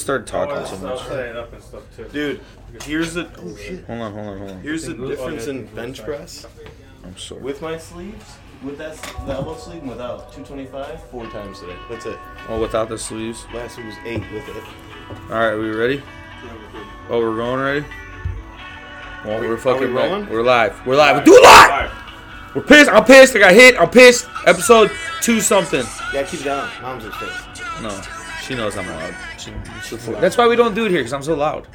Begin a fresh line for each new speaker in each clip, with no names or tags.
started talking
I'll
so
set- Oh, I'll
much.
set it up and stuff too. Oh,
Dude, here's the
Hold on, hold on, hold on.
here's the
Think glue- oh,
difference
yeah,
in
think glue
bench
back.
press
I'm sorry.
with my sleeves, with that s- the elbow sleeve, and without 225, four times today. That's it.
oh, without the sleeves.
Last week was eight with it.
All right, we ready? Oh, we're going already. Well, we're fucking
we
right.
rolling?
We're live. We're live. Do it live. We're pissed. I'm pissed. I got hit. I'm pissed. Episode two something.
Yeah, keep it down. Mom's in face.
No, she knows I'm loud. She, she'll- that's why we don't do it here because I'm so loud.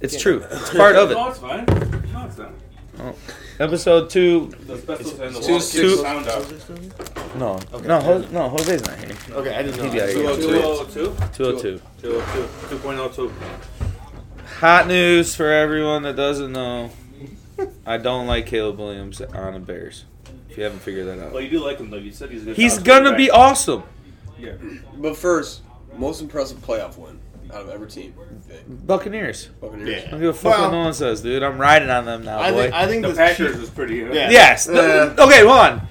It's true. It's part of
No,
it.
it's fine. No, it's not.
Episode two.
The specials and the
two-
wall
two-
kick sound out.
No, no, Jose, no. Jose's not here.
Okay, I didn't know.
Yeah, yeah.
202?
202.
202. 2.02.
Hot news for everyone that doesn't know. I don't like Caleb Williams on the Bears. If you haven't figured that
Well,
out,
you do like him though. You said he's a good.
he's
college
gonna be
quarterback.
awesome.
Yeah.
But first, most impressive playoff win out of every team.
Buccaneers.
Buccaneers.
I don't give a fuck what
Well-
no one says, dude. I'm riding on them now,
I
boy.
think I think
The
this-
Packers was pretty. You know?
Yeah.
yes. the- okay, hold on.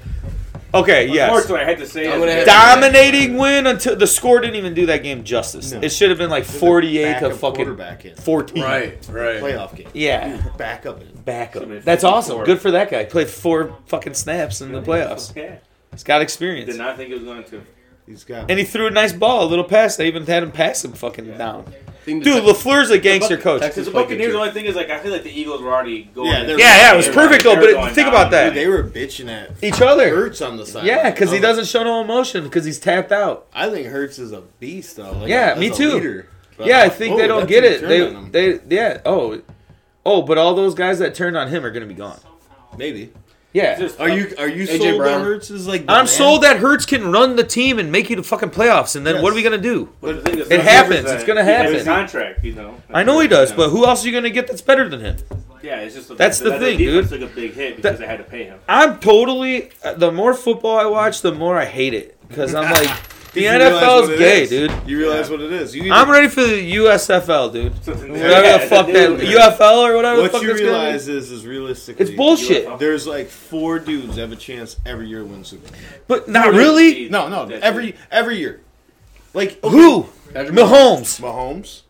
Okay, yes.
Unfortunately, I had to say
I'm
it.
gonna have-
Dominating win until the score didn't even do that game justice.
No.
It should have been like 48 to
Backup
fucking
quarterback in
14.
right.
playoff game.
Yeah.
Backup in.
Backup.
Should've been
That's awesome.
54.
Good for that guy. Played four fucking snaps in the playoffs.
Okay.
He's got experience.
Did not think it was going to.
He's got.
And he threw a nice ball, a little pass. They even had him pass him fucking down.
Thing to
Dude,
check-
LaFleur's a gangster
Buc-
coach.
Texas-
Because the
Just like it,
Buccaneers,
too.
the only thing is, like, I feel like the Eagles were already going.
Yeah, they're-
Yeah, yeah, it was
They were-
perfect though,
they
but
were
it,
going
think
down.
about that.
Dude, they were bitching at
Each other.
Hurts on the side.
Yeah, because he
I was
doesn't show no emotion because he's tapped out.
like, I think Hurts is a beast though. Like,
Yeah,
as
me
a
too.
leader. But,
Yeah, I think
oh,
they don't
that's
get
a
it.
turn on him.
They, they, yeah. Oh, oh, but all those guys that turned on him are gonna be gone.
maybe.
Yeah,
Just-
Are you are you
AJ
sold
Brown.
that Hurts is like? the
I'm
man?
sold that Hurts can run the team and make you to fucking playoffs, and then what are we gonna do?
But the thing is,
It
Rodgers
happens.
is a-
It's gonna
he has a
happen.
contract, you know.
I know he does,
You
but
know.
who else are you gonna get that's better than him?
Yeah, it's just. The,
That's the thing,
defense
dude.
Took a big hit because they had to pay him.
I'm totally. uh, The more football I watch, the more I hate it because I'm like, the
You realize what
NFL's
it
gay,
is.
dude.
You realize what it is. You
I'm
either-
ready for the USFL, dude. Whatever
Yeah,
the fuck
they
that
do, man.
UFL or whatever the
what
fuck
you
that's gonna be.
realize is is realistically
It's bullshit.
UFL.
There's like four dudes that have a chance every year to win Super Bowl.
But not really.
No, no,
That's
every every year. Like okay,
Who?
Patrick
Mahomes.
Mahomes,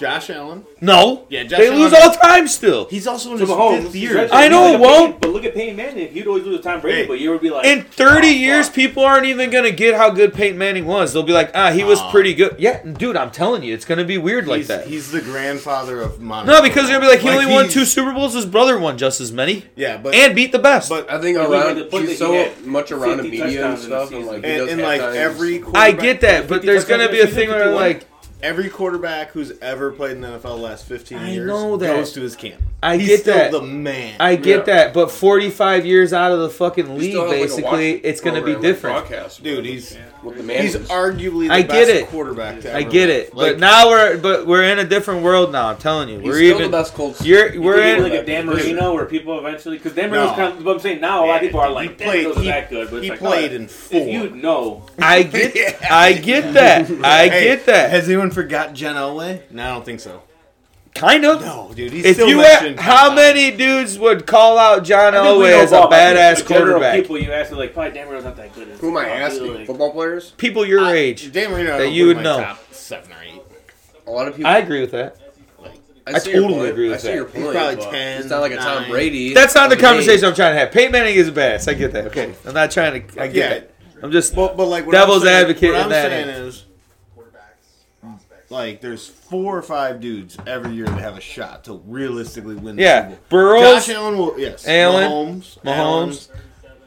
Josh Allen.
No.
Yeah, Josh
they lose
Allen-
all time still.
He's also in
To
his
Mahomes,
fifth year.
I know it
But
won't.
look at- But look at Peyton Manning. He'd always lose to Tom Brady,
Hey.
but you would be like,
In 30
"Oh,
years,
fuck."
people aren't even going to get how good Peyton Manning was. They'll be like, ah, he was
Aw.
pretty good. Yeah, dude, I'm telling you, it's going to be weird like
He's,
that.
he's the grandfather of modern.
no, because they're going to be like, he
Like,
only won
he's-
two Super Bowls. His brother won just as many
yeah, but
and beat the best.
but
I think
He
around
made the point
he's
that
so
he had
much around the
50
media and
touchdowns in the
stuff, and like he
and,
does
and like
halftimes.
every
I
quarterback-
get that, but there's going to be a thing where, like,
every quarterback who's ever played in the NFL last 15
I
years
know that.
goes to his camp.
I
he's
get
still
that.
the man.
I get
Yeah.
that, but 45 years out of the fucking
He
league,
still has, like, a
basically,
watch
it's going to be
program, like,
different.
broadcast,
Dude, he's
with the man
he's
is.
arguably the
I get
best
it.
quarterback to
I
ever
get
live.
it,
Like,
but now we're but we're in a different world now. I'm telling you,
He's
we're
still
even.
the best Colts.
You're
You
we're
think
in
like a Dan Marino, where people eventually because Dan Marino's
No.
kind of. But I'm saying now a lot of people are
He
like,
played-
played, was
he-
that good, but it's
he
like,
played
no,
in
If you
four.
know,
I get I get that. I
Hey,
get that.
Has anyone forgot Jen Elway? No, I don't think so.
Kind of.
No, dude. He's
If
still
you
mentioned.
had, how many dudes would call out John
I think we
Elway
know
as a
ball, but I think
badass
the general
quarterback? People,
People you ask, they're like, probably Dan Marino's not that good. It's
Who am I
like,
asking?
really?
Football players?
your
I-
age.
Dan Marino, I
that
don't
you
put
would
in my
know.
Top seven or eight.
A lot of people.
I agree with that. I
see your
totally
point.
agree with
I see
that.
your
He's
point.
probably
but
10,
It's not like a Tom
9.
Brady.
That's not the
Of
conversation
age.
I'm trying to have. Peyton Manning is a badass. I get that. Okay, I'm not trying to. I get
Yeah.
that. I'm just.
But, but like what
Devil's
I'm saying,
advocate
What
in
I'm
that
saying is, like, there's four or five dudes every year that have a shot to realistically win. The
Yeah,
Super Bowl.
Burrows.
Josh Allen will. Yes,
Allen,
Mahomes,
Mahomes.
Allen's,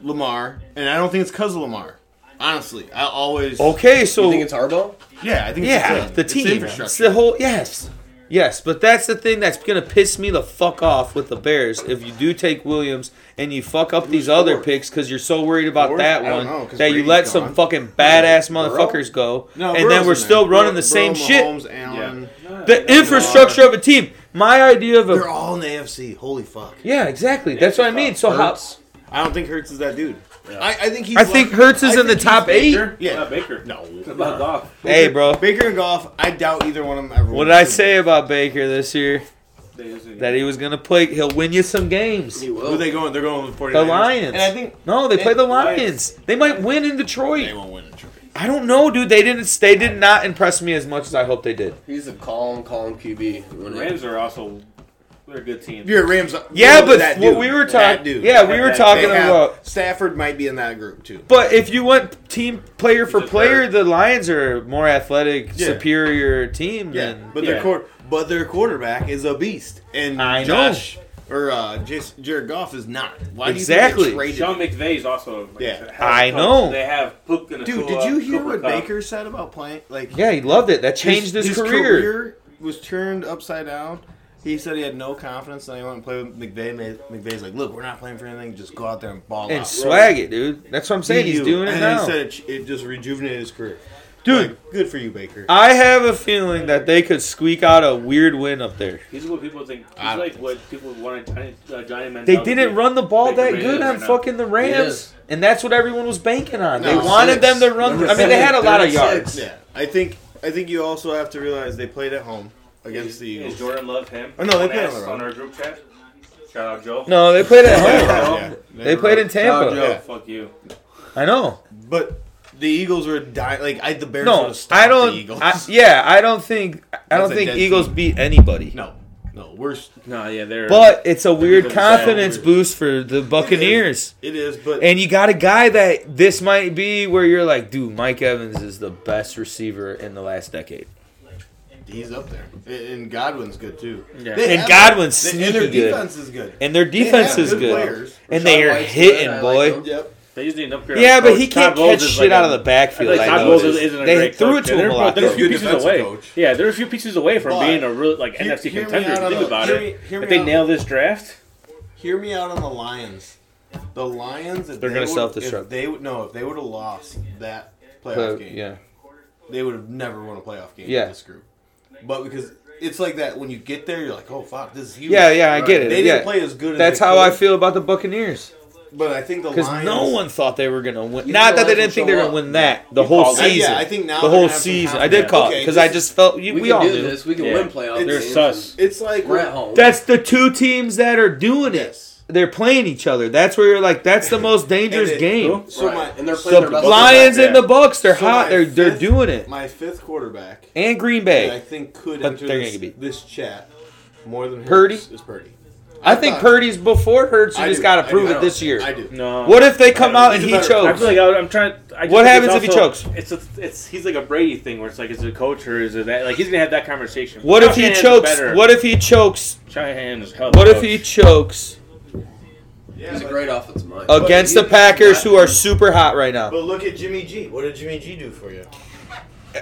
Lamar, and I don't think it's because of Lamar. Honestly, I always.
Okay,
You
so
think it's Harbaugh?
Yeah, I think.
yeah,
it's
the
it's
team. It's,
infrastructure.
the whole. Yes, yes, but that's the thing that's gonna piss me the fuck off with the Bears if you do take Williams and you fuck up these other
fourth?
picks because you're so worried about
Fourth?
that
I don't
one
know, 'cause
that you
Brady's
let some
gone.
fucking badass motherfuckers go, and then
Burrow's
we're
in
still
there.
running
Burrow-
the same
Burrow,
shit.
Mahomes, Allen.
No, no,
The
no.
infrastructure of a team. My idea of
They're
a
all in the AFC. Holy fuck!
yeah, exactly. That's what I mean. So how?
Hurts.
I don't think Hurts is that dude. I, I think he's.
I think
lucky.
Hertz is
I
in the
think
top
he's
eight.
Baker?
Yeah.
Not Baker. What about
No,
Goff?
Hey, bro.
Baker and Goff. I doubt either one of them ever.
What
win
did I
the Super Bowl.
say about Baker this year?
They just-
That he was gonna play. He'll win you some games.
He
Who
will.
are they going? They're going with 49ers.
The Lions.
And I think
no, they
They-
play the
Lions.
Lions. They might win in
they
Detroit.
won't win a trophy.
I don't know, dude. They didn't. They did not impress me as much as I hoped they did.
He's a calm, calm QB. When it-
Rams are also they're a good team.
If you're a Rams,
Yeah,
look at
but
that
what
dude.
we were
That
talking,
dude.
yeah, we
That-
were
that-
They
talking
have-
about.
Stafford might be in that group too.
But if you want team player for
He's a
player, the Lions are a more athletic,
Yeah.
superior team
Yeah,
than.
but
Yeah.
their quarter, but their quarterback is a beast, and
I know.
Josh or uh, just Jared Goff is not. Why do
Exactly.
you think they
Sean
traded?
McVay's also. like,
Yeah.
has
I
a coach.
know.
They have Cook and
Dude,
Akua,
did you hear
Cooper
what
Kupp.
Baker said about playing? Like,
yeah, he loved it. That changed his, career.
was turned upside down. He said he had no confidence and he wanted to play with McVay. Ma- McVay's like, look, we're not playing for anything. Just go out there and ball
and
out.
swag it, dude. That's what I'm saying.
Be
He's
you.
doing it
and
now,
He said it, ch- it just rejuvenated his career.
dude.
Like, good for you, Baker.
I have a feeling that they could squeak out a weird win up there.
He's what people think. He's
I don't
like
think
what people wanted Johnny, uh, Johnny Manziel.
They
to
didn't
be.
run the ball
Baker
that
Mayfield
good on
right now.
fucking the
It
Rams,
is.
and that's what everyone was banking on. They
No,
wanted
six.
them to run.
Number
I mean, they had a lot of
six.
yards.
yeah, I think I think you also have to realize they played at home against the
Is
Eagles.
Jordan Love him?
Oh, no, they
On
played
us-
on the road.
on our group chat. Shout out Joe.
No, they played at home.
Yeah,
They played in
Shout out
Tampa.
Joe.
Oh, fuck you.
I know.
But the Eagles were dying. Like I, the Bears.
No,
would've stopped
I
The
don't.
Eagles.
I, yeah, I don't think. I don't
That's a
think
dead
Eagles
team.
beat anybody.
no, no, worse.
No, yeah, they're.
But it's a weird
Because it's all
confidence
weird.
boost for the Buccaneers.
It is, but
And you got a guy that this might be where you're like, dude, Mike Evans is the best receiver in the last decade.
he's up there. And- And Godwin's good too.
Yeah.
They
And
have-
Godwin's
they- and their
sneaky good.
defense is good.
And their
They
defense
have
is good.
Players.
And they
Rashad
are
White's
hitting,
good. I
boy.
like him.
Yep.
They just need an upgrade.
yeah,
on
but
coach.
he
Todd
can't
Bowles
catch
is
shit
like
out
a-
of the backfield.
Like,
I
Todd
noticed.
Bowles isn't a
they
great
threw
coach,
it to
and
him a
they're-
lot.
They're a
Though.
few
Good
pieces
defensive
away.
coach.
Yeah, they're a few pieces away from
But-
being a real like
Hear-
NFC
hear me
contender.
out
if
on
you Think
the-
about
hear
it.
me- hear
If
me
they
out.
nail this draft,
Hear me out on the Lions. The Lions. If
They're
they
gonna
would-
self-destruct.
if They would no. If they would have lost that playoff
But,
game,
yeah.
they would have never won a playoff game.
Yeah.
With this group. But because it's like that when you get there, you're like, oh fuck, this is huge.
Yeah, yeah, I get it.
They
yeah.
didn't play as good. as
That's
they
how I
could,
feel about the Buccaneers.
But I think the
Because
Lions.
no one thought they were going to win.
You
Not
think the
that they
Lions
didn't
will
think they were
show
going to
up?
win that. The
You
whole
called it.
I,
season.
yeah, I think now
the whole
they're gonna have some
season. I
confidence.
did call it
Okay,
because I
this-
just felt you,
We,
we,
can
all
do
knew.
this. We can
Yeah.
win playoff
It's-
they're
games.
sus.
It's like
We're at home.
That's the two teams that are doing it.
Yes.
They're playing each other. That's where you're like, that's the most dangerous
And it-
game.
Who?
So
Right.
my
and they're playing
The
their best.
Lions
Yeah.
and the Bucks, they're
So
hot.
my
They're they're
fifth-
doing it.
my fifth quarterback
And Green
that I
Bay.
think could
But
enter
they're
this,
gonna get beat.
this chat more than
Purdy?
Hurts is Purdy.
I think
thought-
Purdy's before Hurts. You
I
just
do.
got
I
to prove
do.
it this year.
I do.
no.
What if they come
I
out
don't
and he
know. He's a better-
I
chokes?
feel like I, I'm trying. I just
What
think
happens
it's
if he
also-
chokes?
It's a, it's he's like a Brady thing where it's like is it a coach or is it that like he's gonna have that conversation.
What if he
Shanahan's
chokes?
better.
What if he chokes?
Shanahan is hell of a
What if
coach.
he chokes
Yeah,
He's a
but-
great offensive mind.
against the
But he-
Packers, who are super hot right now?
But look at Jimmy G. What did Jimmy G do for you?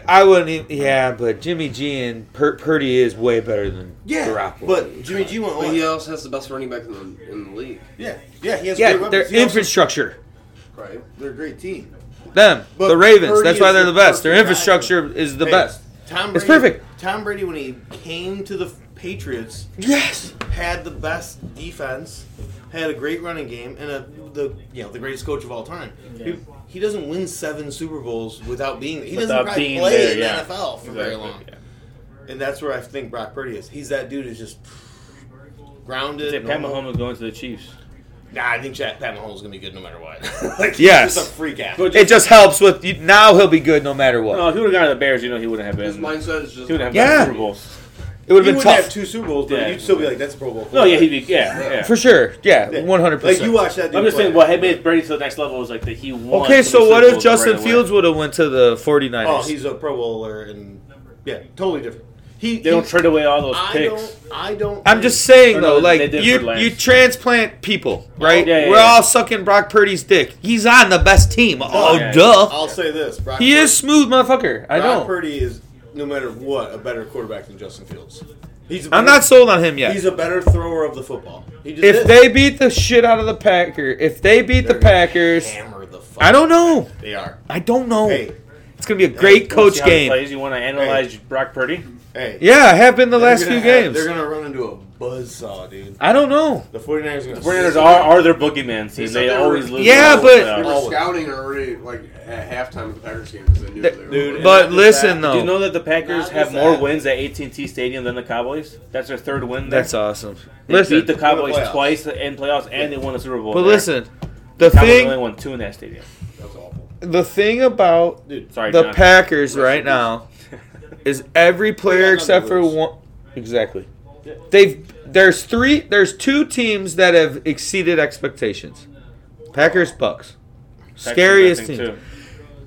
I wouldn't. Even, yeah, but Jimmy G and Pur- Purdy is way better than Garoppolo.
but Jimmy G went
But
on.
he uh, also has the best running back in the, in the league.
yeah, yeah, he has
yeah,
great weapons.
their
He also-
infrastructure,
Right.
they're a great team.
them,
But
the Ravens.
Purdy
that's why
is
they're
the
the best. Their
perfect
infrastructure is the
Hey,
best.
Tom Brady,
It's perfect.
Tom Brady, when he came to the Patriots,
Yes.
had the best defense, had a great running game, and a, the you know the greatest coach of all time. He, he doesn't win seven Super Bowls without being. He doesn't
Without
probably
being
play
there,
in
yeah.
the NFL for very
Exactly,
long,
yeah.
and that's where I think Brock Purdy is. He's that dude who's just grounded.
Say Pat
normal.
Mahomes is going to the Chiefs.
Nah, I think Jack, Pat Mahomes is gonna be good no matter what. like,
Yes.
he's just a freak out.
But-
It just helps with you, now. He'll be good no matter what.
No, if he would have gone to the Bears, you know he wouldn't have
His
been. He
mindset is just.
wouldn't have
Yeah.
been Super Bowls.
it would have
he
been
wouldn't
tough
have two Super Bowls, but
Yeah.
you'd still be like, that's a Pro Bowl.
No, yeah, he'd be yeah, yeah.
for sure.
Yeah.
Yeah, one hundred
like you
percent.
watch that. Dude
I'm just
play.
saying what had made Brady to the next level was like that he won.
Okay,
three
so
Super
what if
Bowls
Justin
right away.
Fields would have went to the 49ers?
Oh, he's a Pro Bowler, and yeah, totally different. He
They don't
he-
trade away all those
I
picks.
don't. I don't.
I'm
think-
just saying
Or
though,
no, they
like
did for
you
Lance.
you transplant people, right?
Yeah, yeah,
We're
yeah.
all sucking Brock Purdy's dick. He's on the best team. Oh,
yeah.
duh.
I'll say this: Brock
He
Purdy,
is smooth, motherfucker. I
Brock
know.
Purdy is no matter what a better quarterback than Justin Fields. He's. A
I'm
better-
not sold on him yet.
He's a better thrower of the football. He just
If
is.
they beat the shit out of the Packer, if they beat the
They're gonna
Packers,
hammer the fuck
I don't know.
They are.
I don't know.
Hey,
It's gonna be a great
You wanna
coach
see how he
game.
Plays. You want to analyze Brock Purdy?
hey.
Yeah, I have been the
They're
last
gonna
few
have-
games.
They're gonna run into a buzzsaw, dude.
I don't know.
The 49ers are gonna.
Branders are are their boogeyman team.
Except
They
they were-
always lose.
Yeah,
the
but-
They were
playoffs.
Always.
scouting already like at halftime of the Packers game because they knew
Th-
they were.
dude,
winning.
But
just
listen
that.
Do you
though,
know that the Packers
Oh. Not
have
just
more
that.
wins at AT&T Stadium than the Cowboys? That's their third win. There.
that's awesome.
they beat
Listen,
the Cowboys
playoffs.
twice in playoffs, and they won the Super Bowl.
but
there.
listen, the
Cowboys
thing
only won two in that stadium.
That's awful.
the thing about
dude.
Sorry,
the
John.
Packers right now is every
They
player
got
except for
nothing to lose.
one. Exactly.
Yeah.
They've there's three there's two teams that have exceeded expectations. Packers Bucks. Scariest
Texans,
team.
I think,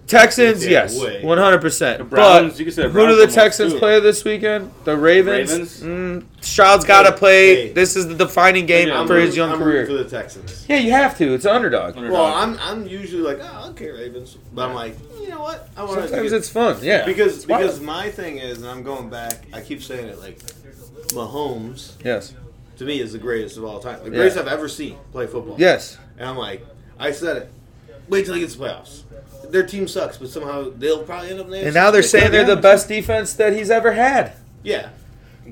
Texans,
Yeah,
yes,
way.
one hundred percent.
Browns,
But
you
who
could say the Browns
do the
almost
Texans
too.
play this weekend? The Ravens.
Ravens?
Mm, Stroud's got to play.
hey.
This is the defining game
Yeah, I'm
for his
rooting-
young
I'm
career.
rooting for the Texans.
yeah, you have to. It's an underdog.
Underdog.
Well, I'm I'm usually like, oh, okay, Ravens, but I'm like, you know what? I want
Sometimes it's fun. Yeah.
because
wild.
because my thing is, and I'm going back. I keep saying it like, Mahomes
Yes.
to me is the greatest of all time, the
Yeah.
greatest I've ever seen play football.
Yes.
and I'm like, I said it. Wait till he gets the playoffs. Their team sucks, but somehow they'll probably end up there.
And now they're saying they're the best defense that he's ever had.
yeah,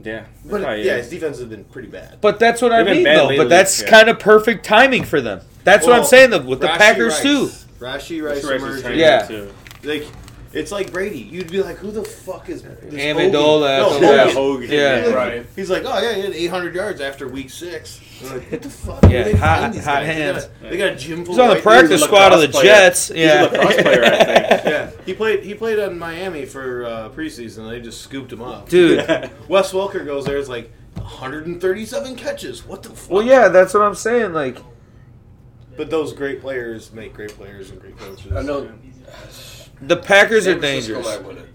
yeah,
but
probably
yeah,
is.
his defense has been pretty bad.
But that's what
They've
I
been
mean,
bad
though.
lately,
But that's
yeah.
kind of perfect timing for them. That's what I'm
Well,
saying, though, with the
Rashi
Packers
Rice.
too.
Rashi
Rice
Rice,
is
emerged.
trying
Yeah.
to-
like it's like Brady. You'd be like, who the fuck is this?
Amendola,
Hogan?
yeah.
No,
Yeah,
Hogan.
Hogan.
Yeah.
He's like-
right.
He's like, oh yeah, he had 800 yards after week six. I'm like, what the fuck?
Yeah,
Where do they
hot-
find these
hot
guys? They got a-
hands.
They got a gym full.
He's on the
of white dudes.
practice
a
squad of the
lacrosse player.
Jets.
He's a
Yeah.
lacrosse player, I think.
Yeah, he played. He played on Miami for uh, preseason. They just scooped him up.
Dude.
Wes Welker goes there. It's like 137 catches. What the fuck?
Well, yeah, that's what I'm saying. Like,
But those great players make great players and great coaches.
I know
the Packers are
San Francisco
dangerous.
might win it.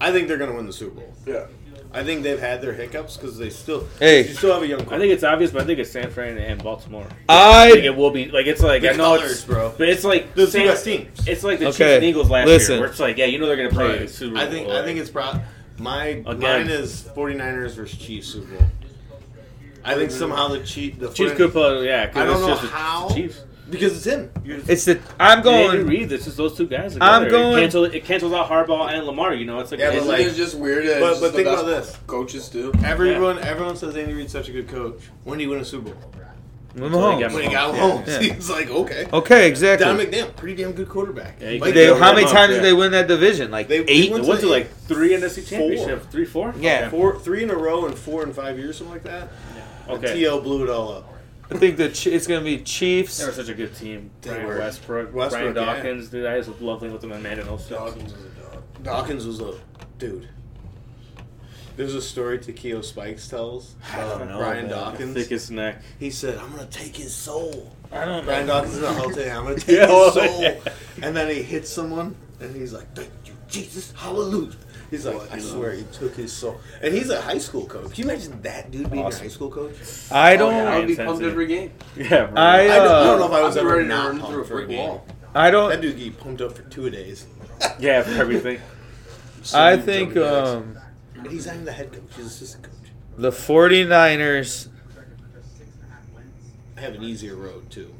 I think they're going to win the Super Bowl.
Yeah.
I think they've had their hiccups because they still.
Hey.
you still have a young.
I think it's obvious, but I think it's San Fran and Baltimore. I think
I
it will be like it's like
The
I know
colors,
it's
bro.
but it's like
Those
San-
two best teams.
It's like the Chiefs
Okay,
and Eagles last
listen.
year, where it's like yeah, you know they're gonna play the Super Bowl.
I think. I
like-
think it's pro. My
Again.
mine is 49ers versus Chiefs Super Bowl. I think somehow the Chiefs. The
Chiefs
49ers
could play yeah. 'cause
I don't
it's
know
just the-
how.
The Chiefs.
because it's him. You're-
it's the I'm
Going
going.
Reed. It's just those two guys. Together.
I'm
It
going-
cancels, it cancels out Harbaugh and Lamar. You know, it's like
Yeah, but
Isn't
like-
it just weird? that
but-
it's
but
just the
think
best
about this.
Coaches do.
Everyone, everyone says Andy Reid's such a good coach. When do you win a Super Bowl?
with
So they
Mahomes.
When he
Mahomes,
got
yeah.
Mahomes.
Yeah.
He's like, okay.
Okay, exactly.
Don McNabb, pretty damn good quarterback.
Yeah, he
Mike
can do
They,
it.
how many
Mahomes,
times
yeah.
did they win that division? Like
They- they
eight.
won-
They went to like three NFC championship,
Four.
three, four.
Yeah.
four, three in a row, and four in five years, something like that.
Okay. okay.
TL blew it all up.
I think the Ch- it's going to be
They
Chiefs.
were such a good team.
They
Brian
were.
Westbrook,
Westbrook,
Brian
yeah.
Dawkins, dude. I just love playing with them in Man and
Dawkins is a dog.
Dawkins was a dude. There's a story Takio Spikes tells about
don't know,
Brian
man.
Dawkins.
Thickest neck.
He said, "I'm gonna take his soul."
I don't
Brian Dawkins is in the hotel. I'm gonna take
Yeah,
his
well,
soul.
yeah.
And then he hits someone, and he's like, "Thank you, Jesus, Hallelujah." He's like, "I swear, you took his soul." And he's a high school coach. Can you imagine that dude being
Awesome.
your high school coach?
I
Oh, yeah, I
don't.
would be pumped every game.
Yeah. bro.
I-
I, don't, I don't
Uh,
know if I was
I'd be
ever
ready to
not
run through a
pumped for a
brick
game.
wall.
I
That
don't.
dude get pumped up for two days.
yeah, for everything.
I
Some
think
dumb
uh,
guys.
um,
And he's not even the head coach; he's assistant coach.
the 49ers.
I have an easier road too.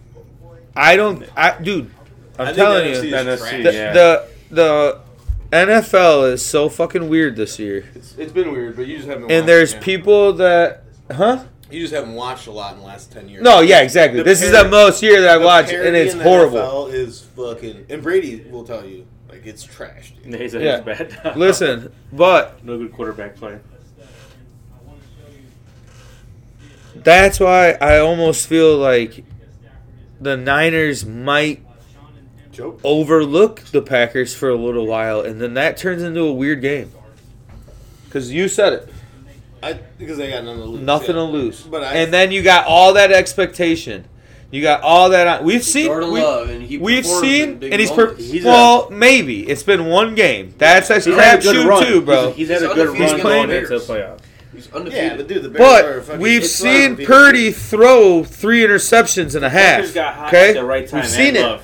I don't. I dude. I'm
I think
telling
NFC
you.
is
NFC,
trash.
the,
Yeah.
the the NFL is so fucking weird this year.
It's, it's been weird, but you just haven't. watched
And there's
it, yeah.
people that huh?
You just haven't watched a lot in the last ten years.
No, yeah, exactly.
The
this is
parody-
the most year that I
The
watch
parody
and it's
in the
horrible.
NFL is fucking. And Brady will tell you, like it's trash. dude.
He's a
Yeah.
he's bad.
Listen, but
no good quarterback play.
that's why I almost feel like the Niners might
Joke.
overlook the Packers for a little while and then that turns into a weird game. Cuz you said it.
I because they got nothing to lose.
Nothing to
yeah.
lose.
But I-
and then you got all that expectation. You got all that on, we've seen
Jordan
we-
Love, and he
We've
performs
seen,
in
and
big
he's, per-
moments.
He's
well, maybe it's been one game. That's a
had a good
crapshoot
run.
too, bro.
He's, he's had
He's
a good
undefeated
run
against
going
the
into the
Bears.
playoffs.
He's
Yeah,
undefeated.
but dude, the Bears are
but
fucking-
we've
it's
seen
undefeated.
Purdy throw three interceptions and a half.
Packers got hot
Okay,
at the right time.
we've seen
and
it,
Love.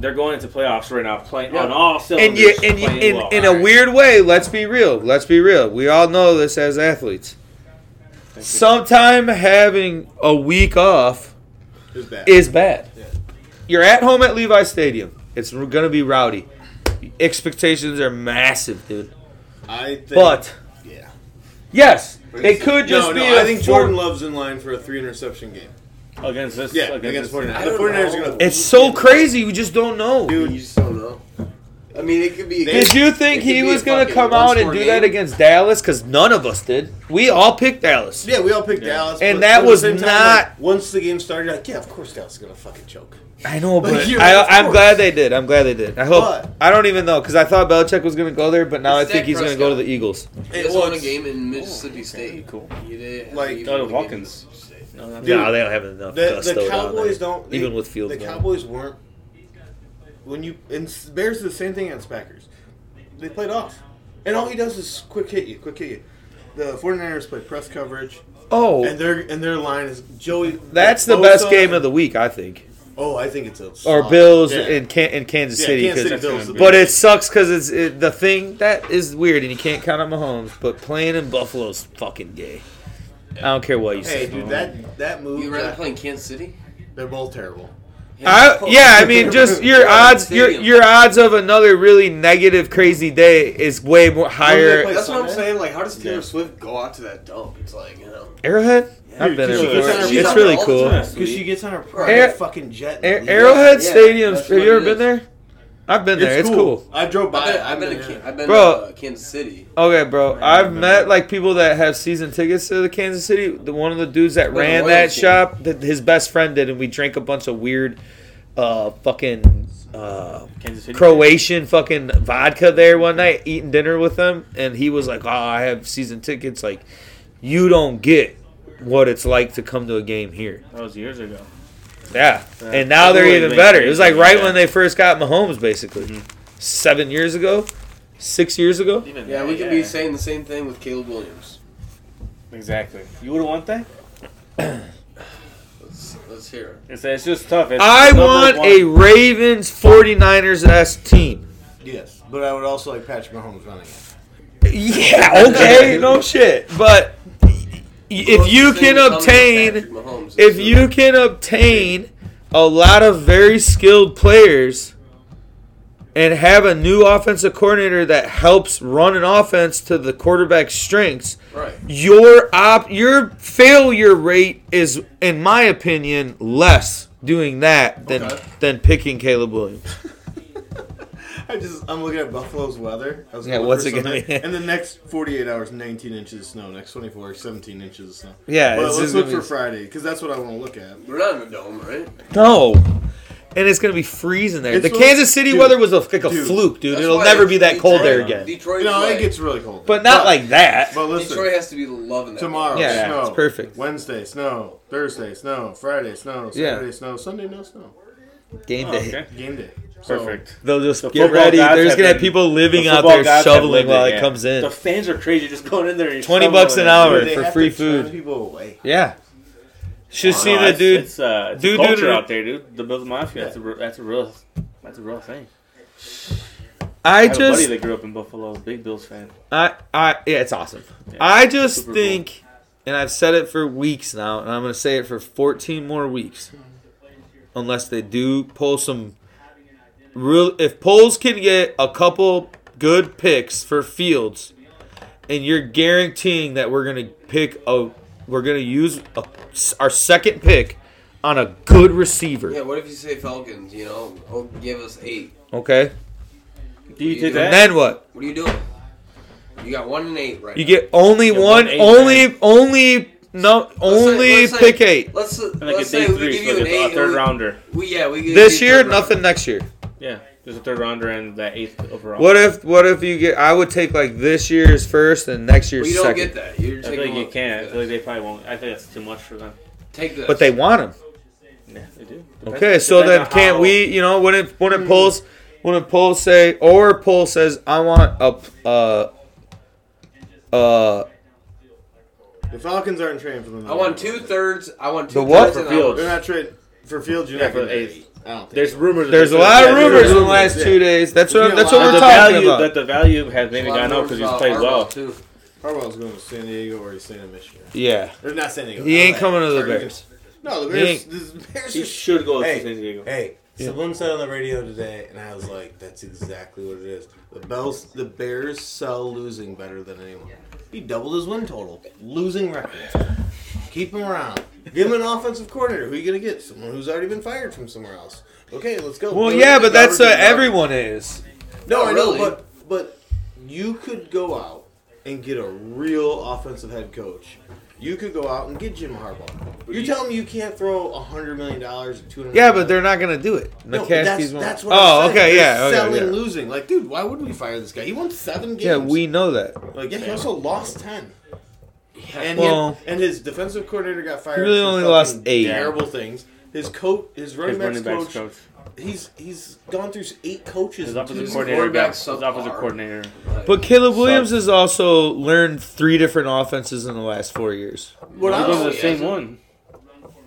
They're going into playoffs right now, playing
Yeah.
on all cylinders.
and you, and you,
playing
in,
well.
in a weird way. Let's be real. Let's be real. We all know this as athletes. Sometime having a week off
It's bad.
is bad.
Yeah.
You're at home at Levi Stadium. It's going to be rowdy. Expectations are massive, dude.
I think,
But
yeah,
yes, it could just
no,
be.
no.
a
I think
four-
Jordan Love's in line for a three interception game.
against this.
Yeah,
against
against
this
49ers.
I
The
don't
49ers are
know.
gonna.
It's so crazy. We just don't know.
Dude, you just don't know. I mean, it could be.
Did you think
it could
he
be
was
a
going to
fucking
come out and
one-score
do that
game.
against Dallas? Because none of us did. We all picked Dallas.
Yeah, we all picked Dallas,
And
but
that
at the
was
same time,
not-
like, once the game started, you're like, yeah, of course Dallas is gonna fucking choke.
I know, but
you're right, of
I, I'm
course.
glad they did. I'm glad they did. I hope.
But-
I don't even know because I thought Belichick was going to go there, but now
It's
I think
Dak
he's going to go to the
Prescott.
Eagles.
He just won a game in Mississippi State.
Cool.
You did
Like,
you
oh,
won a game in
Hawkins.
Mississippi State.
No, not
Dude,
no, they don't have enough
The,
gusto
the
down
Cowboys
there,
don't they-
even with field
The
goal.
Cowboys weren't when you and S- Bears did the same thing against Packers. They played off, and all he does is quick hit you, quick hit you. The 49ers play press coverage,
Oh,
and their and their line is Joey.
that's the
Bosa-
best game of the week, I think.
Oh, I think it's a
Or
slog.
Bills
Yeah.
in, Can- in Kansas
Yeah,
City.
Kansas
'cause-
City Bills.
But
But it sucks because it's it, the thing that is weird, and you can't count on Mahomes. But playing in Buffalo's fucking gay. I don't care what you
hey,
say.
dude, that that move.
You rather play in Kansas City?
They're both terrible.
I, yeah, I mean, just your odds, your your odds of another really negative, crazy day is way more higher.
play-
That's what I'm saying. Like, how does Taylor
Yeah.
Swift go out to that dump? It's like, you know.
Arrowhead, I've
Dude,
been there
she's
before.
on her- she's
It's
on
really
her all the
cool.
time.
Ar-
That's
Because
sweet.
she gets on her
Air-
private fucking jet. and leaves.
Arrowhead
Yeah,
Stadium.
that's
Have you
what
ever
it
been
is.
there? I've been there. It's cool.
I drove by.
I've been,
it.
I've been, to,
there.
Can- I've been
Bro.
to uh, Kansas City.
Okay, bro. I've
remember.
met like people that have season tickets to the Kansas City. The one of the dudes that
Like a
ran
royal
that
team.
shop, that his best friend did, and we drank a bunch of weird, uh, fucking, uh,
Kansas City.
Croatian fucking vodka there one night, eating dinner with them, and he was like, "Oh, I have season tickets. Like, you don't get what it's like to come to a game here."
That was years ago.
Yeah,
Yeah.
and now they're
Totally
even
makes
better.
sense.
It was like right
Yeah. Mm-hmm.
when they first got Mahomes, basically, seven years ago, six years ago.
Even
Yeah, we could be saying the same thing with Caleb Williams.
exactly. You would have want that.
Let's, let's hear it.
It's, it's just tough. It's
I
number
want
one. Oh,
a Ravens 49ers s team.
Yes, but I would also like Patrick Mahomes running it.
Yeah, okay, no shit. But if you can obtain, if you can obtain a lot of very skilled players and have a new offensive coordinator that helps run an offense to the quarterback's strengths,
right,
your op your failure rate is in my opinion less doing that than
Okay.
than picking Caleb Williams.
I just I'm looking at Buffalo's weather. I was
Yeah,
looking
what's
for
it gonna
something.
be?
And the next 48 hours, 19 inches of snow. Next 24, 17 inches of snow.
Yeah,
But
it's
let's
just
look
gonna
for
be-
Friday because that's what I want to look at.
we're not in a dome, right?
No. And it's gonna be freezing there.
It's
the
so-
Kansas City
dude,
weather was a, like a
dude.
fluke, dude.
That's
It'll
why
never be that cold there
Detroit-
again.
Detroit,
You know,
like,
it gets really cold.
But not
But-
like that.
But listen,
Detroit has to be loving that.
tomorrow
Yeah,
snow.
it's perfect.
Wednesday snow. Thursday snow. Friday snow.
Yeah.
Saturday snow. Sunday no snow.
Game
Oh,
day.
okay.
Game day. So-
Perfect.
They'll just
The
get
football
ready.
gods
There's
have
gonna have
been-
people living
The
out
football
there
gods have
shoveling
lived
while it
yeah.
comes in.
The fans are crazy just going in there. And
20 bucks an
shoveling it.
hour.
Dude, they
for
have
free
to turn
food.
people away.
yeah. Should
No,
see the
it's-
dude
It's, uh, it's
dude-
a culture
dude-
out there, dude. The Bills Mafia. That's a re- that's a real that's a real thing.
I
I have a buddy
just
that grew up in Buffalo, big Bills fan.
I, I, yeah, it's awesome.
Yeah,
I just
Super Bowl.
think, and I've said it for weeks now, and I'm going to say it for 14 more weeks, unless they do pull some real. If polls can get a couple good picks for Fields, and you're guaranteeing that we're going to pick a, we're going to use a, our second pick on a good
Yeah,
receiver.
what if you say Falcons? You know, oh, give us eight.
Okay,
Do you
You
take
do.
that?
and then what?
What are you doing? You got one and eight right.
You get only
Yeah,
one,
one eight,
only, only, no,
now. Let's say-
only
let's say-
pick eight.
Let's uh,
like
let's
a day
say we
three,
give
so
you an
like a,
eight.
a third
and we-
rounder.
We, yeah, we give
This
you a
year,
third
uh,
round.
nothing next year.
Yeah, there's a third rounder and that eighth overall.
What if, what if you get? I would take like this year's first and next year's
Well, you don't
second.
get that. You're
I feel
taking.
like you
one.
can't. I feel like they probably won't. I think that's too much for them.
Take this.
But they want him.
Yeah, they do. Depends-
Okay, so
depends
then
on
can't
how- Hmm.
we? You know, when it when it pulls, when it pulls say, or poll says, I want a, uh, uh,
The Falcons aren't trading for them.
I want two thirds. I want two
The what?
thirds. and I
For
want-
They're not trading for Fields. You're
Yeah,
not
for
going
the
to.
eighth.
I don't think
There's
so.
rumors.
there's a lot of
Yeah, there's
rumors in the
rumors,
last
yeah.
two days. That's
There's
what
been a
that's what
lot
we're
the
talking
value that
about.
the value has maybe gone up because he's played well.
Too.
Harbaugh going to San Diego or he's staying in Michigan.
Yeah,
Or not San Diego.
He ain't
LA.
coming to the
Sorry, you
Bears.
can- No, the
He
Bears.
ain't-
The Bears
He
are sh-
should go
Hey,
to San Diego.
hey.
Yeah.
Someone said on the radio today, and I was like, "That's exactly what it is." The Bells, the Bears sell losing better than anyone. He doubled his win total, losing record. Keep him around. Give him an offensive coordinator. Who you gonna get? Someone who's already been fired from somewhere else. Okay, let's go.
Well,
Go
yeah,
to
but that's uh,
Robert Goodell.
everyone is.
No,
Not
I know,
really.
but but you could go out and get a real offensive head coach. You could go out and get Jim Harbaugh. You're
you-
telling me you can't throw a hundred million dollars or two hundred?
Yeah, but they're not gonna do it.
no, but
McCaskey's
that's,
won't.
that's what.
oh,
I'm saying.
okay,
They're
yeah, okay,
selling,
yeah.
losing. Like, dude, why would we fire this guy? He won seven games.
yeah, we know that.
Like, yeah, he also lost ten. And,
Well-
he- and his defensive coordinator got fired.
He really
for
only
fucking
lost eight.
Terrible things. His coach, his running,
His running
backs
backs
coach,
coach.
he's he's gone through eight coaches.
His
in
offensive
two
coordinator. Got,
quarterback's
his
subpar.
offensive coordinator.
But Caleb Williams has also learned three different offenses in the last four years.
What
He
I
goes to the
was,
yeah.
same one.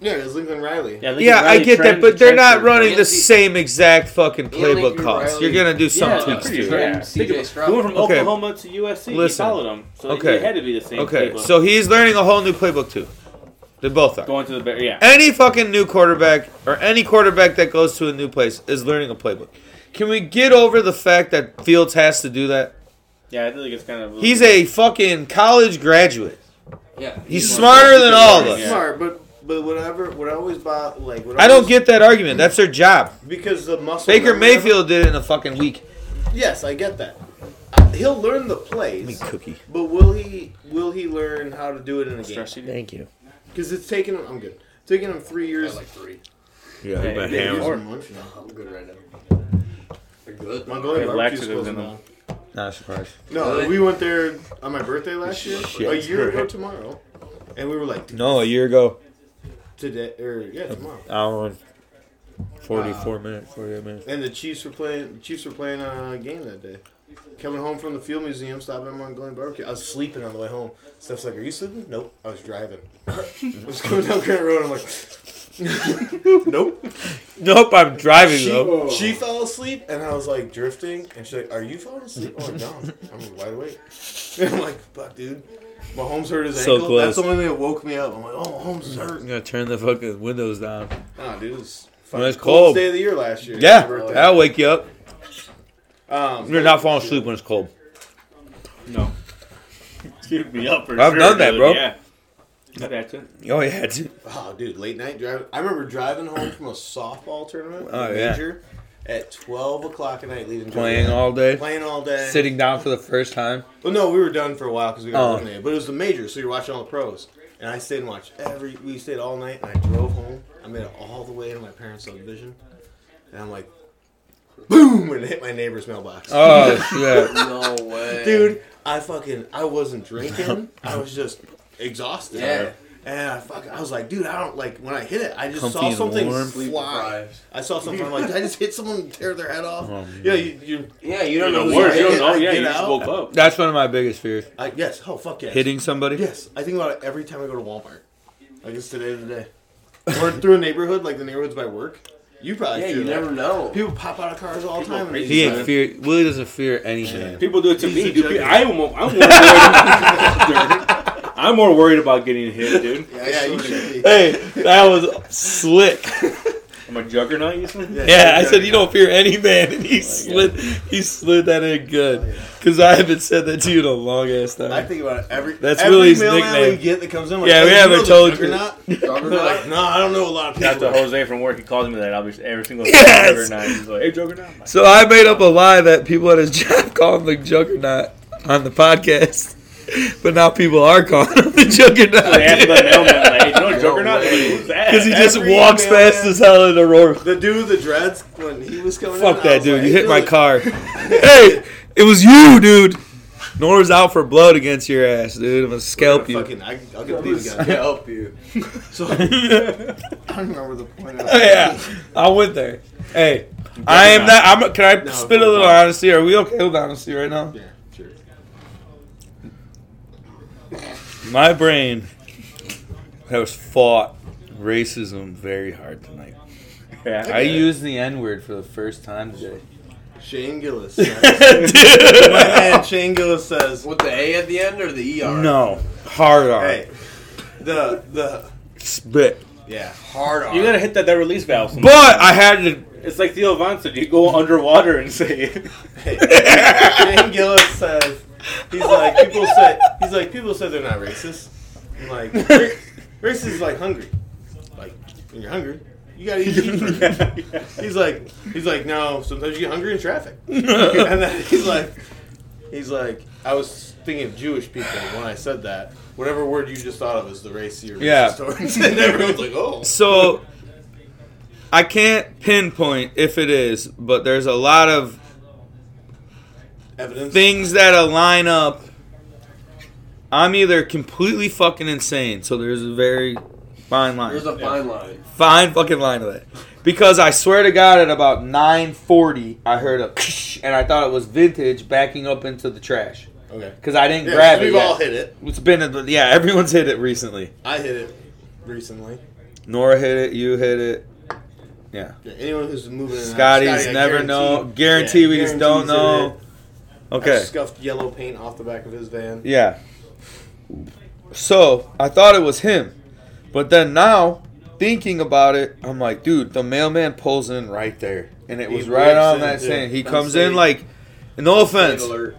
yeah, it was Lincoln Riley.
Yeah,
yeah, I get that, but they're not running the
Lindsey-
same exact fucking
Lindsey
playbook calls.
Riley-
You're gonna do some
Yeah, I'm
tweaks
pretty
to
sure.
it.
Yeah.
CJ
Think of-
Stroud.
He went from
Okay.
Oklahoma to USC.
Listen.
He followed him, so
Okay.
it had to be the same.
Okay,
playbook.
so he's learning a whole new playbook too. They both are.
going to the Bear, yeah.
Any fucking new quarterback or any quarterback that goes to a new place is learning a playbook. Can we get over the fact that Fields has to do that?
Yeah, I think it's kind of.
He's a fucking college graduate.
Yeah.
He's smarter than all of
Yeah.
us.
Smart, but but whatever. What I always bought, like what
I don't
always-
get that argument. That's their job.
because the muscle.
Baker
memory-
Mayfield did it in a fucking week.
Yes, I get that. Uh, He'll learn the
Give me
plays,
cookie.
but will he will he learn how to do it in a game?
Stress eating.
Thank you.
Because it's taken him. I'm good. It's taken him three
I
years.
like three.
Yeah.
Yeah,
but
yeah,
ham.
yeah.
Years and months now.
I'm good right now. They're good.
Mongolian
They have
barbecue's
laxatives
closing
in them.
down.
Not surprised.
No,
Really?
we went there on my birthday last year,
Shit.
a year ago tomorrow, and we were like
No, a year ago,
today or yeah tomorrow.
hour and forty-four minutes, forty-eight minutes.
And the Chiefs were playing. The Chiefs were playing a game that day. Coming home from the Field Museum, stopping at Mongolian Barbecue. I was sleeping on the way home. Steph's like, "Are you sleeping?" Nope. I was driving. I was coming down Grant Road. I'm like, "Nope."
Nope, I'm driving though.
She, she fell asleep, and I was like drifting, and she's like, "Are you falling asleep?" Oh no, I'm wide awake. I'm like, "Fuck, dude." Mahomes hurt his
So
ankle.
close.
That's the only thing that woke me up. I'm like, "Oh, Mahomes is hurt."
I'm gonna turn the fucking windows down.
Nah, dude, it was
Well, it's
fucking coldest
cold.
day of the year last year.
Yeah,
My birthday.
that'll wake you up.
Um,
You're not falling asleep when it's cold.
No. Keep me up for
I've
sure,
done that,
dude.
bro.
Yeah. I got you.
Oh yeah, dude.
Oh, dude, late night drive. I remember driving home from a softball tournament,
Oh,
a
yeah.
major, at twelve o'clock at night, leaving
playing
Georgia.
all day,
playing all day.
sitting down for the first time.
Well, no, we were done for a while because we got
Oh.
eliminated. But it was the major, so you're watching all the pros. And I stayed and watched every. We stayed all night, and I drove home. I made it all the way to my parents' subdivision, and I'm like, boom, and it hit my neighbor's mailbox.
Oh shit.
No way.
Dude, I fucking I wasn't drinking. I was just exhausted.
Yeah.
And I fucking I was like, dude, I don't like when I hit it. I just
Comfy
saw
and
something
warm.
fly.
Sleep deprived.
I saw something. I'm like, did I just hit someone and tear their head off?
Oh,
yeah, you, you.
Yeah, you don't
The
know who's
worst. You don't
right.
know.
I
Yeah,
get
you just
out.
woke up.
That's one of my biggest fears.
I, yes. Oh fuck yes.
Hitting somebody.
Yes, I think about it every time I go to Walmart. Like it's today to day. Or through a neighborhood, like the neighborhoods by work. You probably
Yeah,
feel
you
that.
never know.
People pop out of cars all the
People
time. and
are
they
He
just
ain't fear. Willie doesn't fear anything.
People do it to
He's
me,
a
dude.
juggernaut.
I'm more, I'm, more worried, I'm more worried about getting hit, dude.
like- Yeah, you should be.
Hey, that was slick.
I'm a juggernaut, you said?
Yeah, I said you don't fear any man, and he slid. He slid that in good, because I haven't said that to you in a long ass
I
time.
think about it every.
That's
every
Willie's
mailman
nickname.
We get that comes in. like,
Yeah, we
"Hey,
haven't
know the
told you."
juggernaut?" They're
Juggernaut.
like, no, I don't know a lot of
That's
people.
what Jose from work. He calls me that. I'll be every single
Yes!
juggernaut. He's like, hey, juggernaut. I'm like,
So I made up a lie that people at his job call him the Juggernaut on the podcast, but now people are calling him the
they asked the
Juggernaut
mailman, like, hey, you know juggernaut?
way.
Like, who's that?
because he just
Every
walks
mailman-
fast as hell in a roar.
the dude with the dreads when he was coming. in,
Fuck
I
that
was
dude!
like,
You hit my
"Dude,
car. hey, it was you, dude. Nora's out for blood against your ass, dude. I'm gonna scalp you.
Fucking, I, I'll get these guys.
help you.
So I don't remember the point. Of
Oh, yeah, I went there. Hey, I am not. I'm. Can I
No,
spit a little
no.
honesty? Are we okay with honesty right now?
Yeah, sure.
My brain has fought racism very hard tonight.
Yeah.
I used the N word for the first time today.
Shane Gillis. My
Dude.
man Shane Gillis says,
With the A at the end or the ER?
No, hard R.
"Hey, the the
Spit.
yeah,
Hard R.
You gotta hit that, that release valve. sometime.
But I had to.
It's like Theo Von said, you go underwater and say it.
hey." Shane Gillis says, he's like people say he's like people say they're not racist. I'm like ra- racist is like hungry, like when you're hungry, You gotta eat cheeseburgers. He's like, he's like, no. Sometimes you get hungry in traffic, and then he's like, he's like, I was thinking of Jewish people when I said that. Whatever word you just thought of is the race you're
Yeah.
racist towards, and everyone's like, oh,
So I can't pinpoint if it is, but there's a lot of
evidence.
things that align up. I'm either completely fucking insane, so there's a very fine line.
There's a fine line.
fine fucking line of it. Because I swear to God, at about 9:40, I heard a and I thought it was vintage backing up into the trash
okay,
because I didn't
yeah,
grab
we've
it. yet.
all hit it.
It's been a, yeah, everyone's hit it recently.
I hit it recently.
Nora hit it, you hit it. Yeah,
Yeah, anyone who's moving, in and out-
Scotty's
I
never
guarantee-
know. Guarantee
yeah,
we just
guarantee
don't
he's
know.
hit it. I
Okay,
scuffed yellow paint off the back of his van.
yeah. So I thought it was him, but then now thinking about it, I'm like, dude, the mailman pulls in right there, and it
He
was right on
whips in,
that
too.
saying he
I'm
comes in
saying-
like, no offense.
Alert.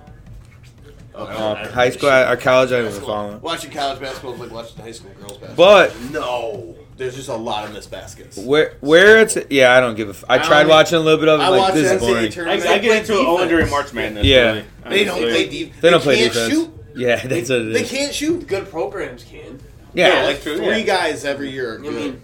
Uh, high school or college, I was following.
Watching college basketball is like watching high school girls basketball.
But
No, there's just a lot of missed baskets.
where where it's yeah, I don't give a. F- I
don't
tried
think-
watching a little bit of it.
I
Like
watched
this
the
is boring.
NCAA
I,
tournament.
I get into it
it
Owen during March Madness.
Yeah.
really,
They don't
honestly.
play defense.
They don't play
can't
defense.
Shoot.
Yeah, that's what it
They
is.
can't shoot.
Good programs can.
Yeah,
Yeah, like
true,
three
yeah.
guys every year. Are
I
good.
mean-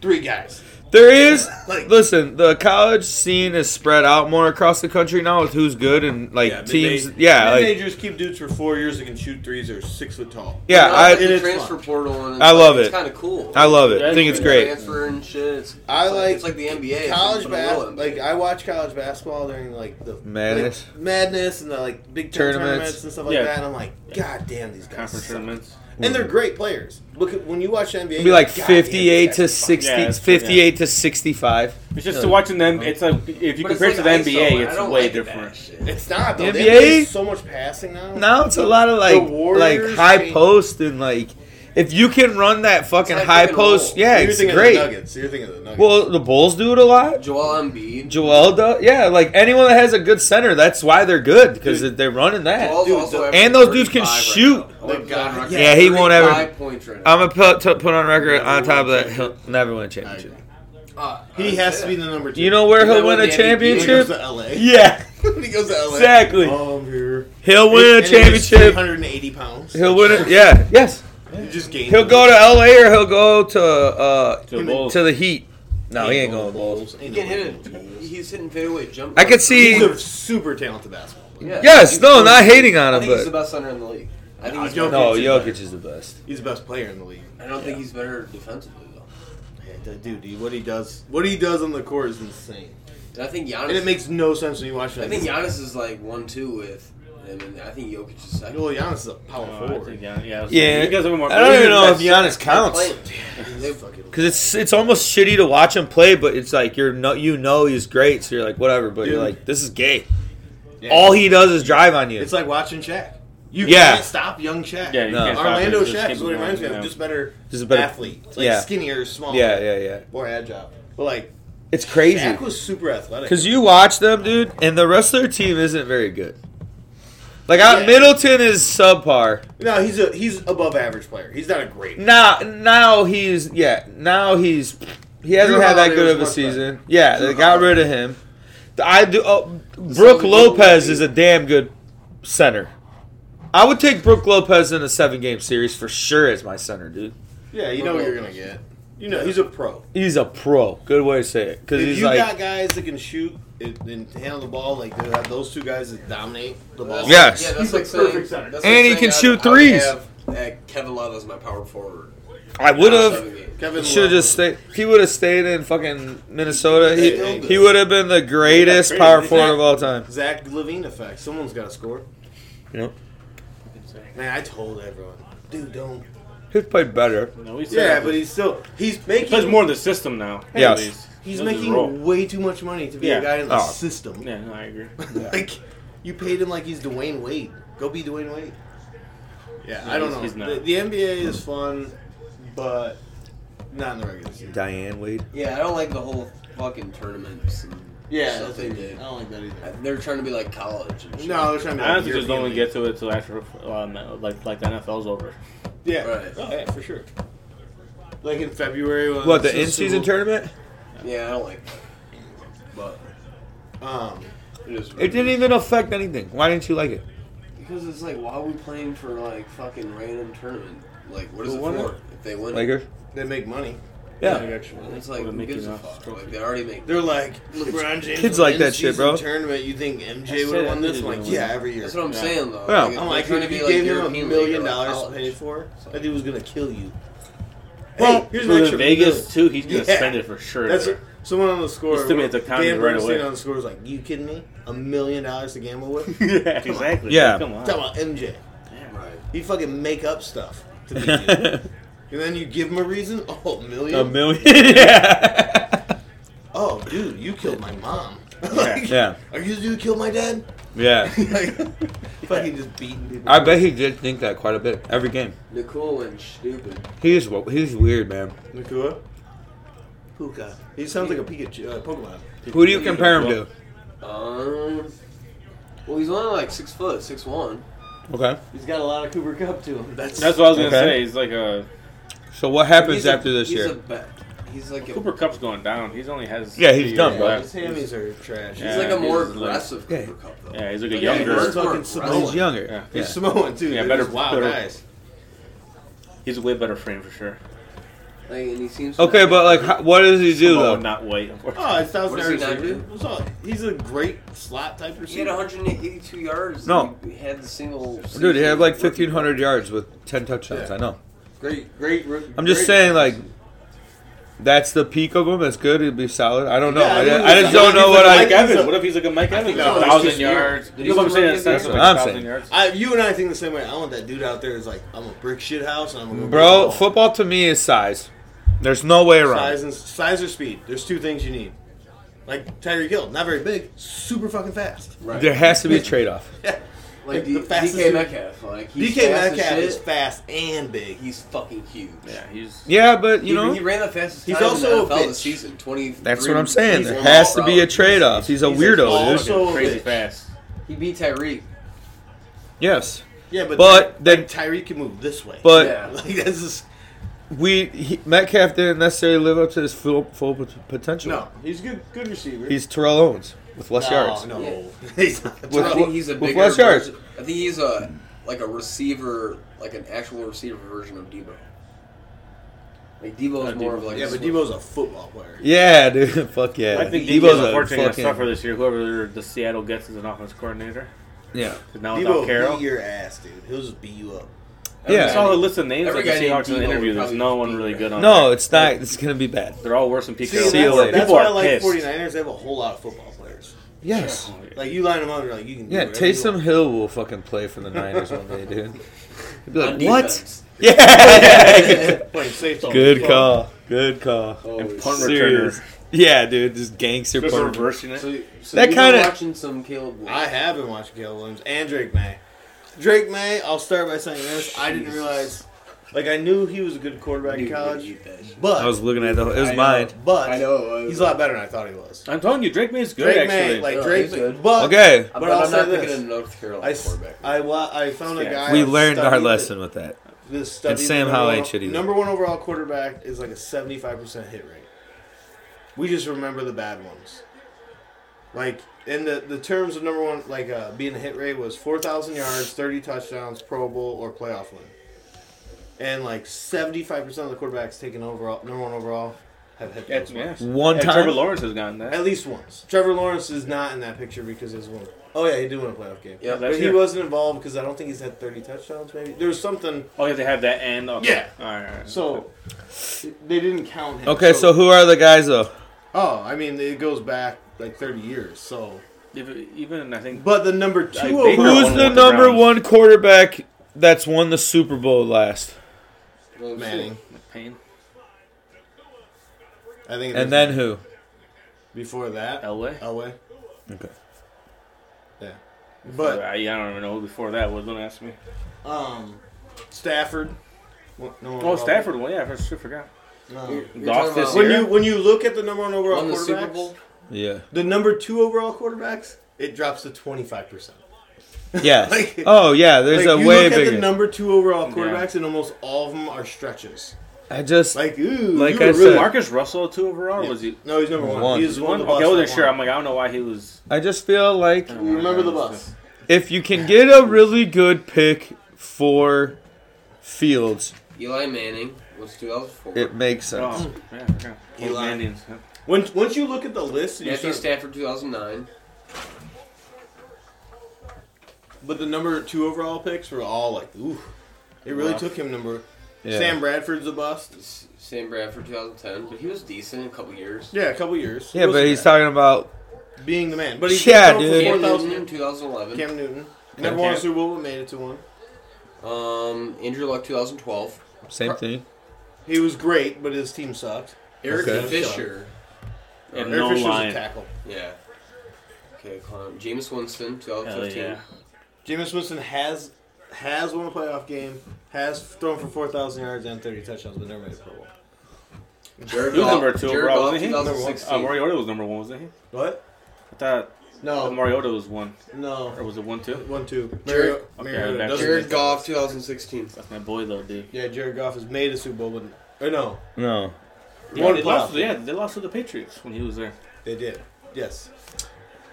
three guys.
there is.
Like-
Listen, the college scene is spread out more across the country now with who's good and like teams. yeah, like
majors keep dudes for four years that can shoot threes or six foot tall.
yeah,
Now with
I
it-
the
it's
transfer
fun.
portal. And it's
I love
like,
it.
It's kind of cool.
I love it. I
That's
think it's
good.
great.
Transfer and shit. It's,
I
it's
like
it's like the NBA. it's
College
like
bas-
basketball.
like I watch college basketball during like the
Madness.
like, madness, and the like big Ten
Tournaments.
tournaments. and stuff like
Yeah.
that. And I'm like, God damn, these guys,
Conference
suck.
tournaments.
and they're great players. Look at when you watch the NBA,
It'd be
you're
like
"God damn, these
58
guys
to
suck."
60,
Yeah, that's true, yeah.
58 to 65.
It's just to watching them. It's like if you
But it's
compare it to the
like ISO,
NBA,
and I
it's
don't
way
like that
different.
shit.
It's not though.
The
The
NBA?
NBA is so much passing now.
Now it's a lot of
The
like like
Warriors
high
changed-
post and like if you can run that fucking
like
high
pick and roll.
post, yeah,
you're
it's
thinking
great.
Of the Nuggets. You're thinking of the Nuggets.
Well, the Bulls do it a lot.
Joel Embiid.
Joel does. Yeah, like anyone that has a good center, that's why they're good because
Dude.
they're running that.
Joel's
dude,
also
the-
averaging
and those dudes can
35 right
shoot.
now. Oh,
The guy-
God,
yeah, he won't ever-
35 points right now.
I'm gonna put, to- put on record
Never
on
win
top of
a
that he'll
championship.
never win a
I agree.
championship.
Uh,
he has to be the number two.
You know where
He
he'll
might
win a
win the MVP.
when he
championship?
goes to LA.
Yeah,
when he goes to LA.
exactly.
Oh, I'm here.
He'll win a championship.
180 pounds.
He'll win it. Yeah, yes.
You just gained.
He'll go to L.A. or he'll go to uh
To the Bulls.
to the Heat. No, he ain't going to the Bulls.
He
He can hit it. He's hitting fadeaway jump.
I could see.
He's a super talented basketball. player.
Yeah.
Yes, no, not hating
I
on him,
think he's the
but
best center in the league. I think
Nah,
he's
Jokic
better-
no, Jokic is the best.
He's the best player in the league.
I don't think he's better defensively though.
Yeah, that dude, he- what he does, what he does on the court is insane,
And I think Giannis.
and it makes no sense when you watch it.
I think Giannis is like one two with him, and I think Jokic is second.
Well, Giannis is a power
Oh, I
forward.
think, yeah, yeah, I was-
Yeah.
you guys have more.
I don't even know if
That's-
Giannis
They're
counts
playing.
He's
They-
fucking-
because it's it's almost shitty to watch him play, but it's like you're no, you know he's great, so you're like whatever, but you're
Dude.
like this is gay.
Yeah.
All he does is drive on you.
It's like watching Shaq. You
Yeah.
can't stop young Shaq.
Yeah, you
No.
can't stop it.
Orlando
It's just
Shaq
keep
is what it
going,
reminds me
you know.
of. Just better
This is a better-
athlete. It's like
yeah.
skinnier, smaller.
Yeah, yeah, yeah.
More agile. But like
It's crazy
Shaq was super athletic.
because you watch them, dude, and the rest of their team isn't very good. Like I,
Yeah.
Middleton is subpar.
no, he's a he's above average player. He's not a great.
Now, now he's yeah. Now he's he hasn't
Drew
had that
Holiday
good
was
of a
much better.
season. Yeah,
Drew
they got
Holiday.
rid of him. I do. Oh, Brooke
Celtics
Lopez
wouldn't
is a damn good center. I would take Brooke Lopez in a seven-game series for sure as my center, dude.
Yeah, you know what you're gonna get. You know he's a pro.
He's a pro. Good way to say it, because
If
he's
you
like,
got guys that can shoot and, and handle the ball, like they have those two guys that dominate the
Yeah.
ball.
Yeah,
Yes.
that's
He's
like
a
saying,
perfect center.
that's like
And he
saying
can
I'd-
shoot
I would
threes.
have, uh, Kevin Love as my power forward.
I would have.
Kevin
Should have
Love.
just stayed. If he would have stayed in fucking Minnesota, he,
Hey, hey.
he would have been the greatest
He's
power
not-
forward of all time.
Zach Levine effect. Someone's got to score.
Yep.
Man, I told everyone, dude, don't.
He's played better.
No, he's
Yeah,
still-
but he's still he's
he plays
making
more in the system now.
Yes.
anyways.
He's
Doesn't
making
roll.
way too much money to be
Yeah.
a guy in the
Oh.
system.
Yeah, no, I agree.
like, you paid him like he's Dwayne Wade. Go be Dwayne Wade. Yeah, I don't
he's-
know.
he's not.
The, the NBA is fun, but not in the regular season.
Diane Wade.
Yeah, I don't like the whole fucking tournaments. And stuff they did.
don't like that either.
They're trying to be like college. And shit.
No, they're trying to.
I honestly just
European
don't
league.
get to it until after, um, like, like the NFL's over.
Yeah.
Right.
Oh yeah, for sure. Like in February. When
What the
it's
in-season
Super-
tournament?
Yeah, I don't like that.
But um,
It is.
It didn't even affect anything. Why didn't you like it?
Because it's like, why are we playing for like fucking random tournament? Like, what is
Who
it
won
for?
it?
If they win,
Lakers?
they make money.
Yeah.
it's like
Would've
who
Mickey
gives a
Mouse
fuck?
trophy.
Like they already make.
They're like LeBron James.
Kids
will
like
win
that shit,
season
bro.
Tournament. You think
I
MJ would
said
have won
I
this?
think he
I'm like,
would've
yeah,
won.
every year.
That's what I'm
Yeah.
saying though.
Yeah.
Like,
I'm
they're
like,
trying
if
to
you gave
be like
him a
European
million
league or, like,
dollars to
college.
pay for, that dude was gonna kill you.
Well,
here's
For
an
the
extra
Vegas
million.
too, he's gonna
Yeah.
spend it for sure.
That's
there.
someone on the score.
Just to me, it's a county
Dan
right
Bernstein
away.
on the score was like, "You kidding me? A million dollars to gamble with?
yeah, exactly.
Yeah.
Come on.
Talk about MJ.
Right.
You fucking make up stuff to beat you, and then you give him a reason. Oh, a million.
A million? yeah.
oh, dude, you killed my mom. Like,
Yeah.
Are you the dude who killed my dad?
Yeah.
Like, fucking just beating people.
I bet he did think that quite a bit. Every game.
Nicole and stupid.
He is, wa- he's weird, man.
Nakua. Puka. He sounds like a Pikachu, uh, Pokemon.
Who do you compare him to?
Um. Well, he's only like six foot, six one.
Okay.
He's got a lot of Cooper Cup to him.
That's,
That's what I was gonna
Okay.
say. He's like uh, a
So what happens
He's a-
after this
he's
year?
A ba- he's like a.
Cooper Cup's going down. He's only has
Yeah, he's
two
done,
years
bro.
left.
His hammies are trash.
He's
Yeah,
like a more
he's like-
aggressive
Yeah.
Cooper Cup though.
Yeah, he's like a
Yeah,
younger.
he's
He's
fucking
more
Samoan.
he's
He's,
younger.
Yeah.
Samoan too.
Yeah,
Yeah,
better-
better wild
better-
guys.
He's a way better frame for sure.
Like, and he seems.
Okay, but like, how, what does he do
Samoa,
though?
not white. Unfortunately.
Oh, it's thousand
What does he not do?
He's a great slot type receiver.
He had 182 yards.
No.
and He had the single.
Dude, he had like
season.
1,500 yards with 10 touchdowns.
Yeah.
I know.
Great, great. rookie-
I'm just
great-
saying, like, that's the peak of him. That's good. It'd be solid. I don't know.
Yeah,
I,
I
just-
mean,
I just
he's
don't
like-
know
he's
what
like
I.
Mike
Mike Evans.
Evans.
What if he's like a Mike Evans?
no,
a
he's
thousand
just weird.
yards.
Did he
You know what I'm
still
saying?
run
It's not
the
like a
game? I'm
thousand
saying.
yards.
I, you and I think the same way. I want that dude out there. Is like, I'm a brick shit house, and I'm gonna
Bro,
go
football to me is size. There's no way around.
size and size or speed. There's two things you need. Like Tyreek Hill, not very big, super fucking fast.
Right.
There has to be a trade off.
Like
The
D-
fastest
DK
dude-
Metcalf. Like he's
DK
fast as
Metcalf
shit.
is fast and big.
He's fucking huge.
Yeah, he's.
Yeah, but
He-
you know,
he ran the fastest
He's
time
also
in
a
the NFL this
bitch.
season. 20.
that's what I'm saying. There has to be a trade off. He's a
he's a
weirdo,
boss.
dude.
Oh, So
crazy
bitch.
fast.
He beat Tyreek.
Yes,
Yeah, but
But
Ty-
then-
like, Tyreek can move this way.
but
Yeah.
like that's just
we he, Metcalf didn't necessarily live up to his full, full pot- potential.
no. He's a good, good receiver.
He's Terrell Owens with less
no,
yards.
No,
Yeah.
he's not.
With-
I
Terrell-
think he's a
with
bigger.
less yards.
version- I think he's a like a receiver, like an actual receiver version of Debo. Like Debo
Uh,
is more
Debo.
of like
yeah,
a
but
swing.
Debo's a football player.
Yeah, dude. Fuck yeah.
I think
Debo's
Debo's
a
unfortunately going to
fucking-
suffer this year. Whoever the Seattle gets as an offense coordinator.
Yeah.
'Cause Now without
Debo
Carroll.
beat your ass, dude. He'll just beat you up.
Every
Yeah.
I
guy
saw the
named-
list of names
Every
that the
guy named
Seahawks in the
Debo would
interview. There's
probably
no
just
one
be
really
right.
good on
No,
there.
it's not. It's gonna be bad.
They're all worse than Pete
See,
Carroll.
that's,
See you later.
that's
People
why I
are
like
pissed.
49ers. They have a whole lot of football players.
Yes.
Like you line them up, you're like you can. Do
Yeah,
whatever you
Taysom
want.
Hill will fucking play for the Niners one day, dude. He'd be
on
like, what?
defense.
Yeah.
Playing safe.
Good call. Good call.
Holy
Punt
shit.
Serious.
returner.
Yeah, dude, just gangster
Just
punt.
reversing it.
So, so
That
you've been
kinda-
watching some Caleb. Williams.
I have been watching Caleb Williams and Drake May. Drake May, I'll start by saying this: I didn't realize. Like I knew he was a good quarterback
Dude,
in college,
eat that shit.
but
I was looking at the. It
I
was
know,
mine.
But
I know. it was.
he's a lot better than I thought he was.
I'm telling you, Drake May's good
Drake
actually.
May, like
No,
Drake,
he's good.
but
Okay,
But
but
I'll
I'm
say
not
this.
thinking of North Carolina
I, s-
quarterback.
I, wa- I found a
Yeah.
guy.
we
that
learned our
studied
lesson
That,
with that.
this studied
Sam
the number
Howell
one-
ain't shitty.
Number one overall quarterback is like a seventy-five percent hit rate. We just remember the bad ones. Like in the the terms of number one, like uh, being a hit rate was four thousand yards, thirty touchdowns, Pro Bowl or playoff win. And like seventy-five percent of the quarterbacks taken overall, number one overall, have hit
That's
those ones.
One
yeah,
time-
Trevor Lawrence has gotten that.
At least once. Trevor Lawrence is not in that picture because he's won. Oh yeah, he did win a playoff game.
Yeah,
but
last
he
year.
wasn't involved because I don't think he's had thirty touchdowns. Maybe there was something.
Oh, yeah, they have that and okay.
Yeah.
All right, all right.
So they didn't count him.
Okay, so who are the guys though?
oh, I mean, it goes back like thirty years. So,
If- even I think
but the number two
Like,
overall-
Baker won
Who's
one
the
with the
number
Browns.
one quarterback that's won the Super Bowl last?
Well,
Manning.
Payne,
I think. it is.
And then who?
before that,
Elway.
Elway.
Okay.
Yeah,
I,
but
I don't even know who before that was. Don't ask me.
um, Stafford. No one
Oh,
overall-
Stafford. Well, yeah, I sure forgot.
No.
You're- you're
Goff
talking
this
about
When you when you look at the number one overall
won the Super
quarterback,
Bowl.
Yeah.
the number two overall quarterbacks, it drops to twenty five percent.
Yeah.
Like-
oh yeah, there's
like,
a
you
way
look at
bigger.
the number two overall quarterbacks, and almost all of them are stretches.
I just
Like, ooh,
Like
you
I
were
said-
Marcus Russell two overall was he?
No, he's number one.
One.
He's one.
One?
of
Okay,
the
I wasn't
bus that
sure.
won.
I'm like, I don't know why he was.
I just feel like
You remember the bus?
if you can get a really good pick for Fields,
Eli Manning was 2004.
it makes sense.
Oh, yeah, okay. Uh,
Eli.
Well, Indians, huh?
Once once you look at the list, and you
Matthew
start,
Stafford 2009.
but the number two overall picks were all like, ooh, it really
Wow.
took him number.
Yeah.
Sam Bradford's a bust.
S- Sam Bradford 2010, but he was decent in a couple years.
Yeah, a couple years.
Yeah, but
Wasn't
he's
bad.
talking about
being the man. But he's
Yeah,
yeah,
dude.
dude.
Cam
Four
Newton
thousand.
2011.
Cam Newton never won a
Cam-
Super Bowl, but made it to one.
Um, Andrew Luck 2012.
same thing.
He was great, but his team sucked.
Eric
Okay.
Fisher.
And
Eric
no
Fisher was a
line.
tackle.
Uh, Yeah. Okay, clown. James Winston
Hell
2015.
yeah.
Jameis Winston has has won a playoff game, has thrown for four thousand yards and thirty touchdowns, but never made a Pro Bowl.
Jared
He was
Goff,
number two
Jared
overall,
Goff
wasn't he? Number
one.
2016.
Uh, Mariota was number one, wasn't he?
What?
I thought
No,
Mariota was one, or
no,
was it one two?
one two.
Jared-
Mario-
Okay,
Mario
back
doesn't
Jared
make that
Goff
list.
2016.
That's my boy though, dude.
Yeah, Jared Goff has made a Super Bowl, but or no,
No.
Yeah,
One
they
playoff.
lost, yeah, they lost to the Patriots when he was there.
they did. Yes,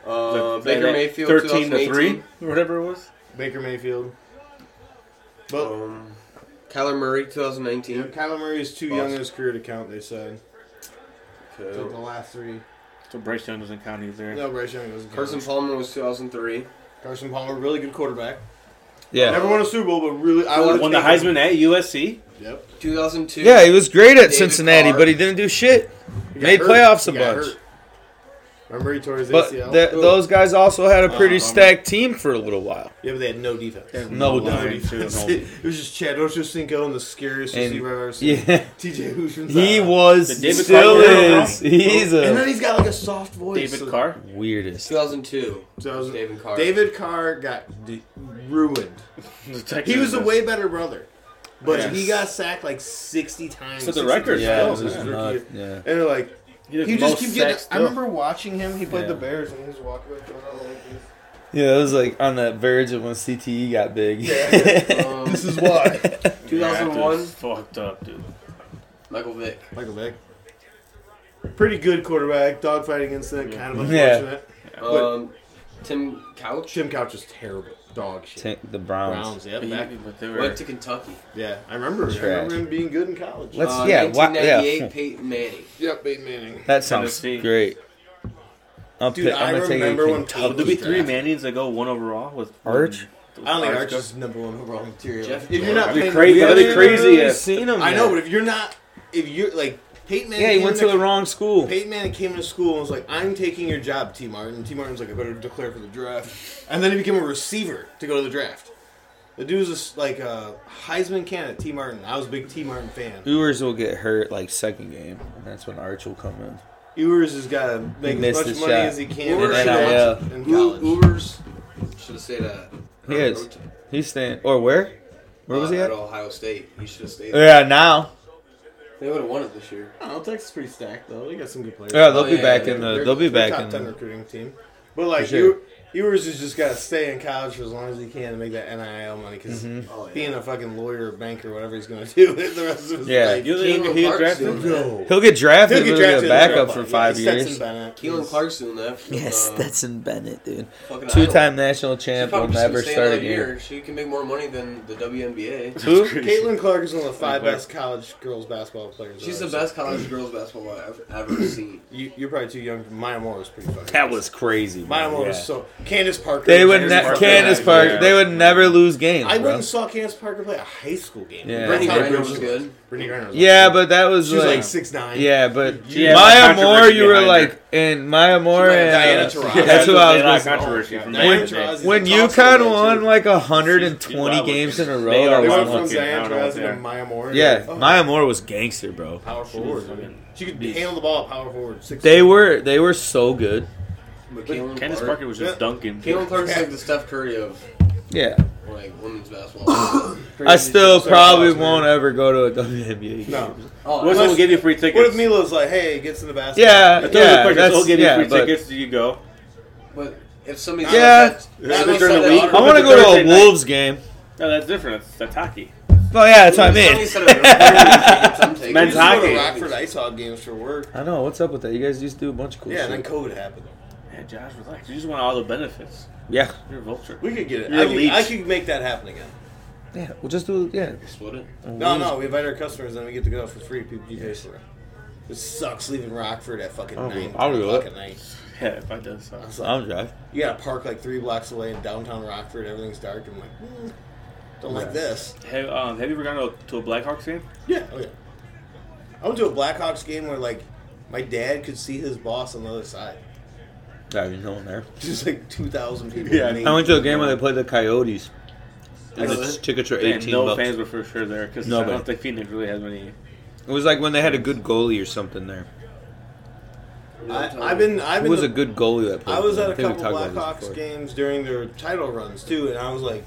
Uh,
Like,
Baker
like
Mayfield
13 to 3,
2018.
or whatever it was.
Baker Mayfield. But
Um, Kyler Murray 2019.
Kyler Murray is too young in his career to count. They said so the
Okay.
last three.
So Bryce Young doesn't count either.
No, Bryce Young was
Carson Palmer was 2003.
Carson Palmer, really good quarterback.
Yeah.
Never won a Super Bowl, but really, I would
Won the Heisman at USC.
Yep.
2002.
Yeah, he was great at
David
Cincinnati,
Carr.
but he didn't do shit.
He got
Made
hurt.
playoffs a
He got
bunch.
hurt. Remember he tore his
But
ACL.
th-
Ooh.
those guys also had a pretty
Um,
stacked team for a little while.
Yeah, but they had no defense.
No
No
doubt.
defense. it was just Chad Ochocinco and the scariest
And-
receiver I've ever seen.
Yeah,
TJ Hushman's
he
out.
was
Did David
still
Carr get
is. He's
and then
a
he's got like a soft voice.
David
So-
Carr.
weirdest.
2002.
so I was-
David Carr.
David Carr got d- ruined. He was a way better brother, but
Yes.
he got sacked like sixty times.
Set the
60
record.
times
Yeah,
Yeah,
it was
in his rookie
nuts.
year.
Yeah.
And they're like,
He,
he just keep getting. I remember watching him. He played
Yeah.
the Bears and he was walking like going out like this.
Yeah, it was like on that verge of when CTE got big.
Um,
This is why.
2001.
Fucked up, dude.
Michael Vick.
Michael Vick. Pretty good quarterback. Dogfighting incident, kind of
Yeah.
unfortunate. But-
Um, Tim Couch
Jim Couch is terrible. Dog shit.
Tank the Browns.
Browns, yeah,
But
back.
he- but they were-
went to Kentucky.
Yeah, I remember. I
Trash.
remember him being good in college.
Let's-
Uh,
yeah, wha- yeah.
1998. Peyton Manning.
yep, Peyton Manning.
That sounds
Tennessee.
great. I'll
Dude,
pick-
I
I'm gonna take
remember
a
when
Kentucky.
Would there be
Draft.
three Mannings that go one overall with
Arch?
with
I don't think
Arch
Arch
goes?
is number one overall material.
Jeff
if you're
Gordon.
not
That'd be
paying,
crazy.
We
That'd be
haven't
crazy
really
if-
seen him
I know,
yet.
but if you're not, if you're like Peyton Manning,
yeah, he
came
went to
into-
the wrong school.
Peyton Manning came into school and was like, "I'm taking your job, T. Martin." And T. Martin's like, "I better declare for the draft," and then he became a receiver to go to the draft. The dude was just like a Heisman candidate, T. Martin. I was a big T. Martin fan.
Ewers will get hurt like second game, and that's when Arch will come in.
Ewers has got to make as
missed
much money
his shot.
as he can
Ewers
in,
should've-
college- in
U-
college.
Ubers. Should have stayed at.
He is. He's staying. Or where? Where was
uh,
he at? Uh,
Ohio State. He should have stayed. there.
Yeah, now.
They would have won it this year.
I don't know, Texas is pretty stacked though. They got some good players.
Yeah, they'll
Oh,
be
yeah,
back
yeah,
in
They're-
the. They'll be
they're
back
top
in.
ten recruiting team. But like
sure.
you, Ewers has just got to stay in college for as long as he can to make that NIL money because
Mm-hmm.
Oh, yeah.
being a fucking lawyer or banker, whatever he's going to do the rest of his
Yeah.
life.
You think
Caleb
he
Arch
drafted?
doing that.
No.
He'll get drafted.
He'll
He'll
get
get a
drafted as a
backup for
backup.
five
Yeah,
years.
Stetson Bennett.
Keelan Clark's doing that. from, uh,
Stetson Bennett, dude.
fucking Iowa.
Two-time national
She's
champ will
probably just gonna
never
stay
start
another
a game.
She can make more money than the WNBA.
Who?
Caitlin Clark is one of the five
Clark.
best college girls basketball players.
She's the
ever.
best college girls basketball I've ever seen.
You, you're probably too young. Maya Moore was pretty fucking.
That was crazy.
Maya
man.
Moore
Yeah.
was so. Candace Parker.
They would
Candace
ne-
Parker.
Candace
Yeah.
Park.
Yeah.
They would never lose games.
I
bro.
wouldn't saw Candace Parker play a high school game.
Yeah.
That's
Brittany
how
Griner
good
was
she
good.
Brittany Griner was
Yeah, but that was,
She was
like,
like six nine.
yeah, but
She had
Maya
a controversy
Moore, you were
behind her.
like, and Maya Moore
might have
and
Diana
uh,
Taurasi.
That's what I was
They
gonna
had
say.
a controversy from
Diana
back in the day.
Taurasi-
When
She's a toss-up
UConn
guy,
won
too.
like hundred and twenty
She's-
games in a row,
They
that
are
They
was
wonderful.
went from
one-
fucking- I
Zion
don't know what's
Taurasi to
there.
Maya Moore.
yeah,
Oh,
Maya Moore was gangster, bro.
Power
was
forward. I mean,
fucking-
She could
beast.
handle the ball. Power forward. Six.
They were they were so good.
But Caitlin
Candace
Clark-
Parker was just dunking.
Caitlin Clark's like the Steph Curry of
Yeah,
like women's basketball.
Oh,
I still
Sorry,
probably
boss, man.
won't ever go to a WNBA. game.
No.
Oh,
What if
Unless-
we'll give you free tickets?
What if Milo's like, hey, gets in the basket?
Yeah,
I told you the
yeah,
question,
that's,
we'll give
yeah,
you free
but
tickets. Do you go?
but if somebody
Yeah.
said
Is it
that-
during the
that
week?
I
autograph-
want to
Thursday
go to a
night.
Wolves game.
No, that's different. That's, that's hockey.
Oh yeah, that's what I
Somebody
mean.
said it earlier, some take.
Men's
I go
hockey.
to Rockford Ice Hog games for work.
I know. What's up with that? You guys used to do a bunch of cool
Yeah, and then
shit.
COVID happened.
Yeah, Josh, relax. You just want all the benefits.
yeah,
You're a vulture.
We could get it.
You're
I
a
could,
leech.
I could make that happen again.
yeah. We'll just do yeah.
Split it.
No, no, we invite our customers and we get to go for free. People, you pay for it. It sucks leaving Rockford at fucking
I'll do-
nine
I'll do
o'clock
it.
at night.
Yeah, if I did so.
I was like,
I'm drive.
you gotta park like three blocks away in downtown Rockford. Everything's dark. I'm like, mm, don't like this.
Have, um, have you ever gone to a, to a Blackhawks game?
Yeah, oh yeah. I went to a Blackhawks game where like my dad could see his boss on the other side.
Yeah, you know I'm there.
Just like two thousand people.
Yeah,
And
I went to a game where they played the Coyotes. And
Really?
the tickets were
Man,
eighteen
no
bucks.
fans were for sure there because I
Nobody.
don't think Phoenix really has many.
It was like when they had a good goalie or something there.
I, I've been. I've
Who
been.
was
to-
a good goalie that played?
I was
for
at
them? think
a
we
couple
talked about this
Blackhawks
before.
games during their title runs too, and I was like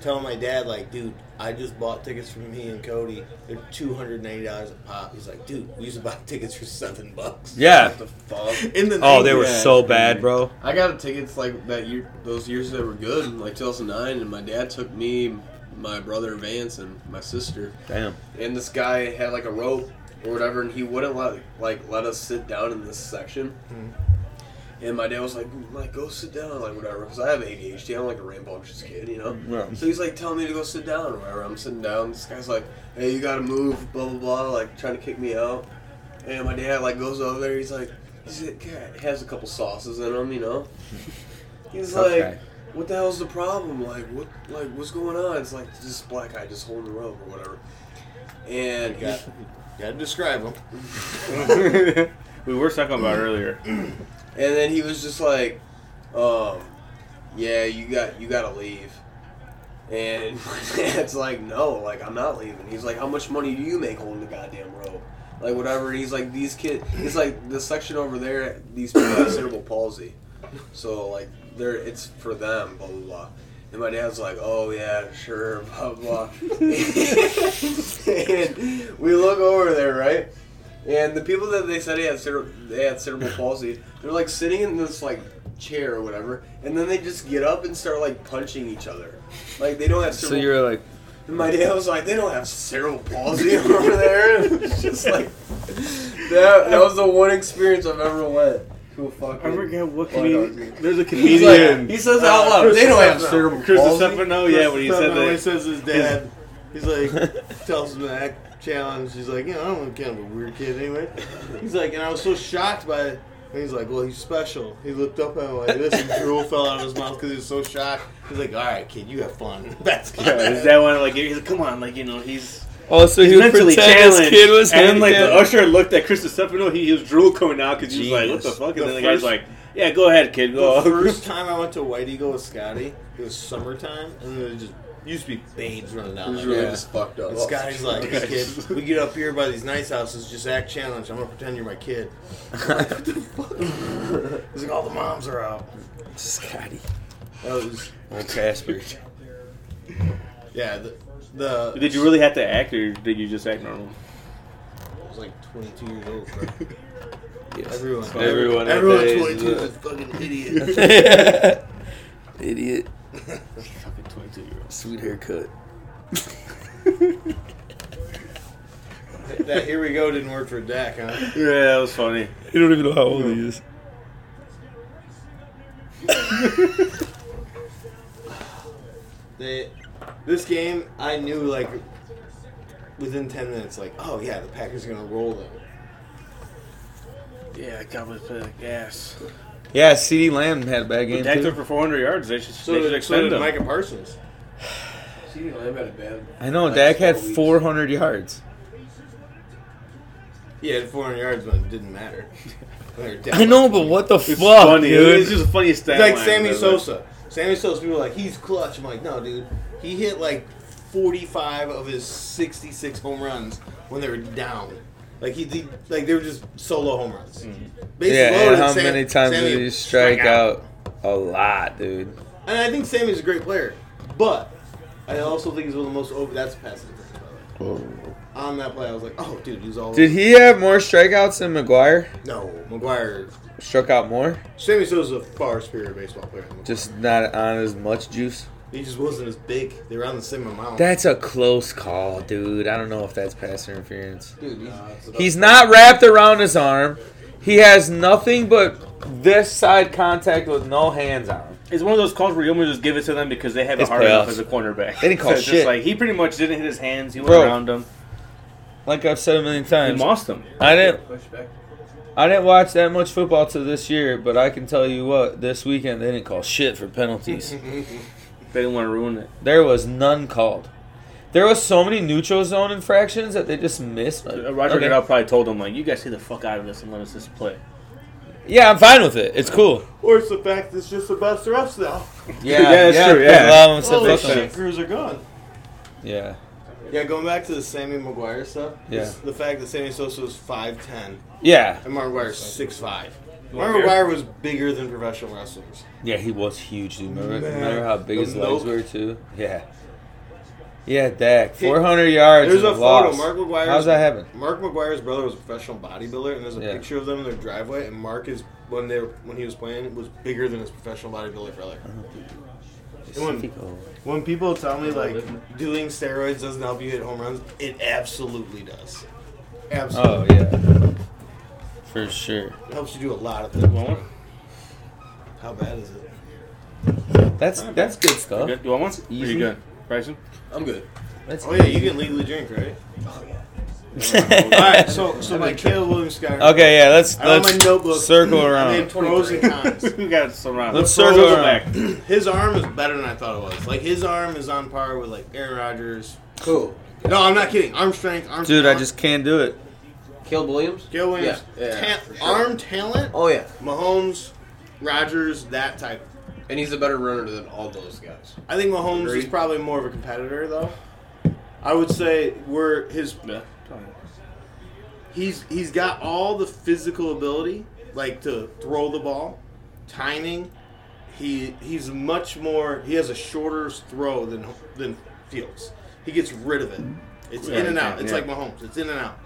telling my dad, like, dude, I just bought tickets for me and Cody. They're two hundred ninety dollars a pop. He's like, dude, we used to buy tickets for seven bucks.
Yeah.
The fuck.
In the
Oh, they were
Yeah,
so
it's crazy.
bad, bro.
I got tickets like that year, those years that were good, like 2009, and my dad took me, my brother Vance, and my sister.
Damn.
and this guy had like a rope or whatever, and he wouldn't let like let us sit down in this section. And my dad was like, "Like, go sit down, like whatever," because I have ADHD. I'm like a rambunctious kid, you know.
Yeah.
So he's like telling me to go sit down or whatever. I'm sitting down. This guy's like, "Hey, you gotta move," blah blah blah, like trying to kick me out. And my dad like goes over there. He's like, he's like, "God," has a couple sauces in him, you know. He's
Okay.
like, what the hell's the problem? Like, what, like, what's going on? It's like this black guy just holding the rope or whatever. And
Got, gotta describe them.
we were talking about it earlier.
and then he was just like, um, yeah, you got you gotta leave. And my dad's like, no, like I'm not leaving. He's like, how much money do you make holding the goddamn rope? Like whatever. And he's like, these kids. He's like, the section over there, these people have cerebral palsy, so like they're it's for them. Blah blah blah. And my dad's like, oh yeah, sure, blah blah. and we look over there, right? And the people that they said they had cere- they had cerebral palsy, they're like sitting in this like chair or whatever, and then they just get up and start like punching each other. Like they don't have
So
cerebral.
you're like,
and my dad was like, they don't have cerebral palsy over there. It's just like that. That was the one experience I've ever went to a fucking.
I forget what
Black
comedian.
Hawks.
There's a
He's
comedian.
like, he says it out loud.
Chris
they don't have
Stefano.
cerebral
Chris
palsy.
Stefano, yeah, when he said
He
that.
says his dad. He's like, tells him that challenge. He's like, you know, I'm kind of a weird kid anyway. He's like, and I was so shocked by it. And he's like, well, he's special. He looked up at him like this, and drool fell out of his mouth because he was so shocked. He's like, all right, kid, you have fun. That's good.
Yeah, his dad wanted like he's like, come on, like you know he's
oh, so he would
mentally
pretend this
challenged.
kid was
and then like the
handicapped?
usher looked at Chris Stefano, he his drool coming out because he was like, what the
Genius.
fuck? And
The
then the guy's
first-
like, yeah, go ahead, kid, go.
The first time I went to White Eagle with Scotty, it was summertime, and there was just used to be babes running
He
down.
was
Like,
really
yeah.
just fucked up.
And Scotty's like, hey, kid, we get up here by these nice houses, just act challenged. I'm gonna pretend you're my kid. I'm like, what the fuck? He's like, all the moms are out.
Scotty.
That was,
Old Casper.
yeah, the, the
Did you really have to act, or did you just act normal?
I was like 22 years old. Bro.
Yes.
Everyone,
Everyone at
everyone
that age
22
is
is a
a-
fucking idiot.
Idiot.
Fucking twenty-two year old.
Sweet haircut.
that here we go didn't work for Dak, huh?
Yeah, that was funny.
You don't even know how old he is.
They, this game, I knew like within 10 minutes, like, oh yeah, the Packers are gonna roll them.
Yeah, God was playing like ass.
Yeah, CD Lamb had a bad game
Dak threw
too.
for 400 yards. They should,
So
they should
did, so
extend
did
him.
Micah Parsons.
CeeDee Lamb had a bad.
I know
last
Dak had
couple weeks.
400 yards.
He had 400 yards, but it didn't matter. They were
I know, but what the
It's
fuck,
funny.
dude?
It's just a funny stat.
It's like
line,
Sammy
though.
Sosa. Sammy Sosa, people are like, he's clutch. I'm like, no, dude. He hit like 45 of his 66 home runs when they were down. Like he, he like they were just solo home runs. Bases
yeah,
loaded,
and how
Sam-
many times
Sammy
did he strike
struck
out? A lot, dude.
And I think Sammy's a great player, but I also think he's one of the most over. That's passive. by the way. On that play, I was like, oh, dude, he's all.
Did he have more strikeouts than McGuire?
No, McGuire.
Struck out more?
Sammy Sosa's a far superior baseball player. Than McGuire.
Just not on as much juice?
He just wasn't as big. They were on the same amount.
That's a close call, dude. I don't know if that's pass interference.
Dude, he's,
He's not wrapped around his arm. He has nothing but this side contact with no hands on him.
It's one of those calls where you almost just give it to them because they have it
It's
hard enough
playoffs.
as a cornerback.
They didn't call
it's
shit.
Just like he pretty much didn't hit his hands. He went
Bro.
around them.
Like I've said a million
He
times,
lost them.
I didn't
Push back.
I didn't watch that much football till this year, but I can tell you what, this weekend they didn't call shit for penalties.
They didn't want to ruin it.
there was none called. There was so many neutral zone infractions that they just missed. Like,
Uh, Roger
okay.
Goodell probably told them like, "You guys see the fuck out of this and let us just play."
Yeah, I'm fine with it. It's cool.
or it's the fact it's just about the refs now.
Yeah,
that's true, yeah.
allow him to
Holy
fuck them.
shit, crews are gone.
Yeah.
Yeah, going back to the Sammy Maguire stuff.
Yeah.
is The fact that Sammy Sosa was five ten
Yeah.
and Maguire's six five. Maguire was bigger than professional wrestlers.
Yeah, he was huge, dude. Remember,
Man.
remember how big
The
his legs
milk.
were, too? Yeah. Yeah, Dak.
He-
400 yards.
There's
and
a
loss.
photo. Mark Maguire's
How's that happen?
Mark McGuire's brother was a professional bodybuilder, and there's a
Yeah.
picture of them in their driveway. And Mark is when they were, when he was playing was bigger than his professional bodybuilder brother.
Uh-huh.
when, when people tell me like doing steroids doesn't help you hit home runs, it absolutely does.
Oh,
Absolutely
yeah. For sure.
It helps you do a lot of things.
Well,
How bad is it?
That's that's good stuff.
good. Do I want? Are
Easy.
you good, Bryson?
I'm good.
That's
Oh yeah, you can legally drink, right?
Oh yeah.
All right, so so my Caleb Williams guy.
okay, yeah, let's,
I have
let's
my notebook.
circle
I
around.
made pros and cons.
we got some rounds.
Let's circle
go
around.
back.
His arm is better than I thought it was. Like his arm is on par with like Aaron Rodgers.
Cool.
No, I'm not kidding. Arm strength, arm.
Dude, I
talent.
just can't do it.
Caleb Williams.
Gil Williams,
Yeah, yeah,
ta-
for sure.
arm talent,
Oh yeah.
Mahomes, Rodgers, that type.
And he's a better runner than all those guys.
I think Mahomes is
Agreed.
probably more of a competitor though. I would say where his
Yeah.
he's he's got all the physical ability, like to throw the ball, timing. He he's much more. He has a shorter throw than than Fields. He gets rid of it. It's in and out. It's
Yeah.
like Mahomes. It's in and out.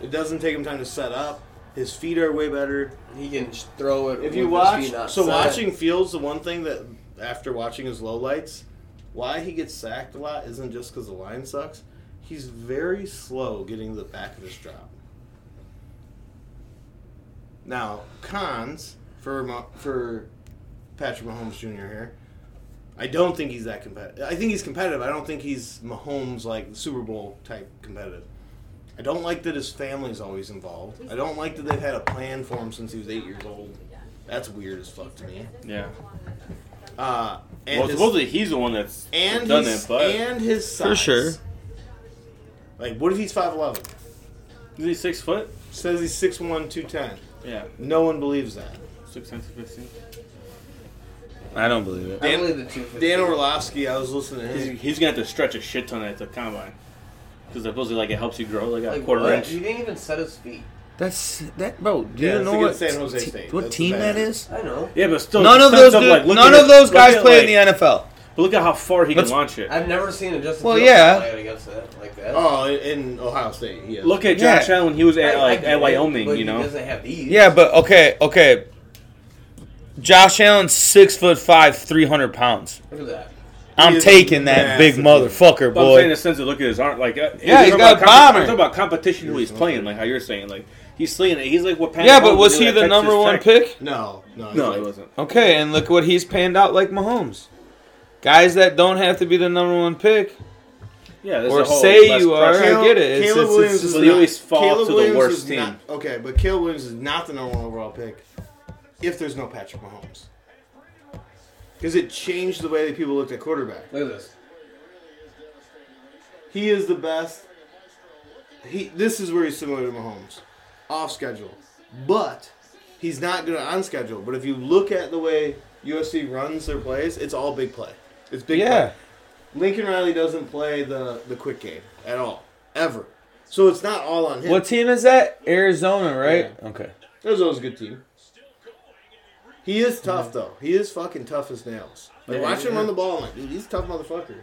It doesn't take him time to set up. His feet are way better.
He can sh- throw it.
If you
with his
watch,
feet outside.
so watching Fields, the one thing that after watching his lowlights, why he gets sacked a lot isn't just because the line sucks. He's very slow getting to the back of his drop. Now cons for Mo- for Patrick Mahomes Jr. here. I don't think he's that competitive. I think he's competitive. I don't think he's Mahomes like Super Bowl type competitive. I don't like that his family's always involved. I don't like that they've had a plan for him since he was eight years old. That's weird as fuck to me.
Yeah.
Uh, and
Well,
his,
supposedly he's the one that's
and
done
his,
it, but
and his size.
For sure.
Like, what if he's 5'11"?
is he six foot?
Says he's 6'1", 210.
Yeah,
No one believes that.
six times fifteen.
I don't believe it.
I believe the two.
Dan Orlovsky, I was listening to
He's,
him.
he's gonna have to stretch a shit ton at the combine because supposedly like it helps you grow like a
Like,
quarter
what?
inch.
He didn't even set his feet.
That's that, bro. Do
Yeah,
you
it's
know what
against San Jose
te-
State.
what
That's
team that
bad.
is?
I know.
Yeah, but still,
None of those,
stuff,
dude,
like, look
none
at
of those
look
guys
at,
play
like-
in the NFL.
But look at how far he can
Let's-
launch it.
I've never seen a Justin
Well,
Fields
yeah.
play against that like that.
Oh, in Ohio State, yeah.
Look at
Yeah.
Josh Allen when he was at
I- I
like
get
at
it,
Wyoming.
but
You
he
know,
doesn't have these.
Yeah, but okay, okay. Josh Allen's six foot five, three hundred pounds.
look at that.
I'm
is
taking that big
massive.
motherfucker,
But I'm saying in
boy.
the sense of look at his arm, like uh,
Yeah, he's got
I'm talking about
a
comp- I'm
bomber.
talking about competition who he's playing, like how you're saying, like he's slaying it. He's like what? Pat
Yeah, but
Mahomes
was
did
he
at
the
Texas
number one
Tech.
pick?
No, no,
No, he wasn't.
Okay, and look what he's panned out like Mahomes. Guys that don't have to be the number one pick,
Yeah, there's
Or
a whole
say
less
you are.
pressure.
I get it. It's-
Caleb
it's-
Williams
it's-
is
Well,
not,
you always fall
Caleb
to the
Williams
worst
is
team.
Not, okay, but Caleb Williams is not the number one overall pick if there's no Patrick Mahomes. Because it changed the way that people looked at quarterback.
Look at this.
He is the best. He this is where he's similar to Mahomes, off schedule, but he's not good on schedule. But if you look at the way USC runs their plays, it's all big play. It's big.
yeah.
Play. Lincoln Riley doesn't play the the quick game at all, ever. So it's not all on him.
What team is that? Arizona, right? Okay.
That was always a good team. He is tough though. He is fucking tough as nails. Like
Yeah,
watch him
yeah.
run the ball. I'm like, dude, he's a tough motherfucker.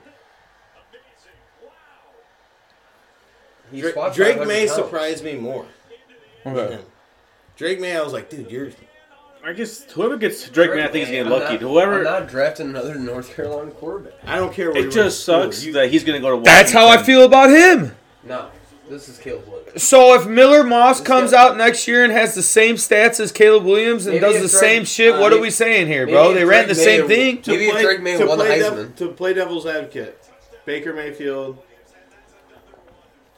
He
Drake,
squats
Drake
500
May
pounds.
surprised me more.
Okay.
Drake May, I was like, dude, you're
I guess whoever gets Drake May, I think is getting lucky. whoever
I'm not drafting another North Carolina quarterback.
I don't care.
it just sucks that he's gonna go to. Washington.
That's how I feel about him.
No, this is Caleb Williams.
So if Miller Moss
Let's
comes
go.
out next year and has the same stats as Caleb Williams and
Maybe
does
if
the
Drake-
same shit,
uh,
what are
maybe-
we saying here,
maybe
bro?
if
They ran the
Drake
same
May-
thing.
Maybe if Drake May
to
won the
play dev-
Heisman.
to play devil's advocate, Baker Mayfield,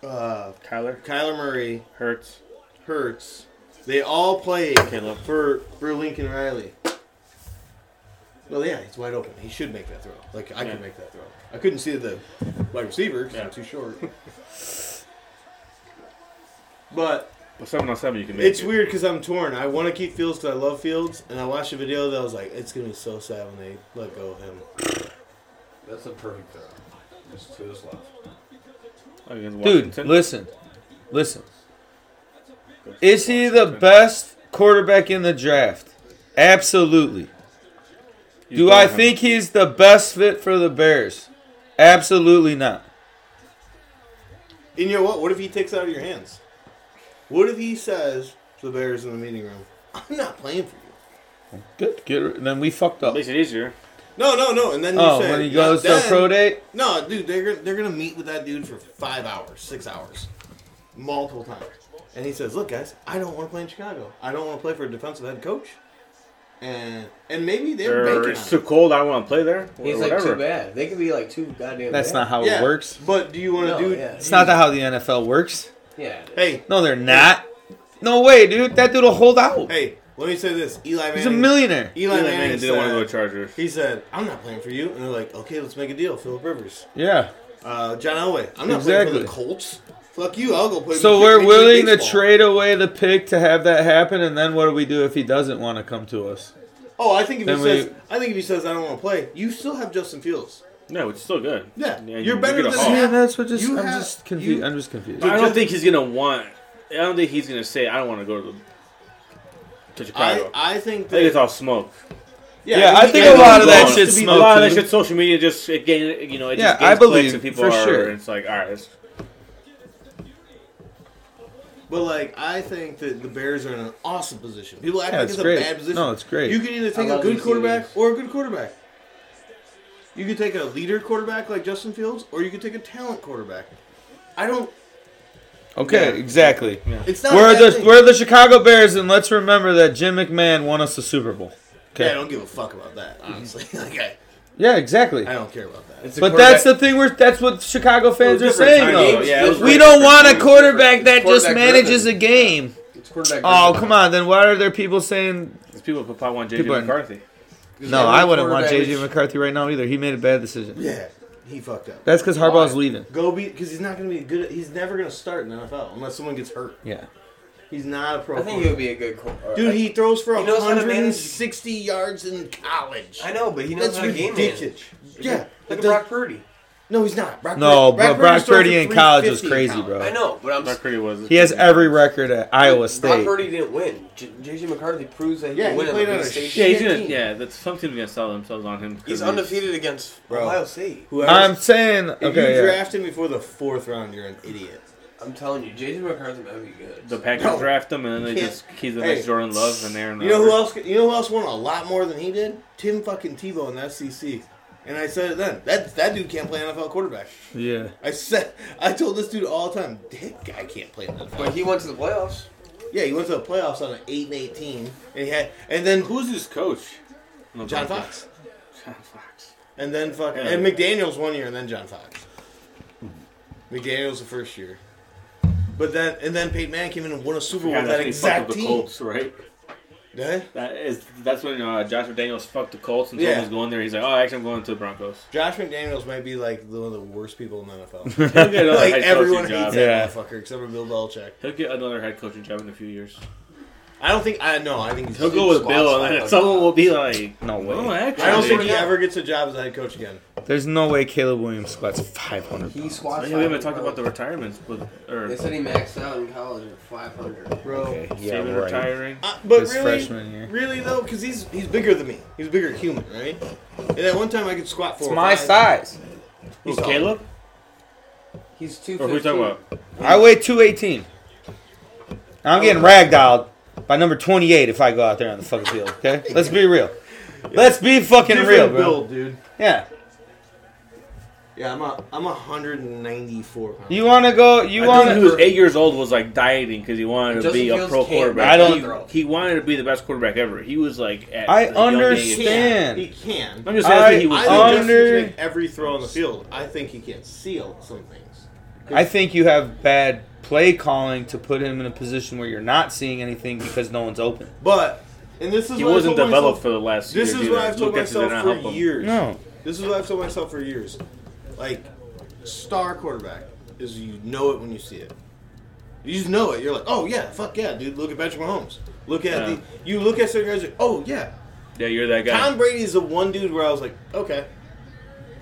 uh,
Kyler
Kyler Murray,
Hurts.
Hurts, they all played
Caleb.
for for Lincoln Riley. Well, yeah, he's wide open. He should make that throw. Like I
Yeah.
could make that throw. I couldn't see the wide receiver 'cause
Yeah.
I'm too short. but
But seven on seven, you can make
It's
it.
weird because I'm torn. I want to keep Fields because I love Fields, and I watched a video that was like, it's gonna be so sad when they let go of him.
That's a perfect throw. Just to his left.
Against
Dude,
Washington.
listen. Listen. Is he the best quarterback in the draft? Absolutely.
You
Do
go
I
with him.
think he's the best fit for the Bears? Absolutely not.
And you know what? What if he takes it out of your hands? What if he says to the Bears in the meeting room, "I'm not playing for you"?
Good. Get rid- then we fucked
At
up.
least it is easier.
No, no, no. And then you
Oh,
say,
when he goes
"Not
to
then."
pro date,
No, dude, they're gonna- they're gonna meet with that dude for five hours, six hours, multiple times, and he says, "Look, guys, I don't want to play in Chicago. I don't want to play for a defensive head coach." And and maybe they're
Or
banking
it's
on
too
it.
cold. I want to play there. Or
He's like
whatever.
too bad. They could be like too goddamn.
that's
bad.
not how
Yeah,
it works.
But do you want to
No,
do?
yeah.
It's not how the NFL works.
Yeah.
Hey,
No, they're not. No way, dude. That dude'll hold out.
Hey, let me say this. Eli Manning.
He's a millionaire.
Eli,
Eli
Manning,
Manning didn't want to go to
said-
Chargers.
He said, I'm not playing for you. And they're like, okay, let's make a deal. Philip Rivers.
Yeah.
Uh, John Elway. I'm not
Exactly.
playing for the Colts. Fuck you. I'll go play
So
Major
we're
League
willing to
Baseball."
trade away the pick to have that happen, and then what do we do if he doesn't want to come to us?
Oh, I think if he
Then
says,
we-
I think if he says I don't want to play, you still have Justin Fields.
No, it's still good.
Yeah, you're
you- you
better
get a
than
haul.
him.
Yeah, that's what just
You
I'm
have-
just confused.
you-
I'm just confused.
I don't think he's gonna want. I don't think he's gonna say, "I don't want to go to the to
I,
Chicago." I,
I think
think
that.
it's all smoke.
Yeah, I think
a lot of that
wants to
shit's
be-
A
smoke.
lot of that
too.
shit, social media, just it gain, you know, it
Yeah,
just
I
gains
believe,
clicks and people
for
are.
sure.
It's like, all right, it's,
But like, I think that the Bears are in an awesome position. People act
Yeah,
like
it's
it's,
great.
a bad position.
No, it's great.
You can either take a
love
good
these
quarterback
teams.
or a good quarterback. You could take a leader quarterback like Justin Fields, or you could take a talent quarterback. I don't.
Okay,
Yeah.
exactly.
It's not.
We're the
thing.
we're the Chicago Bears, and let's remember that Jim McMahon won us the Super Bowl.
Yeah, I
Okay.
don't give a fuck about that. Honestly, like I,
Yeah, exactly.
I don't care about that.
It's a
But that's
quarterback-
the thing. We're that's what Chicago fans are
different
saying
time,
though.
though. Yeah, it was
We
different.
don't want a
It's
quarterback that
different. It's
just
quarterback
manages a
driven.
game.
It's quarterback.
Oh, come on. Then why are there people saying
it's people who probably want JJ
People are-
McCarthy.
no? I wouldn't want JJ McCarthy right now either. He made a bad decision.
Yeah, he fucked up.
That's because Harbaugh's
Why?
leaving.
Go be because he's not going to be good. He's never going to start in the NFL unless someone gets hurt.
Yeah.
He's not a pro.
I think he would be a good quarterback.
Dude, he throws for
He knows how to manage-
160 yards in college.
I know, but he knows
That's
how to game
ridiculous. Yeah,
Look
but
at
the-
Brock Purdy.
No, he's not. Brock
No,
Purdy-
but Brock
just throws
Purdy
for
in college was
350 in
crazy,
college.
bro.
I know, but I'm.
Brock Purdy was.
He has every record at Iowa State.
Brock Purdy didn't win. J- JJ McCarthy proves that he
Yeah,
can
he
win at
played
the
on
big
a
stage.
Yeah, he's
shit
gonna.
team.
Yeah, that's some team's gonna sell themselves on him. 'cause
He's undefeated against
Bro.
Ohio State.
Whoever,
I'm saying
if
okay.
you
yeah.
draft him before the fourth round, you're an idiot.
I'm telling you, JJ McCarthy might be good.
The Packers
No.
draft him, and then they
Can't-
just keep the
Hey.
next Jordan Love and Aaron.
You know who
Rodgers.
else? You know who else won a lot more than he did? Tim fucking Tebow in the SEC. And I said it then. That that dude can't play NFL quarterback.
Yeah.
I said I told this dude all the time. That guy can't play NFL.
but he went to the playoffs.
Yeah, he went to the playoffs on an eight and eighteen, and he had, and then who's
Who's his coach? No,
John
Brock-
Fox,
John Fox.
and then fucking
Yeah.
and McDaniel's one year, and then John Fox. McDaniel's the first year, but then and then Peyton Manning came in and won a Super Bowl
Yeah,
with
that's when he
that
fucked
exact
with the
team.
Colts, right?
Yeah?
That is. That's when uh, Joshua Daniels fucked the Colts and
Yeah.
someone was going there. He's like, "Oh, actually, I'm going to the Broncos."
Josh McDaniels might be like one of the worst people in the NFL.
He'll get another
like
head
everyone
coaching job.
hates that
Yeah.
motherfucker except for Bill Belichick.
He'll get another head coaching job in a few years.
I don't think I know. I think he's
He'll go with Bill, and then someone will be like,
No way.
"Oh, actually,
I don't think he
Yeah.
ever gets a job as a head coach again.
There's no way Caleb Williams squats 500.
He squats.
We haven't talked about the retirements, but or
They said he maxed out in college at 500.
Bro.
Okay, yeah,
Saban
right.
retiring.
Uh, but
His
really,
freshman year.
really though, because he's he's bigger than me. He's a bigger human, right? And at one time I could squat four.
It's
or
my
five.
size.
Who's Caleb?
He's two.
Or who are we talking about?
I weigh 218. I'm getting ragdolled. by number 28 if I go out there on the fucking field. Okay, let's be real. Let's be fucking
Different
real, bro.
build, dude.
Yeah,
Yeah, I'm a, I'm 194 pounds.
you want to go? You
You I
want
think he was
to?
eight years old was like dieting because he wanted to
Justin
be a
Fields
pro
can't
quarterback.
I don't-
throw.
He, he wanted to be the best quarterback ever. He was like. At
I
the young age-
He
understand.
can. He can.
I'm just saying that's what
I-
he was.
I
I
doing.
think Justin can
under-
make every throw on the field. I think he can seal some things.
I think you have bad play calling to put him in a position where you're not seeing anything because no one's open.
But and this is
he
what I
wasn't
told
developed
myself,
for the last.
This
year
is
either.
what I've told
Luke Getzey did
myself
not
for
help him.
years.
No.
This is what I've told myself for years. Like star quarterback is you know it when you see it. You just know it. You're like, oh yeah, fuck yeah, dude. Look at Patrick Mahomes. Look at
Yeah.
the. You look at certain guys. Like, oh yeah,
Yeah, you're that guy.
Tom Brady is the one dude where I was like, okay,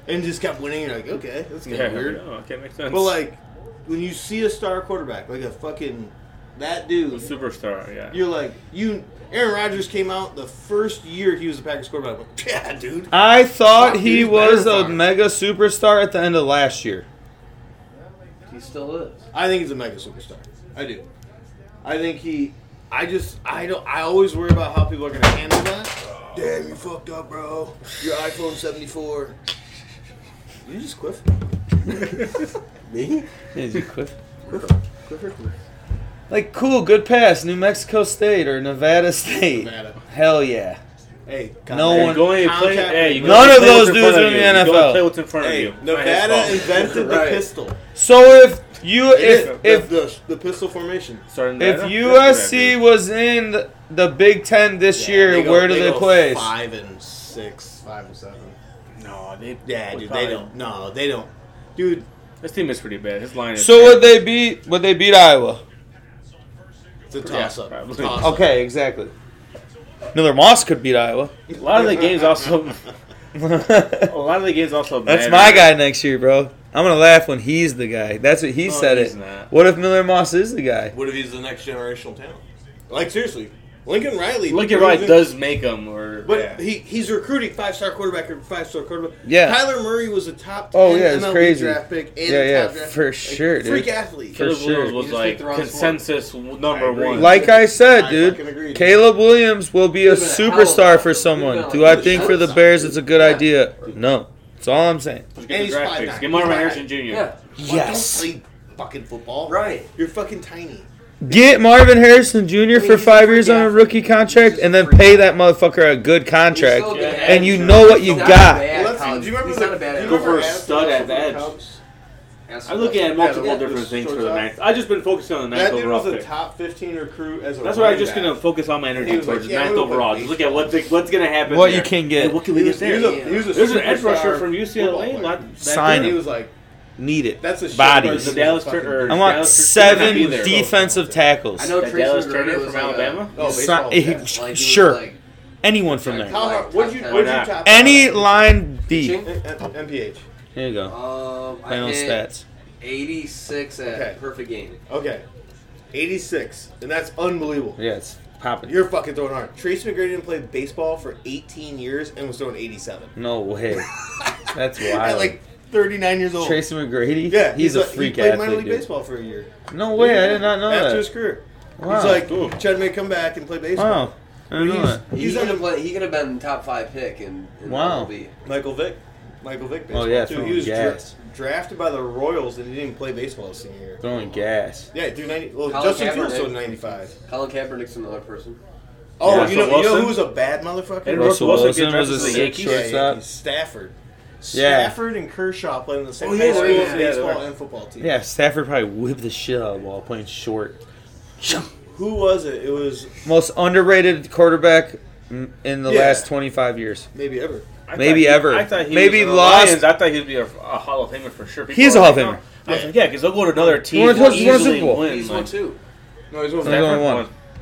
and just kept winning. You're like, okay, that's kind
yeah,
of weird.
no, okay, makes sense.
But like, when you see a star quarterback, like a fucking that dude,
superstar, yeah.
you're like, you. Aaron Rodgers came out the first year he was the Packers quarterback. I'm like, yeah, dude.
I thought
Fuck,
he
he's
was
better
a
for it.
mega superstar at the end of last year.
He still is.
I think he's a mega superstar. I do. I think he. I just. I don't. I always worry about how people are gonna handle that. Damn, you fucked up, bro. Your iPhone 74. You just quiff.
Me?
Clifford.
Like, cool, good pass, New Mexico State or Nevada State.
Nevada.
Hell yeah.
Hey,
No
Hey,
one-
go ahead and
Tom
play.
Cap-
Hey, you go
None
ahead and
of
play
those
what's in
dudes
front
are
of
in the
you. You go
NFL.
play what's in front
Hey,
of you.
Nevada
Fastball.
invented the
Right.
pistol.
So if you if
The-
if
the, the pistol formation.
Starting
if
that up.
USC was in the, the Big Ten this year,
go-
where do they,
go
place?
Five and six, five and seven.
no, they
Yeah, dude,
probably-
they don't. No, they don't. Dude,
This team is pretty bad. His line is
So would they beat would they beat Iowa?
it's a toss up.
probably.
Okay, exactly. Miller Moss could beat Iowa.
a lot of the games
uh,
also.
That's
A lot of the games also.
my guy next year, bro. I'm gonna laugh when he's the guy. That's what he
No,
said
he's
it.
not.
What if Miller Moss is the guy?
What if he's the next generational talent? Like seriously, Lincoln Riley.
Lincoln Riley does make them, or
But
yeah.
he he's recruiting five star quarterback or five star quarterback.
Yeah.
Tyler Murray was a top.
Oh,
10
yeah, it's
MLB
crazy.
draft pick and
Yeah,
a
yeah,
top draft
for
like,
sure, dude.
freak athlete.
For
Caleb
sure.
Williams
You
was
just
like
picked the wrong sport.
consensus w- number
agree.
one.
Like I said,
I fucking agree,
dude,
dude.
Caleb Williams will be a
Would've been a hell of a
superstar for
would've
someone.
been
Do
like
I
a
think for the
superstar.
Bears it's a good
Yeah.
idea? No. That's all I'm saying.
Let's
And
get the
he's
draft
five
picks.
nine.
Get Marvin
He's
Harrison Jr.
Yeah.
Yes.
Why don't play fucking football.
Right.
You're fucking tiny.
Get Marvin Harrison Jr. for
he's
five
a
years on a
freak
rookie
athlete.
contract
He's
and
a
then
freak
pay that motherfucker a good contract.
Yeah.
And you know what you
He's not
got.
a bad
Well, that's-
college-
do you remember
he's
the-
not a bad
do you
Go
college.
for
remember
a stud at the edge. I'm looking at multiple
Yeah,
different
this
things for the
shortstop.
ninth. I've just been focusing on the ninth
That dude
overall
was a
pick.
top 15 recruit as a.
That's why I'm
running
just
back.
gonna focus all my energy
He was
towards
like,
the
yeah,
ninth
we don't
overall.
play
Just look at what thing, what's gonna happen.
What
there.
you can get.
And what can we
He
get
was, he was
there?
a, he was a
There's an edge
superstar
rusher from
football
UCLA.
player.
lot- back
Sign
there.
And he
him.
was like,
Need it.
that's a shit
Bodies.
person.
The Dallas
Fucking-
Tur- or-
I
Dallas
want
Turner's
seven
gonna be there.
defensive tackles.
I know
That
Tracy
Dallas
McGrady
Turner
was
from
like a-
Alabama?
Oh,
Si-
baseball. yeah.
like, he was
sure.
like-
Anyone from there.
How hard? What'd you?
Why
What'd you
not?
top?
Any line D.
Pitching?
MPH.
Here you go.
Um,
Play
I
on
hit
stats.
86 at
Okay.
perfect game.
Okay. 86. And that's unbelievable.
Yeah, it's popping.
You're fucking throwing hard. Tracy McGrady didn't play baseball for 18 years and was throwing 87.
No way. That's
At
wild.
like 39 years old.
Tracy McGrady.
yeah,
he's, a
like-
freak
He played minor
athlete.
league
dude.
baseball for a year.
No way. I did not know
After his
that.
career.
Wow.
He's like,
Cool.
trying to make a comeback and play baseball.
wow. I didn't know
He's-
that.
He
He's
could
on
have
the
been, he could have been top five pick in, in
Wow.
MLB.
Michael Vick. Michael Vick baseball.
Oh, yeah,
too.
throwing
He was dra-
gas.
drafted by the Royals and he didn't play baseball his senior year.
Throwing gas.
Yeah, dude, 90. Well,
Colin
Justin Fields
Kaepernick.
threw 95.
Colin Kaepernick's another person.
Oh,
Yeah.
you, know,
Russell
you know who was
Wilson?
a bad motherfucker?
And
Russell
Russell Wilson,
Wilson was a
was the
sick
Yankees.
short- shortstop.
Yankees. Stafford.
Yeah.
Stafford and Kershaw playing on the same
Oh, yeah,
high
there
school
you go.
Yeah,
baseball
there.
and football team.
Yeah, Stafford probably whipped the shit out of the ball playing short.
Who was it? It was
Most underrated quarterback m- in the
Yeah.
last 25 years.
maybe ever.
I
Maybe
thought he-
ever.
I thought he
Maybe
was on the
lost-
Lions. I thought he'd be a, a Hall of Famer for sure. People
He's a
are
Hall of
like,
Famer.
"Oh." I was like, yeah, because they'll go to another team.
won-
They'll
he won a Super
easily
Bowl.
win,
He's one
like-
too.
No, he's one.
There's only one.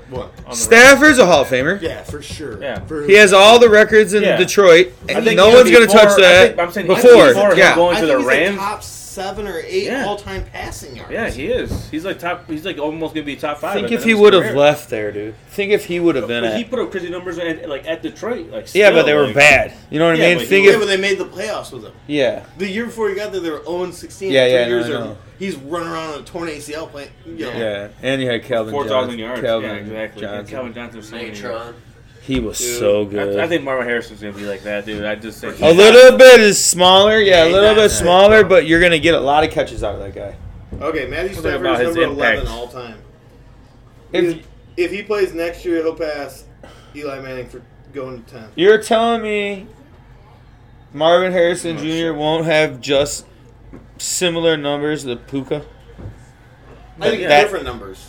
One.
on the
Stafford's a Hall of Famer.
Yeah, for sure.
Yeah.
For-
He has all the records in
Yeah.
Detroit,
I
and
think
no
even
one's going to
before-
touch
I
that
think- I'm saying even
before.
before him
yeah.
going-
I
to
think
the
he's
Rams.
top seven or eight
Yeah.
all-time passing yards.
Yeah, he is. He's like top. He's like almost gonna be top five.
Think
in
if he
his
would have
career.
left there, dude. Think if he would have been
But he
at.
put up crazy numbers at, like at Detroit. Like
Yeah, but
still,
they were
like-
bad. You know what
Yeah,
I
but
mean?
he
Think
Yeah,
if
but they made the playoffs with him.
yeah.
The year before he got there, they were 0 16.
Yeah,
two
yeah, no,
years
I
are-
know.
He's running around on a torn ACL playing. You know,
Yeah, and you had Calvin.
Four thousand
Johnson.
yards.
Calvin
yeah, exactly.
Johnson.
Calvin Johnson. was so many yards.
Natron.
He was
Dude,
so good.
I, I think Marvin Harrison's gonna be like that, dude. I just think
a little bit is smaller, yeah, a
Yeah,
little
he's not-
bit smaller, but you're gonna get a lot of catches out of that guy.
Okay, Matthew
Something about
Stafford
his
is number
impact.
11 all time.
If-
If, if he plays next year, he'll pass Eli Manning for going to 10.
You're telling me Marvin Harrison Jr. won't have just similar numbers to Puka?
I think
That- Uh-huh.
different numbers.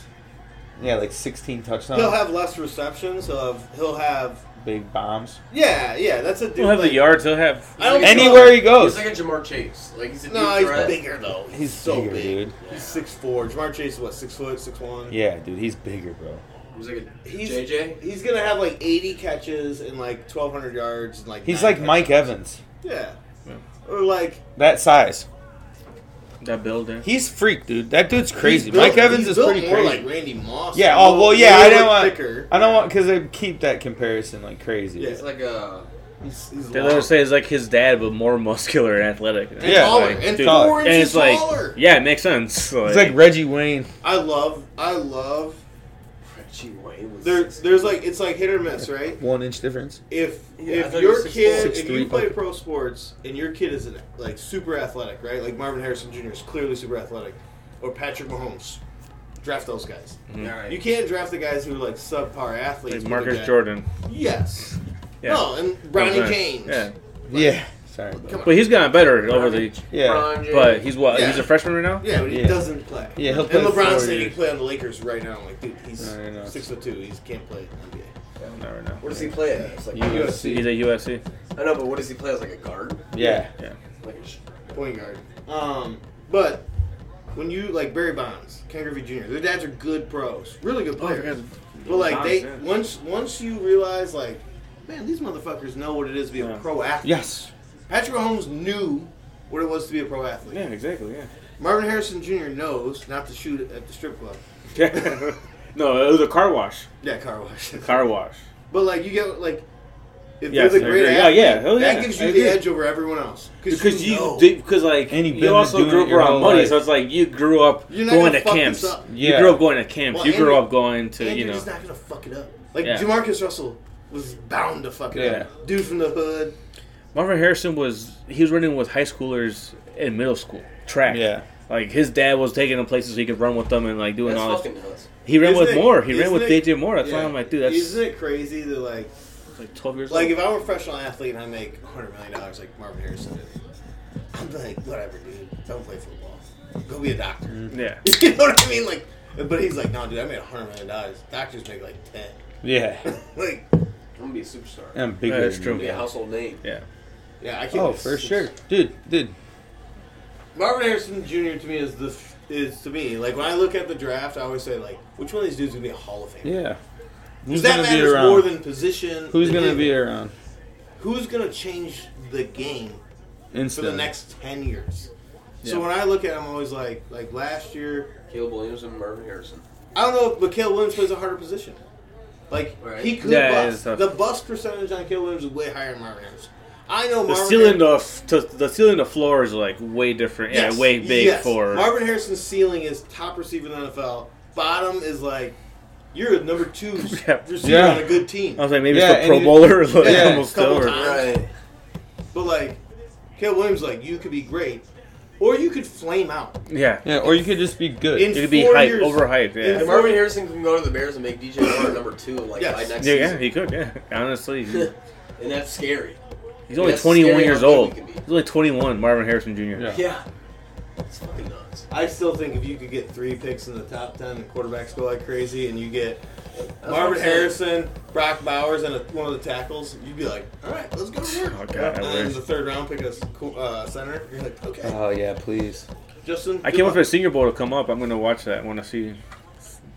Yeah, like 16 touchdowns,
He'll have less receptions. He'll have. He'll have
big bombs.
yeah, yeah, that's a dude.
He'll have the
like-
yards. He'll have.
I don't
Anywhere he
He's
goes,
like a Jamar Chase. Like he's a
No,
deep
he's
threat.
bigger, though. He's,
He's
so
bigger,
big.
dude.
He's 6'4. Jamar Chase is what, 6'1, 6'1?
yeah, dude, he's bigger, bro.
He's like a
He's-
JJ.
He's going to have like 80 catches and like 1,200 yards. And like
He's
nine
like Mike E-
touchdowns.
Evans,
Yeah. Or like
that size.
That building.
He's freak, dude. That dude's crazy.
He's built-
Mike Evans
he's
is
built
pretty
more
crazy.
like Randy Moss.
yeah.
A
Oh
little-
well. Yeah. I
little
didn't want.
Thicker.
I don't want because they keep that comparison like crazy.
Yeah.
He's like a.
He's, he's
They
long.
always say it's like his dad, but more muscular and athletic.
And
Yeah,
taller.
like,
and
dude,
four
and
inches
it's like,
taller.
yeah, it makes sense. Like,
It's like Reggie Wayne.
I love. I love.
Reggie Wayne was.
There's there's like it's like hit or miss, right?
One inch difference.
If
Yeah, I
if
thought he
your
was
kid
6'4".
if you
6'3".
play pro sports and your kid is an, like super athletic, right? Like Marvin Harrison Jr. is clearly super athletic, or Patrick Mahomes. Draft those guys.
All right.
You can't draft the guys who are like subpar athletes.
Like
but
Marcus
they're-
Jordan.
Yes.
Yeah.
No, and Ronnie
Okay.
James.
Yeah,
Yeah. Sorry.
Come on.
but he's gotten better over the.
Yeah.
Ron James.
But he's what?
Yeah.
He's a freshman right now.
Yeah, but he
Yeah.
doesn't play.
Yeah, he'll
and
play four
LeBron said he
years.
play on the Lakers right now. I'm like, dude, he's
No, you're not.
six foot two. He can't play in
No, right now.
What does he play as? It's like
You-
you,
UFC.
He's at USC.
I know, but what does he play as? Like a guard?
Yeah.
Like a sh-
the NBA. Point guard. Um, but when you like Barry Bonds, Ken Griffey Jr., their dads are good pros, really good players. but like
Oh, Bonds,
they
yeah.
once once you realize like, man, these motherfuckers know what it is to be a
Yeah.
pro athlete.
Yes.
Patrick Mahomes knew what it was to be a pro athlete.
Yeah, exactly.
Marvin Harrison Jr. knows not to shoot at the strip club.
Yeah. no, it was a car wash.
Yeah, car wash.
Car wash.
But like you get like if
Yes,
you're the
I
great
agree.
athlete,
Yeah, yeah. Hell
that
yeah.
gives
I
you the
agree.
edge over everyone else
Because you,
know.
did, because like
And you've been
you also
doing
grew up
it your
around
whole
money,
life.
so it's like you grew up
You're not
going
gonna
to
fuck
camps.
this up.
Yeah.
You grew up going to camps.
Well,
you grew
Andrew-
up going to
and
you
you're
know.
just not gonna fuck it up. Like
Yeah.
Jamarcus Russell was bound to fuck it up. Dude from the hood.
Marvin Harrison was he was running with high schoolers in middle school track.
Yeah.
Like his dad was taking him places he could run with them and like doing
That's
all
fucking
this.
nuts.
He ran
Isn't
with
it-
Moore. He ran
isn't
with
it-
DJ Moore. That's why
Yeah.
I'm like, dude, that's
Isn't it crazy that like
like 12 years
like
old.
if I'm a professional athlete and I make 100 million dollars like Marvin Harrison did, I'm like whatever, dude. Don't play football. Go be a doctor.
Yeah.
you know what I mean? Like, but he's like, no, dude. I made 100 million dollars. Doctors make like 10.
Yeah.
Like,
I'm gonna be a superstar. I'm
And bigger.
That's
than
true.
you.
gonna be a household name.
Yeah.
yeah, I can't.
Oh, for sure, dude, dude.
Marvin Harrison Jr. to me is the is to me like when I look at the draft, I always say like, which one of these dudes would be a Hall of Famer?
Yeah. Who's
'Cause that
gonna be
matters more
around?
than position.
Who's
than
gonna be
anything.
around?
Who's gonna change the game for
Instantly.
the next ten years? So
Yeah.
when I look at him, I'm always like, like last year,
Caleb Williams and Marvin Harrison.
I don't know if Mikael Williams plays a harder position. Like
Right.
he could
Yeah, it's
bust.
tough.
The bust percentage on Mikael Williams is way higher than Marvin Harrison. I know
The
Marvin
ceiling
Harrison-
of to, the ceiling of floor is like way different.
Yes,
Yeah, way big
yes.
for
Marvin Harrison's ceiling is top receiver in the NFL. Bottom is like you're a number two
Yeah.
receiver
Yeah.
on a good team.
I was like maybe
Yeah,
it's the
and
Pro
you-
Bowler like,
Yeah.
almost
Couple
over.
times. Right. But like Caleb Williams, like you could be great, or you could flame out.
Yeah.
yeah, or you could just be good.
In
It could be
four
hype,
years-
overhyped.
in
Yeah.
And Marvin Harrison can go to the Bears and make DJ Moore number two like
Yes.
by next
Yeah, yeah,
season.
he could. Yeah, honestly, he's,
and that's scary.
he's only
That's
21
scary how
years
good we
old.
can be.
He's only 21, Marvin Harrison Jr.
Yeah.
Yeah. It's fucking nuts.
I still think if you could get three picks in the top ten, the quarterbacks go like crazy, and you get
what I'm
Marvin
saying.
Harrison, Brock Bowers, and a, one of the tackles, you'd be like, all right, let's go to work.
Oh, God, I
and then
wish.
the third round pick is uh, center. You're like, okay,
Oh yeah, please.
Justin.
I can't
good
wait
luck.
for the Senior Bowl to come up. I'm gonna watch that. I want to see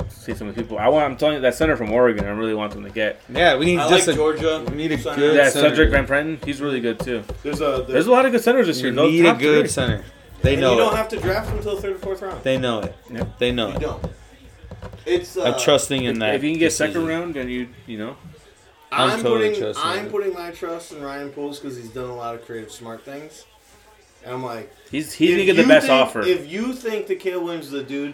see some of the people. I want. I'm telling you, that center from Oregon. I really want them to get.
Yeah, we need
I
just
like
a,
Georgia.
We need a
Center.
good
Yeah,
center.
Cedric Van Prenten. He's really good too.
There's a
There's a lot of good centers this
You
year. Those
need a
top
good
three.
center. They
And you
know
don't
it.
have to draft him until the third or fourth round.
They know it.
Yeah.
They know
You
it.
don't. It's. Uh,
I'm trusting in that.
if you can get
decision.
second round, then you you know
I'm
I'm,
totally
putting
trusting
I'm
him.
putting my trust in Ryan Poles because he's done a lot of creative, smart things, and I'm like,
he's he's
if
gonna get the
you
best
think-
offer.
If you think that Caleb Williams is the dude,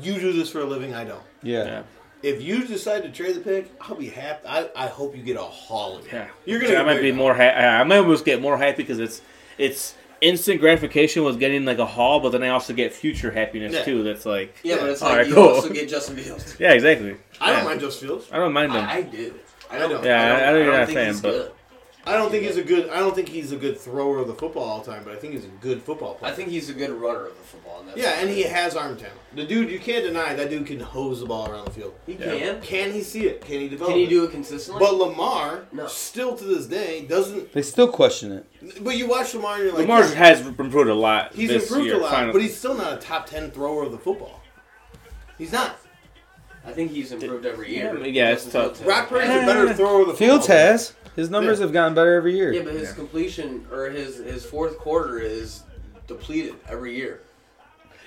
you do this for a living. I don't.
Yeah.
yeah,
If you decide to trade the pick, I'll be happy. I, I hope you get a haul of it.
yeah.
You're gonna.
I
get
might be
weird.
more. Ha- I might almost get more happy because it's it's instant gratification with getting like a haul, but then I also get future happiness
Yeah.
too. That's like
Yeah, but it's
All
like
right,
you
cool.
also get Justin Fields.
yeah, exactly.
I don't
Yeah.
mind Just Fields.
I don't mind them.
I, I do. I
I
don't.
don't.
Yeah, I- I know you're not a
think
fan,
he's
but-
good.
I don't think he's a good. I don't think he's a good thrower of the football all the time, but I think he's a good football
I
player.
think he's a good runner of the football. And that's
Yeah, and he has arm talent. The dude, you can't deny that dude can hose the ball around the field.
he
Yeah.
can.
Can he see it? Can he develop?
Can he
it?
do it consistently?
But Lamar,
No.
still to this day, doesn't.
They still question it.
But you watch Lamar, and you're like,
Lamar
yeah,
has improved a lot.
he's
this
improved
year,
a lot,
finally.
but he's still not a top ten thrower of the football. He's not.
I think he's improved every
Yeah,
year.
but yeah, it's
Justin
tough.
Fields has.
Brock Purdy's a better thrower of the
Uh, Fields
football.
has. His numbers have gotten better every year.
Yeah, but his completion or his his fourth quarter is depleted every year.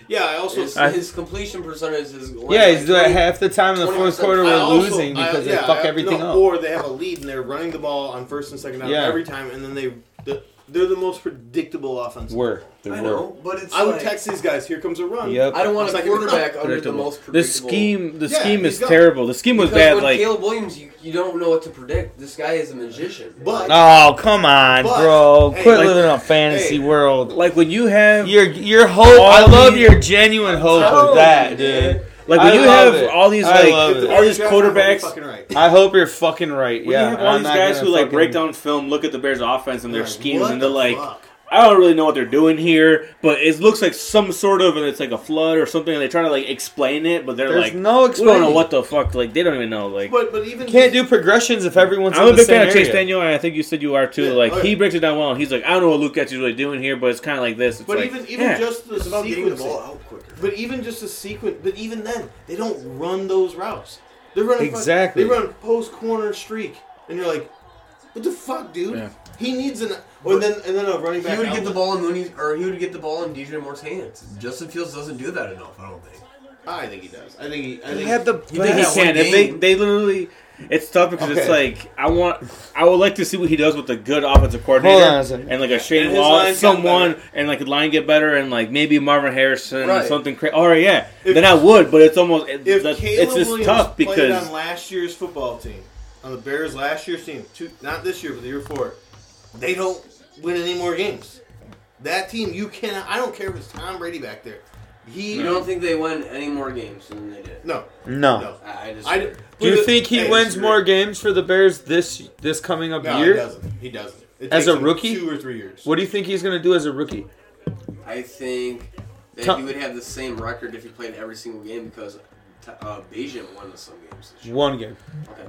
Yeah, I also.
His,
I-
his completion percentage is.
Yeah, he's doing
like
half the time in the fourth
20%.
quarter
I
we're
also-
losing
I-
because
yeah,
they fuck
I-
everything
no,
up.
Or they have a lead and they're running the ball on first and second down
Yeah.
every time, and then they the- they're the most predictable offense.
were. They
20. I
were.
know, but it's.
I would
like-
text these guys, "Here comes a run."
Yep.
I don't want
It's
a
like-
quarterback under the
Predictable.
most predictable.
the scheme, the
Yeah,
scheme is
he's got-
terrible. The scheme was
Because
bad.
with
Like
Caleb Williams, you, you don't know what to predict. This guy is a magician.
But-
Oh come on,
But-
bro!
hey,
Quit
like-
living in a fantasy
hey.
world.
like when you have
Your your hope.
All
I love
these-
your genuine hope of
telling
that,
you,
dude.
dude.
like
I
when you
love
have
it.
all these
I
like
love it.
all these
Draft number, you're
quarterbacks.
Fucking right.
I hope you're fucking right.
When
yeah,
you have all
I'm
these
not
guys
gonna
who like
fucking-
break down film, look at the Bears' offense and their
Like,
schemes,
what
and they're
the
like,
fuck?
I don't really know what they're doing here, but it looks like some sort of, and it's like a flood or something, and they try to like explain it, but they're
There's
like,
no
we don't know
explaining.
what the fuck. Like they don't even know. Like
But but even
You can't do progressions if everyone's.
I'm
in
a
the
big
same
fan of Chase
area.
Daniel, and I think you said you are too.
Yeah,
like
oh,
he
yeah.
breaks it down well, and he's like, I don't know what Luke Getzey's really doing here, but it's kind of like this. It's
But
like,
even even
yeah.
just the
it's about getting the ball
sequencing.
out quicker.
But even just the sequence. But even then, they don't run those routes. They're running fuck-
Exactly.
they run post corner streak, and you're like, what the fuck, dude?
Yeah.
He needs an. Or then and then a running
He
back.
would get the
outlet.
ball in Mooney's, or he would get the ball in DJ Moore's hands. Justin Fields doesn't do that enough. I don't think.
I think he does. I think he. I think
He had the
I think
best-
he
that one
can. If they,
game-
they literally, it's tough because it's
Okay.
like I want, I would like to see what he does with a good offensive coordinator
Hold on a second.
and like a Shane
And his
Wall,
lines got
someone,
better.
and like the line get better and like maybe Marvin Harrison or
Right.
something crazy. All right, yeah,
If-
then I would, but it's almost it,
If
that's-
Caleb
it's just
Williams
tough
played on
because
last year's football team, on the Bears last year's team, two, not this year but the year before, they don't win any more games. That team, you cannot. I don't care if it's Tom Brady back there. He
You don't think they won any more games than they did?
no
No.
no.
I I just.
I,
Do you think he
Hey,
wins
screw
more
it.
games for the Bears this this coming up
No, he
year?
doesn't. He doesn't. It
As
takes
a
him
rookie?
two or three years.
What do you think he's gonna do as a rookie?
I think that
Tom-
he would have the same record if he played every single game because uh, Bajan won some games. This year.
One game
Okay.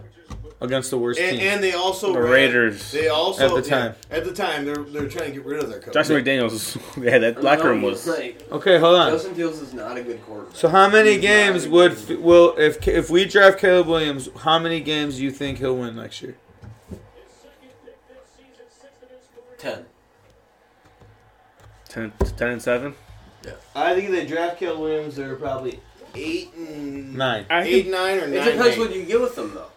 against the worst
And,
team.
and they also
The
ran-
Raiders.
They also
At the
yeah,
time.
at the time they're they're trying to get rid of their coach.
Josh McDaniels, yeah, that locker room was.
Like,
okay, hold on.
Justin Fields is not a good quarterback.
So how many
He's not
games
a
would
good-
F- will if Ca- if we draft Caleb Williams? How many games do you think he'll win next year?
ten?
10, 10 and 7?
I think if they draft Caleb Williams. They're probably eight and
Nine.
I
eight
think-
nine or
It
nine.
depends
eight.
what you get with them, though.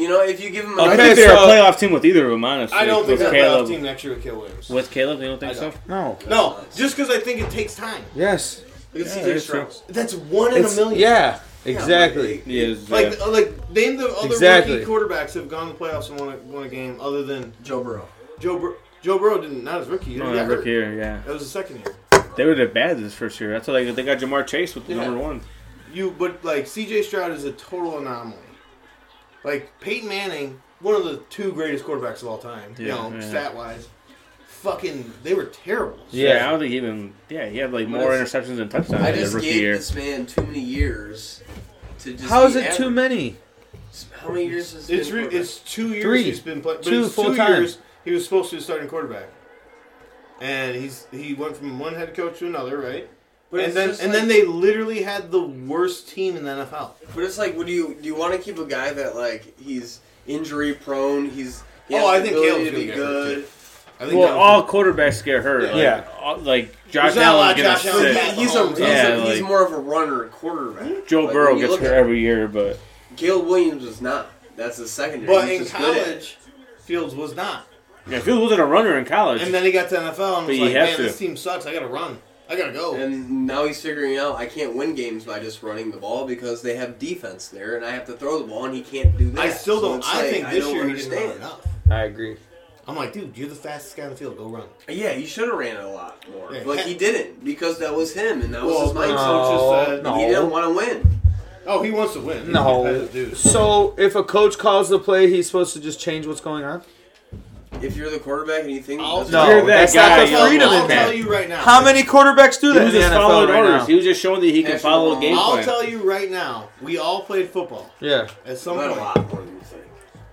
You know, if you give him
I
Okay,
think
so-
they're a playoff team with either of them, honestly.
I don't
with
think that
Caleb.
playoff team next year with Caleb Williams.
With Caleb, you don't think
I don't.
so?
No.
No, just because I think it takes time.
Yes.
Because
Yeah,
he
that's
takes
true.
rounds.
That's one in
It's-
a million.
yeah. Exactly.
He is, uh,
Like,
yeah.
like name the other
Exactly.
rookie quarterbacks that have gone to the playoffs and won a, won a game other than
Joe Burrow.
Joe. Bur- Joe Burrow didn't not his rookie year.
No,
he got
that rookie
hurt.
year, yeah.
That was the second year.
They were their bad this first year. That's why they, they got Jamar Chase with the
Yeah.
number one.
You but like C.J. Stroud is a total anomaly. Like Peyton Manning, one of the two greatest quarterbacks of all time.
Yeah,
you know,
yeah.
stat wise, fucking they were terrible.
Yeah.
Yeah. I don't think he even. Yeah, he had like more
it's-
interceptions and touchdowns
I
in
just
his rookie
gave
year.
this man too many years to just.
How is
be
it too
average.
many?
How many years has it
It's
been
re-
quarterback?
it's two years
Three.
he's been playing.
Two
Two
full
full
time.
years he was supposed to be starting quarterback, and he's he went from one head coach to another, right?
But
and
it's
then and
just
then
like-
they literally had the worst team in the NFL.
But it's like, what do you do? You want to keep a guy that like he's injury prone. He's he
Oh,
has
I
the
think
ability
Caleb's
to be
gonna get hurt,
good.
I think that
Well,
was-
all quarterbacks scare her. Like,
Yeah.
all- like Josh
There's not a lot
Allen
of
gonna
Josh Allen.
sit.
He- he's a, he's,
Yeah,
a, he's
like-
more of a runner and quarterback.
Joe
Like,
Burrow
when you
gets
look
her
at-
every year, but
Caleb Williams is not. That's the secondary.
But
He's
in
just good at-
college, Fields was not.
yeah, Fields wasn't a runner in college.
And then he got to NFL and
But
was
you
like,
have
man,
to.
this team sucks. I gotta run. I gotta
Oh.
go.
And now he's figuring out I can't win games by just running the ball because they have defense there, and I have to throw the ball, and he can't do that.
I still
So
don't.
it's
I
like,
think
I
this
don't
year he didn't run
understand.
enough.
I agree.
I'm like, dude, you're the fastest guy on the field. Go run.
Yeah, he should have ran it a lot more,
Yeah.
but he didn't because that was him, and that was
Well,
his mindset.
no, just, uh,
no.
He didn't want to win.
Oh, he wants to win. He's a
No.
competitive dude.
So if a coach calls the play, he's supposed to just change what's going on.
If you're the quarterback and you think
I'll-
that's
No,
You're that
that's
guy,
not
yo.
the freedom
I'll
in
tell
that.
you right now.
How many quarterbacks do
he
that
was
in the
just
NFL
following
right
orders.
now?
He was just showing that he can
Actually,
follow a game
I'll
plan.
tell you right now. We all played football
Yeah,
at some
not a
point.
lot more than you think.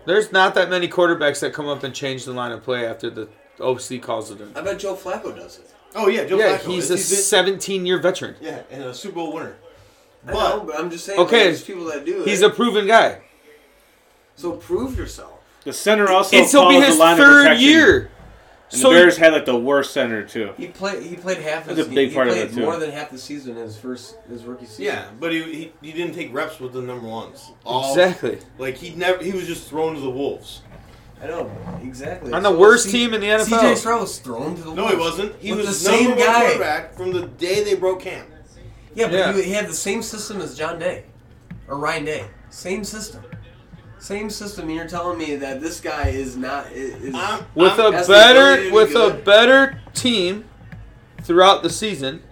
there's not that many quarterbacks that come up and change the line of play after the OC calls it. In.
I bet Joe Flacco does it.
Oh yeah, Joe
Yeah,
Flacco.
he's a
If been-
17 year veteran.
yeah, and a Super Bowl winner.
I
But-
know, but I'm just saying.
Okay.
there's people that do it.
He's a proven guy.
so prove yourself.
The center also
It's will
follows
be his
the line of
third
protection.
year.
And
So
the Bears had like the worst center too.
He played. He played half.
That's
his,
a big
he
part of
played
it, too.
More than half the season in his first his rookie season.
Yeah, but he, he he didn't take reps with the number ones. All,
exactly
Like he never. He was just thrown to the wolves.
I know exactly.
on the worst
C-
team in the NFL.
CJ Stroud was thrown to the
No,
wolves.
he wasn't. He
With
was
the
number
same
one
guy.
quarterback from the day they broke camp.
Yeah, but
Yeah.
He, he had the same system as John Day or Ryan Day. Same system. Same system. And you're telling me that this guy is not i- is.
I'm,
with
I'm-
a
that's the ability
better
to
with
do
a
it.
better team throughout the season.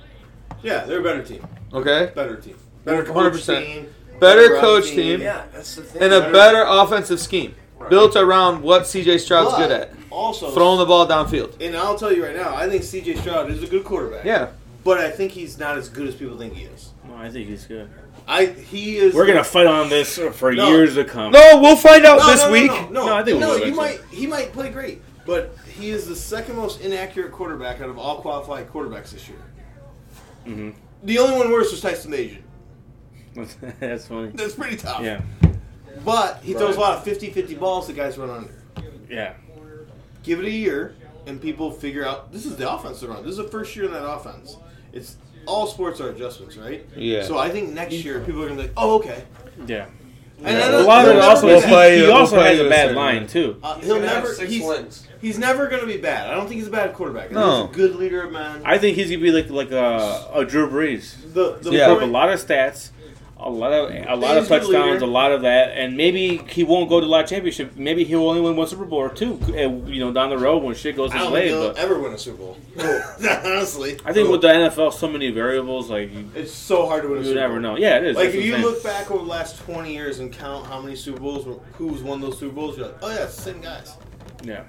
yeah, they're a better team.
Okay,
Better team. Better coach
100%.
team.
Better
run
coach team.
yeah, that's the thing.
and a better offensive scheme built around what CJ Stroud's
But
good at,
Also,
throwing the ball downfield.
And I'll tell you right now, I think C.J. Stroud is a good quarterback.
Yeah,
but I think he's not as good as people think he is.
No, I think he's good.
I he is.
We're gonna fight on this for
No.
years to come.
no, we'll find out
No,
this
no, no,
week.
No, no,
No, I think we
no.
will,
He
actually.
might he might play great, but he is the second most inaccurate quarterback out of all qualified quarterbacks this year.
Mm-hmm.
Mhm.
The only one worse was Tyson Mason.
That's funny.
That's pretty tough.
Yeah,
But he throws a lot of 50-50 balls that guys run under.
yeah.
Give it a year, and people figure out this is the offense they're on. This is the first year in that offense. It's all sports are adjustments, right?
Yeah.
So I think next year people are gonna be like, oh okay.
Yeah.
And I
A
don't-
lot of
he'll
it
never
also
be
is
bad.
he,
We'll play
he
you-
also
we'll play
has
you
a
a
bad
certain
line
way.
too.
Uh,
He's
he'll
gonna have
never.
six
he's,
wins.
he's never going to be bad. I don't think he's a bad quarterback. I
No.
think he's a good leader of men.
I think he's gonna be like like a, a Drew Brees.
the the
Yeah.
Put up a
point-
lot of stats, a lot of a lot of
He's a good
touchdowns,
leader.
a lot of that, and maybe he won't go to a lot of championship. Maybe he'll only win one Super Bowl or two, uh, you know, down the road when shit goes
I
his
don't think
way.
he'll
But
ever win a Super Bowl. Honestly,
I think with the NFL, so many variables, like you,
it's so hard to win a
you
Super
never
Bowl.
know. Yeah, it is.
Like
That's
if
what
you
I'm saying.
look back over the last twenty years and count how many Super Bowls, were- who's won those Super Bowls, you're like, oh yeah, it's the same guys,
yeah,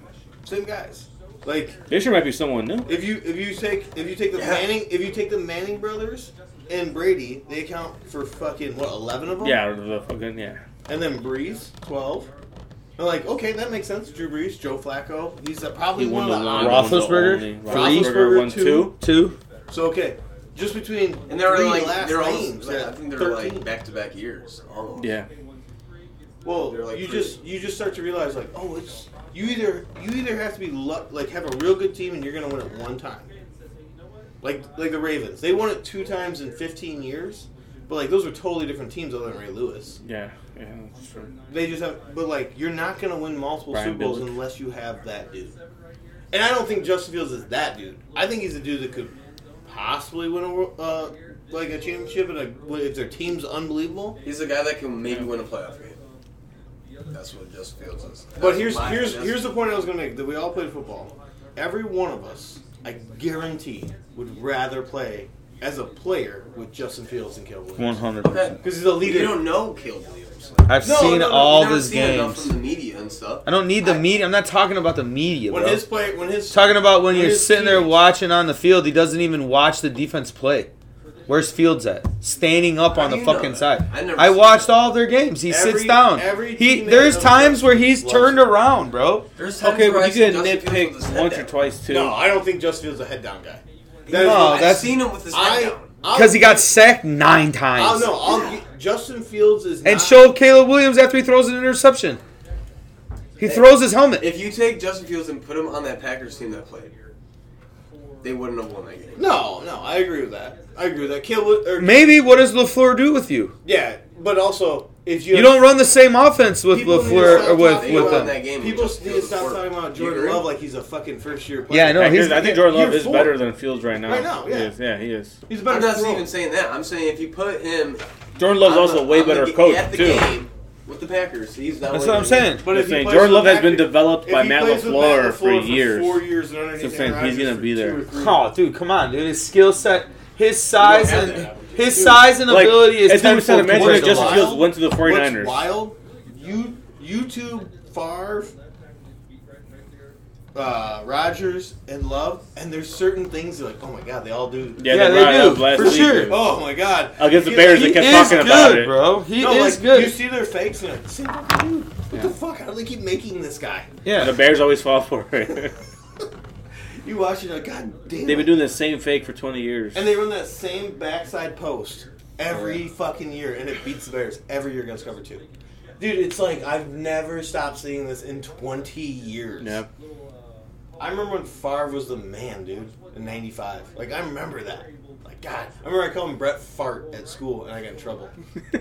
same guys. Like
this year might be someone new.
if you if you take if you take the
Yeah.
Manning if you take the Manning brothers and Brady, they account for fucking what eleven of them.
Yeah, the fucking yeah.
And then Breeze, 12. And like, okay, that makes sense. Drew Brees, Joe Flacco. He's uh, probably one of the
one.
odds.
Roethlisberger?
Three?
Roethlisberger one
Two?
two.
Two.
So, okay. Just between
And they were
three
like
last
they're all
names,
like, I
at
think they're
13.
like back to back years. Almost.
Yeah,
well,
they're like
you
three.
just you just start to realize like, oh, it's you either you either have to be luck, like have a real good team and you're gonna win it one time. Like like the Ravens, they won it two times in 15 years, but like those were totally different teams other than Ray Lewis.
yeah, yeah. That's true.
They just have, but like you're not gonna win multiple
Brian
Super Bowls
Billick.
unless you have that dude. And I don't think Justin Fields is that dude. I think he's a dude that could possibly win a wor- uh, like a championship and a, if their team's unbelievable.
He's a guy that can maybe win a playoff game. That's what Justin Fields is.
But here's
my-
here's
that's-
here's the point I was gonna make that we all played football. Every one of us, I guarantee, would rather play as a player with Justin Fields and Caleb
One
Williams
hundred
Okay.
percent.
because he's a
You
leader.
don't know Caleb Williams.
I've
No,
seen
no, no,
all
I've never
these
seen enough
games.
from the media and stuff.
I don't need the
I-
media. I'm not talking about the media,
When
bro.
his play, when his
talking about when
when
you're
his
sitting there
team-
watching on the field, he doesn't even watch the defense play. Where's Fields at? Standing up
How
on
do
the
you know
fucking
that?
side.
I never
I
seen
watched all of their games. He sits
Every-
down.
every
he
team
there's
that
times where he's
loves
turned
him.
around, bro.
There's times
Okay,
where
but
I've
you
seen
could
Justin Fields with his
nitpick
head
once or
down.
twice too.
no, I don't think Justin Fields is a head down guy.
No,
I've
that's-
seen him with his head
I
down.
I'll-
Because he got sacked nine times.
I'll, no, I'll, gi- Justin Fields is
and
not,
showed Caleb Williams after he throws an interception. He throws his helmet.
If you take Justin Fields and put him on that Packers team that played, they wouldn't have won that game.
No, no, I agree with that. I agree with that. Kill would- or,
Maybe what does Lafleur do with you?
yeah, but also if you
You don't run the same offense with
People need to
Lafleur or
stop
with
talking
with
about
them.
that game.
people
Justin
need to
Fields
stop
was
talking
quarterback.
about
You
Jordan
agree?
Love like he's a fucking first year player.
Yeah, I know.
I,
he's-
I think Jordan Love
Year
is
four.
better than Fields right now.
Right now, yeah.
He is, yeah, he is.
He's a better.
I'm not
thrower.
even saying that. I'm saying if you put him,
Jordan Love's
on
also
the-
a way
on the
better
ga-
coach
at the
too.
game with the Packers, he's not.
That's
winning
what I'm
the game.
saying.
But
Just
if he
saying,
plays
Jordan
with
Love has been
Packers-
developed
if
by
he
Matt
plays with
LaFleur
Matt
for
LaFleur
years.
four years and underneath
Just saying,
Aaron
he's
Rodgers
gonna
for
be
two
there.
or three.
Oh, dude, come on, dude. His skill set, his size,
have
and
that average.
his size and ability is
it's
ten
never said imagine
compared
if
to
Justin
Lyle.
Fields went to the
What's
49ers.
wild? You, you two, Favre, uh, Rogers, and Love, and there's certain things that, like, oh my god, they all do.
Yeah,
Yeah,
they
they
brought it
do,
up last
for
week.
sure.
Oh my god.
Against the
You-
Bears,
you-
they
He
kept
is
talking about
good,
it.
bro. He
no,
is
like, You
good.
see their fakes and you're like, same fucking dude. What the fuck? How do they keep making this guy?
The
yeah,
Bears always fall for it.
You watch it, like, god damn.
They've been
it.
doing the same fake for 20 years.
And they run that same backside post every fucking year, and it beats the Bears every year against cover two. Dude, it's like I've never stopped seeing this in 20 years.
Yep.
I remember when Favre was the man, dude, in 95. Like, I remember that. Like, God. I remember I called him Brett Fart at school, and I got in trouble.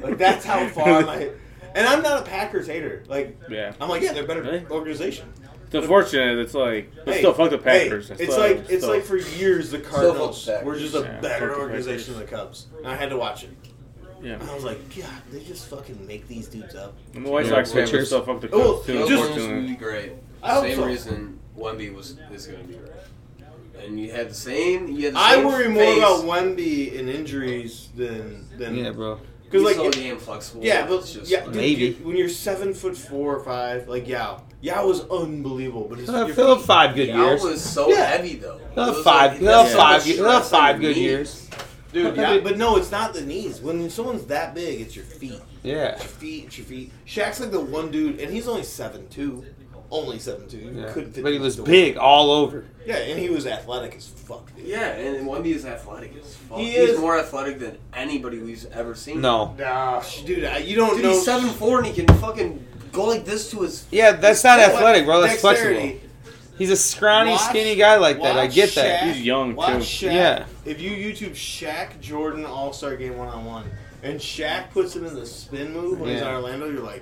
like, that's how far I. And I'm not a Packers hater. Like,
Yeah.
I'm like, yeah, they're a better
Really?
organization.
It's unfortunate. It's like, but
Hey,
still, fuck the
hey,
Packers. That's
it's
still-
like it's
still-
like for years the Cardinals
Packers.
were just a
Yeah, fuck
better
the
organization than the Cubs. And I had to watch it.
yeah.
And I was like, God, they just fucking make these dudes up.
I'm a White
Yeah,
Sox fan, but
pitchers.
still fuck the Cubs
Oh,
too.
just-
Just going to be
unfortunately.
great.
I hope
same
so.
reason Wemby was is going to be great. And you had the same. You had the
I
same
worry more
face.
about Wemby and injuries than than
yeah, bro.
Because
He's
like
so
if-
damn flexible.
yeah, but
It's
yeah, dude,
Maybe.
you- when you're seven foot four or five, like Yao, Yao was unbelievable. But his,
He'll
your
have- he'll have
feet-
five good
Yao
years.
was so
Yeah.
heavy though.
He'll
It
have
was
five.
like-
He'll have
that's
five.
so much
He'll have
stress on
five
your
good
knee.
years.
dude. Yeah, but no, it's not the knees. When someone's that big, it's your feet.
Yeah.
It's your feet. It's your feet. Shaq's like the one dude, and he's only seven two, only seven two. You
yeah.
couldn't fit
But he
in the
was
door.
big all over.
Yeah, and he was athletic as fuck, dude.
Yeah, and Wemby is athletic as fuck.
He
he's
is.
more athletic than anybody we've ever seen.
No.
Nah, sh- dude, I, you don't
Dude,
know.
he's seven four and he can fucking go like this to his.
Yeah, that's not
What?
athletic, bro. That's
Dexterity.
flexible. He's a scrawny,
Watch-
skinny guy like that. I
watch
get that.
Shaq-
He's young,
watch
too.
Shaq.
Yeah.
If you YouTube Shaq Jordan All Star Game one on one, and Shaq puts him in the spin move when he's in
Yeah.
Orlando, you're like,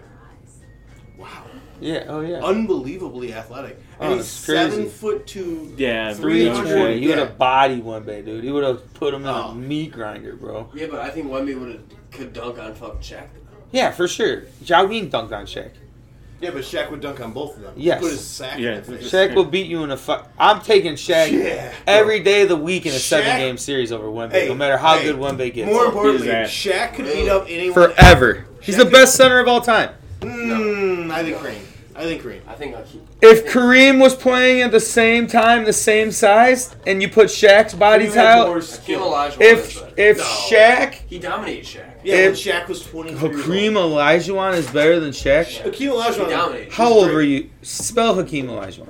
wow,
Yeah. Oh yeah.
unbelievably athletic. And
Oh,
he's
it's crazy.
seven foot two.
Yeah,
Three
Three
twenty. He would
yeah.
have body one day, dude. He would have put him in
Oh.
a meat grinder, bro.
Yeah, but I think Wemby would have could dunk on fucking Shaq.
Yeah, for sure. Jaween dunked on Shaq.
Yeah, but Shaq would dunk on both of them.
Yes.
He put his sack.
Yeah,
in the
it's
face.
Shaq will beat you in a fight. I'm taking Shaq
Yeah.
every day of the week in a
Shaq-
seven game series over Wemby,
Hey,
no matter how
hey,
good Wemby gets.
More importantly,
Beat his ass.
Shaq could beat up anyone
Forever. He's the best center of all time.
Mm, I think Kareem. I think Kareem.
I think I'll keep.
If Kareem was playing at the same time, the same size, and you put Shaq's body
Kareem had more
tile,
Hakeem
skill.
Olajuwon. is
if
better.
if
No.
Shaq,
he dominated Shaq.
Yeah, when
if-
Shaq was 23.
Hakeem Olajuwon is better than Shaq,
Hakeem Olajuwon.
He dominated.
how old were you? Spell Hakeem Olajuwon.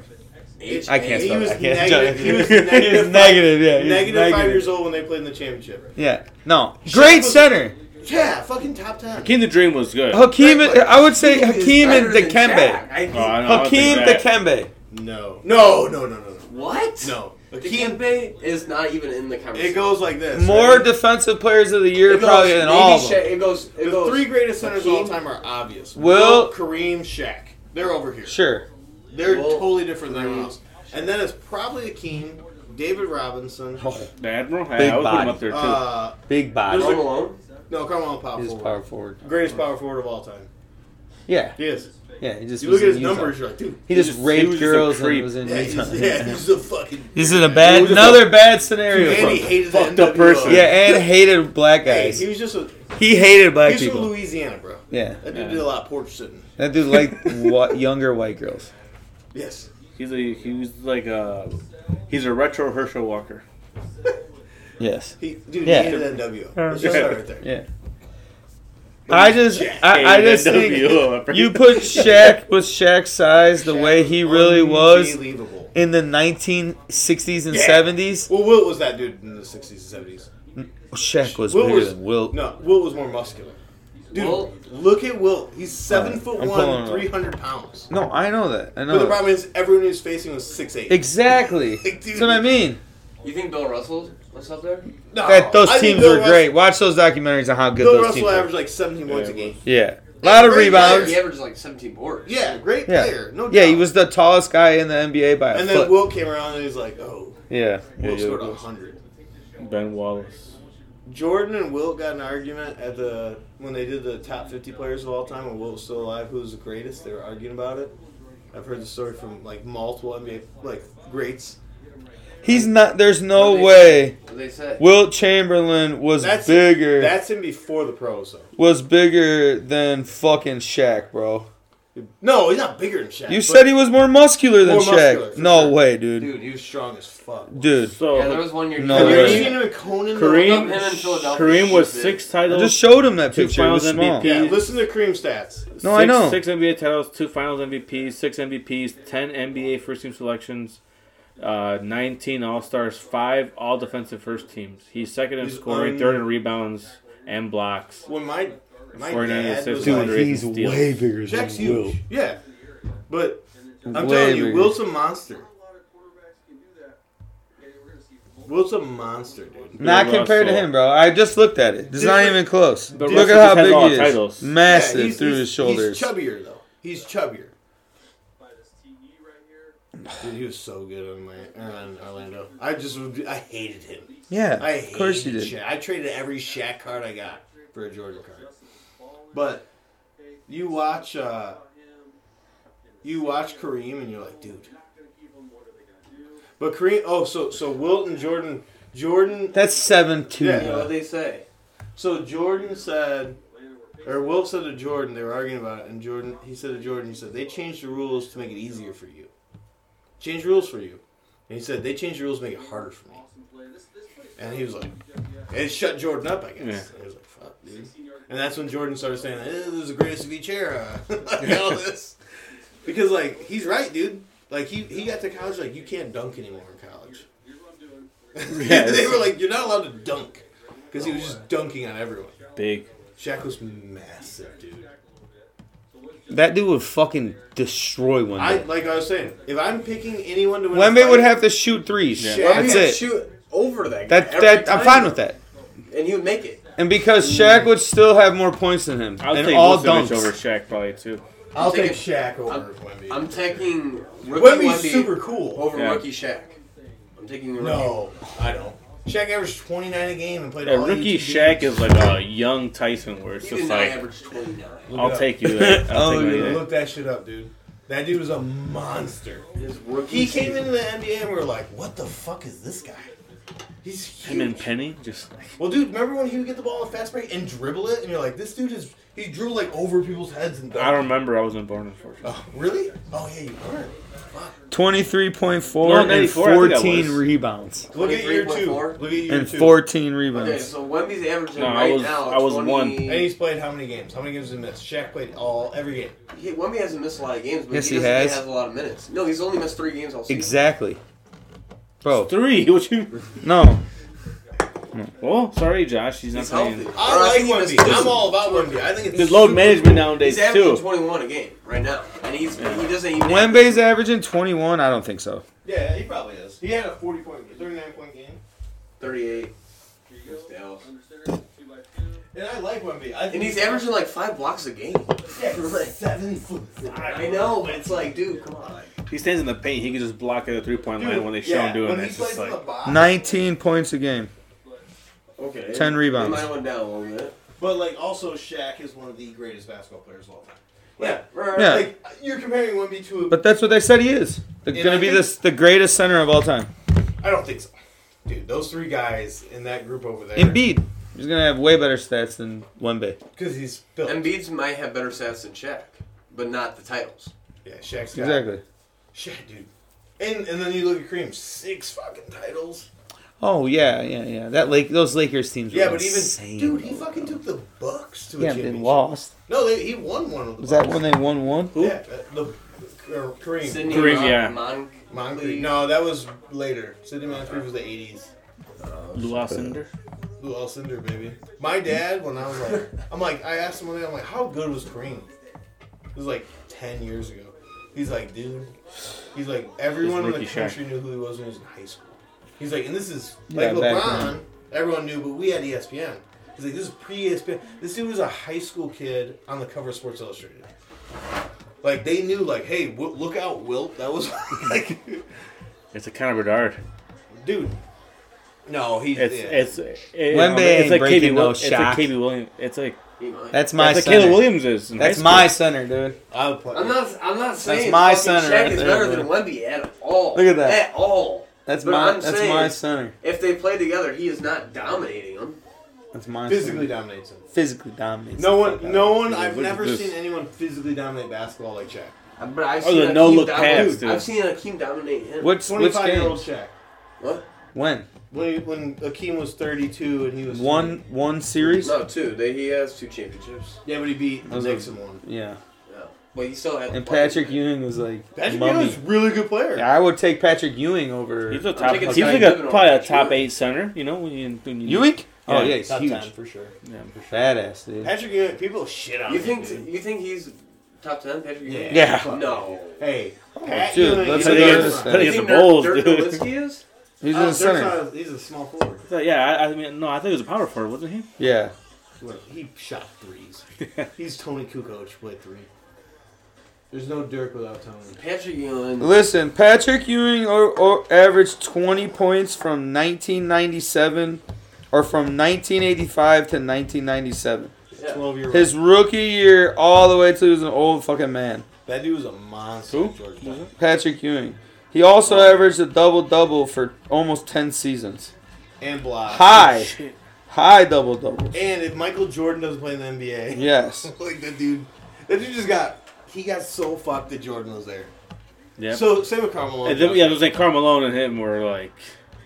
H-
I can't
H-
He
spell.
was
it. I can't.
negative. He was
He was
negative five-
negative, yeah, he was
negative five
negative.
years old when they played in the championship.
Yeah, no, great
was-
center.
Yeah, fucking top ten.
King the Dream was good.
Hakeem,
Right, like,
I would say
Hakeem is
Hakeem and
better than Shaq.
Dikembe.
Oh,
I think-
I know, I don't
Hakeem
think that.
Dikembe.
No. No, no, no, no, no.
what?
No. Hakeem.
Dikembe is not even in the conversation.
It goes like this.
More
right?
defensive players of the year
It goes
probably than
maybe
all of them.
Shaq- It goes. It
the
goes.
three greatest centers of all
Hakeem-
time are obvious.
Will-
Kareem, Shaq. They're over here.
Sure.
They're
Will,
totally different than everyone
Kareem,
else. And then it's probably Hakeem, David Robinson.
The Admiral? Yeah,
Big
I would put him
body.
up there, too.
Uh,
Big body.
There's
Home
like-
Alone.
no, Carmelo Power
He's a
forward.
power forward.
Greatest power forward of all time.
Yeah,
He is.
yeah. He just
You
was
look at
in
his
Utah.
numbers, you're like, dude.
He
He
just
was- he
raped
was just a
girls and
creep.
was in
Yeah,
Utah.
he's, yeah, he's a fucking.
He's in a
He
bad,
was just
another bad
And
scenario.
he hated the
Fucked up
NWO.
person.
Yeah, and hated black
Hey,
guys.
he was just a.
He hated black
He's from
people.
Louisiana, bro.
Yeah,
That dude did a lot of porch sitting.
that dude liked wa- younger white girls.
Yes.
He's a, he was like a, he's a retro Herschel Walker.
Yes.
He, dude,
Yeah.
he hated the NWO. It's just
Yeah.
that right there.
Yeah. I just, I, I just think you put Shaq with Shaq's size the way he really was
Unbelievable.
in the 1960s and
Yeah.
70s.
Well, Wilt was that dude in the 60s and 70s.
Shaq was
Wilt
bigger
was-
than Wilt.
No, Wilt was more muscular. Dude,
Wilt-
look at Wilt. He's seven
Alright,
foot
I'm pulling it
one,
up.
three hundred pounds.
No, I know that. I know.
But the
that.
problem is, everyone he was facing was six eight.
Exactly.
Like, dude.
That's what I mean.
You think Bill Russell was up there?
No,
That those
I think
teams
Bill
were
Russell-
great. Watch those documentaries on how good
Bill
those
Russell
teams were.
averaged like seventeen points a
Yeah,
game.
Yeah, a lot of
Great
rebounds.
He averaged like 17 boards.
Yeah, great
Yeah.
player. No doubt.
Yeah, he was the tallest guy in the NBA by a
And
foot.
then Will came around and he's like, oh,
yeah.
Will
Yeah, yeah.
scored a hundred.
Ben Wallace.
Jordan and Wilt got an argument at the when they did the top 50 players of all time, and Wilt was still alive. Who was the greatest? They were arguing about it. I've heard the story from like multiple NBA like greats.
He's not. There's no
What they
way.
What they said.
Wilt Chamberlain was
That's
bigger.
That's him before the pros, though.
was bigger than fucking Shaq, bro.
No, he's not bigger than Shaq.
You
but
said he was more muscular than
More
Shaq.
muscular, for
no
sure.
way, dude.
Dude, he was strong as fuck.
Dude,
So
Yeah, there was one year. he
No
Have
was
you
way.
ever
up
seen
there.
him in Conan? the
Kareem,
Lion?
Him in Philadelphia.
Kareem was
Shit.
six
I
titles,
just showed him that
Two
picture. It was
Finals
small.
MVP.
Yeah, listen to Kareem's stats.
No, I
six-
know.
Six NBA titles, two Finals MVPs, six MVPs, ten NBA first team selections, uh, nineteen All Stars, five All Defensive first teams. He's second in
He's
scoring,
un-
third in rebounds and blocks.
When my my
49
dad was
assists,
like,
Dude, he's way
bigger
Shaq's huge. Yeah, but I'm
Way
telling you,
bigger.
Wilt's a monster. Wilt's a monster, dude.
Not
Bill
compared to
Russell.
him, bro. I just looked at it. It's not
Different-
even close.
But
Look at
Russell just
how
has all
big he is.
titles.
Massive
Yeah, he's-
through
he's-
his shoulders.
He's chubbier though. He's chubbier. Dude, he was so good on my on Orlando. I just would- I hated him.
yeah,
I hated
of course you did.
Shaq. I traded every Shaq card I got for a Jordan card. But you watch uh you watch Kareem and you're like, dude. But Kareem oh so so Wilt and Jordan Jordan
That's seven two.
Yeah.
You know what they say.
so Jordan said, or Will said to Jordan, they were arguing about it, and Jordan, he said to Jordan, he said, they changed the rules to make it easier for you. Change rules for you. And he said, they changed the rules to make it harder for me. And he was like, and it shut Jordan up, I guess.
Yeah.
And he was like, fuck, dude. And that's when Jordan started saying, eh, this is the greatest of each era. like, all this. Because, like, he's right, dude. Like, he, he got to college, like, you can't dunk anymore in college. they were like, you're not allowed to dunk. Because he was just dunking on everyone.
Big.
Shaq was massive, dude.
That dude would fucking destroy one.
I like I was saying, if I'm picking anyone to win, a
Wembe
fight-
would have to shoot threes.
Yeah.
Shaq
That's
would
it.
shoot over that guy.
That
every
that I'm
time.
fine with that.
And he would make it.
And because Shaq would still have more points than him,
I would
and
take
all
Vucevic
dunks.
over Shaq probably too.
I'll
take
take Shaq over
I'm-
Wemby.
I'm taking rookie
Wemby's
Wemby
super cool.
over
Yeah.
rookie Shaq. I'm taking rookie.
No, I don't. Shaq averaged 29 a game and played.
Yeah,
all
rookie
82
Shaq
games.
is like a young Tyson, where it's
He
just
did not
like
average 29.
Look it
I'll
up.
take you. That. I'll
Oh,
take you.
yeah.
That.
Look that shit up, dude. That dude was a monster.
His rookie
He came
season-
into the NBA and we were like, "What the fuck is this guy?" He's huge.
Him and Penny just like
Well, dude, remember when he would get the ball on fast break and dribble it, and you're like, "This dude is he dribbled like over people's heads and."
I don't remember. I wasn't born unfortunately.
Oh, really? Oh yeah, you were.
No,
23.4 and
94, I think I
14
was.
rebounds.
Look at year two.
23.4?
Look at year
And
two.
14
Okay,
rebounds.
so Wemby's averaging
No, I
right
was-
now.
I was
20
one.
And he's played how many games? How many games did he miss? Shaq played all every game.
He, Wemby hasn't missed a lot of games, but
Yes,
he,
he
doesn't-
has.
has a lot of minutes. No, he's only missed three games all season.
Exactly. Bro,
Three. What you?
no.
Well, sorry, Josh. He's not
He's
playing.
healthy. Or I think he missed two.
about Wemby. I think
There's load
super-
management nowadays
He's averaging
too.
21 a game right now, and he's he doesn't even.
Wembe's averaging 21? I don't think so.
Yeah, he probably is. He had a 40 point, 39 point game.
38. against Dallas.
And I like Wemby. I think
And he's averaging like five blocks a game.
like seven foot.
I know, but it's like, dude, come on.
He stands in the paint. He can just block at the three point line when they show him doing
when
that.
he
It's
plays
just
in
like
the box.
19 points a game.
Okay.
10 rebounds.
They might have went down a little bit.
But like, also Shaq is one of the greatest basketball players of all time.
Yeah. right,
Yeah.
right.
Like you're comparing Wemby to.
But that's what they said he is. They're
And
going
I
to be
think-
this, the greatest center of all time.
I don't think so. Dude, those three guys in that group over there.
Embiid. He's going to have way better stats than Wembe.
Because he's built.
Embiid's might have better stats than Shaq, but not the titles.
Yeah, Shaq's got
Exactly.
Shit, dude. And and then you look at Kareem, six fucking titles.
Oh, yeah, yeah, yeah. That Lake, Those Lakers teams were
Yeah, but even
insane.
dude, he fucking took the Bucks to a
yeah,
championship.
been lost.
No, they, he won one of the.
Was that
Bucks.
when they won one?
Yeah, uh, the uh, Kareem.
Sidney
Kareem,
Mon-
yeah.
Mon-
Moncrief. No, that was later. Sidney Moncrief was the '80s.
Lou Alcindor.
Lou Alcindor, baby. My dad, when I was like, I'm like, I asked him one day, I'm like, how good was Kareem? It was like 10 years ago. He's like, dude, he's like, everyone in the
Ricky Shaq.
country knew who he was when he was in high school. He's like, and this is
Yeah,
like
back
LeBron,
then.
everyone knew, but we had E ESPN. He's like, this is pre ESPN. This dude was a high school kid on the cover of Sports Illustrated. Like, they knew, like, hey, w- look out, Wilt. That was like,
It's a kind of Bernard.
dude. No, he's.
It's
yeah.
it's it,
Wemby
it's
ain't
like
breaking
KB
no
Wil- It's like
shock.
KB Williams. It's like
He might.
That's my
that's like
center.
Caleb Williams is. in high
That's
school.
my center, dude.
I would play.
I'm not. I'm not saying
my
fucking
center
Shaq
right
is
there,
better
dude.
than Wemby at all.
Look at that.
At all.
That's
But
my
I'm
that's
saying-
my center.
If they play together, he is not dominating them.
That's my
physically
center.
dominates him.
physically dominates.
No
the
one,
fuck out of
no
him.
one. I've
Look at
never
this.
seen anyone physically dominate basketball like Shaq.
Uh,
But I've
Oh,
seen
the
Hakeem
no-look
dominate-
pass, dude.
I've seen Akeem dominate him.
What's which
Twenty-five year
game?
old Shaq.
What?
When
When he, when Akeem was thirty-two and he was
one one series?
No, two. They, he has two championships.
Yeah, but he beat the
Those are-
Knicks in one.
Yeah,
Yeah. But he still had.
and Patrick Ewing was like
Patrick
mummy.
Ewing's a really good player.
Yeah, I would take Patrick Ewing over
He's a
I'm
top.
taking
He's
Scottie
like a,
Pippen
probably
over
a top
Stewart.
eight center. You know when you when you
Ewing. Oh
Yeah.
yeah, he's
top
huge,
ten for sure.
Yeah.
badass dude.
Patrick Ewing, people shit on
You
him,
think?
dude.
You think he's top ten? Patrick Ewing.
Yeah.
fuck.
No.
Hey, Pat
Oh, dude,
Ewing
let's
is-
go to
is-
this thing.
You
Against
think
the Bulls,
Dirk,
dude.
Dirk Nowitzki is?
He's
uh,
in the
Dirk's
center.
not a- He's a small forward.
So, yeah, I, I mean, no, I think it was a power forward, wasn't he?
Yeah,
Look, he shot threes. he's Tony Kukoc with three. There's no Dirk without Tony.
Patrick Ewing.
Listen, Patrick Ewing o- o- averaged 20 points from 1997 or from 1985 to 1997.
Yeah.
Twelve year old.
His rookie year all the way till he was an old fucking man.
That dude was a monster.
Who?
at Georgetown.
Patrick Ewing. He also averaged a double double for almost 10 seasons.
And block.
High. High double double.
And if Michael Jordan doesn't play in the NBA,
Yes.
like that dude, that dude just got he got so fucked that Jordan was there.
Yeah.
So same with Carmelo.
and then, yeah, it was like Carmelo and him were like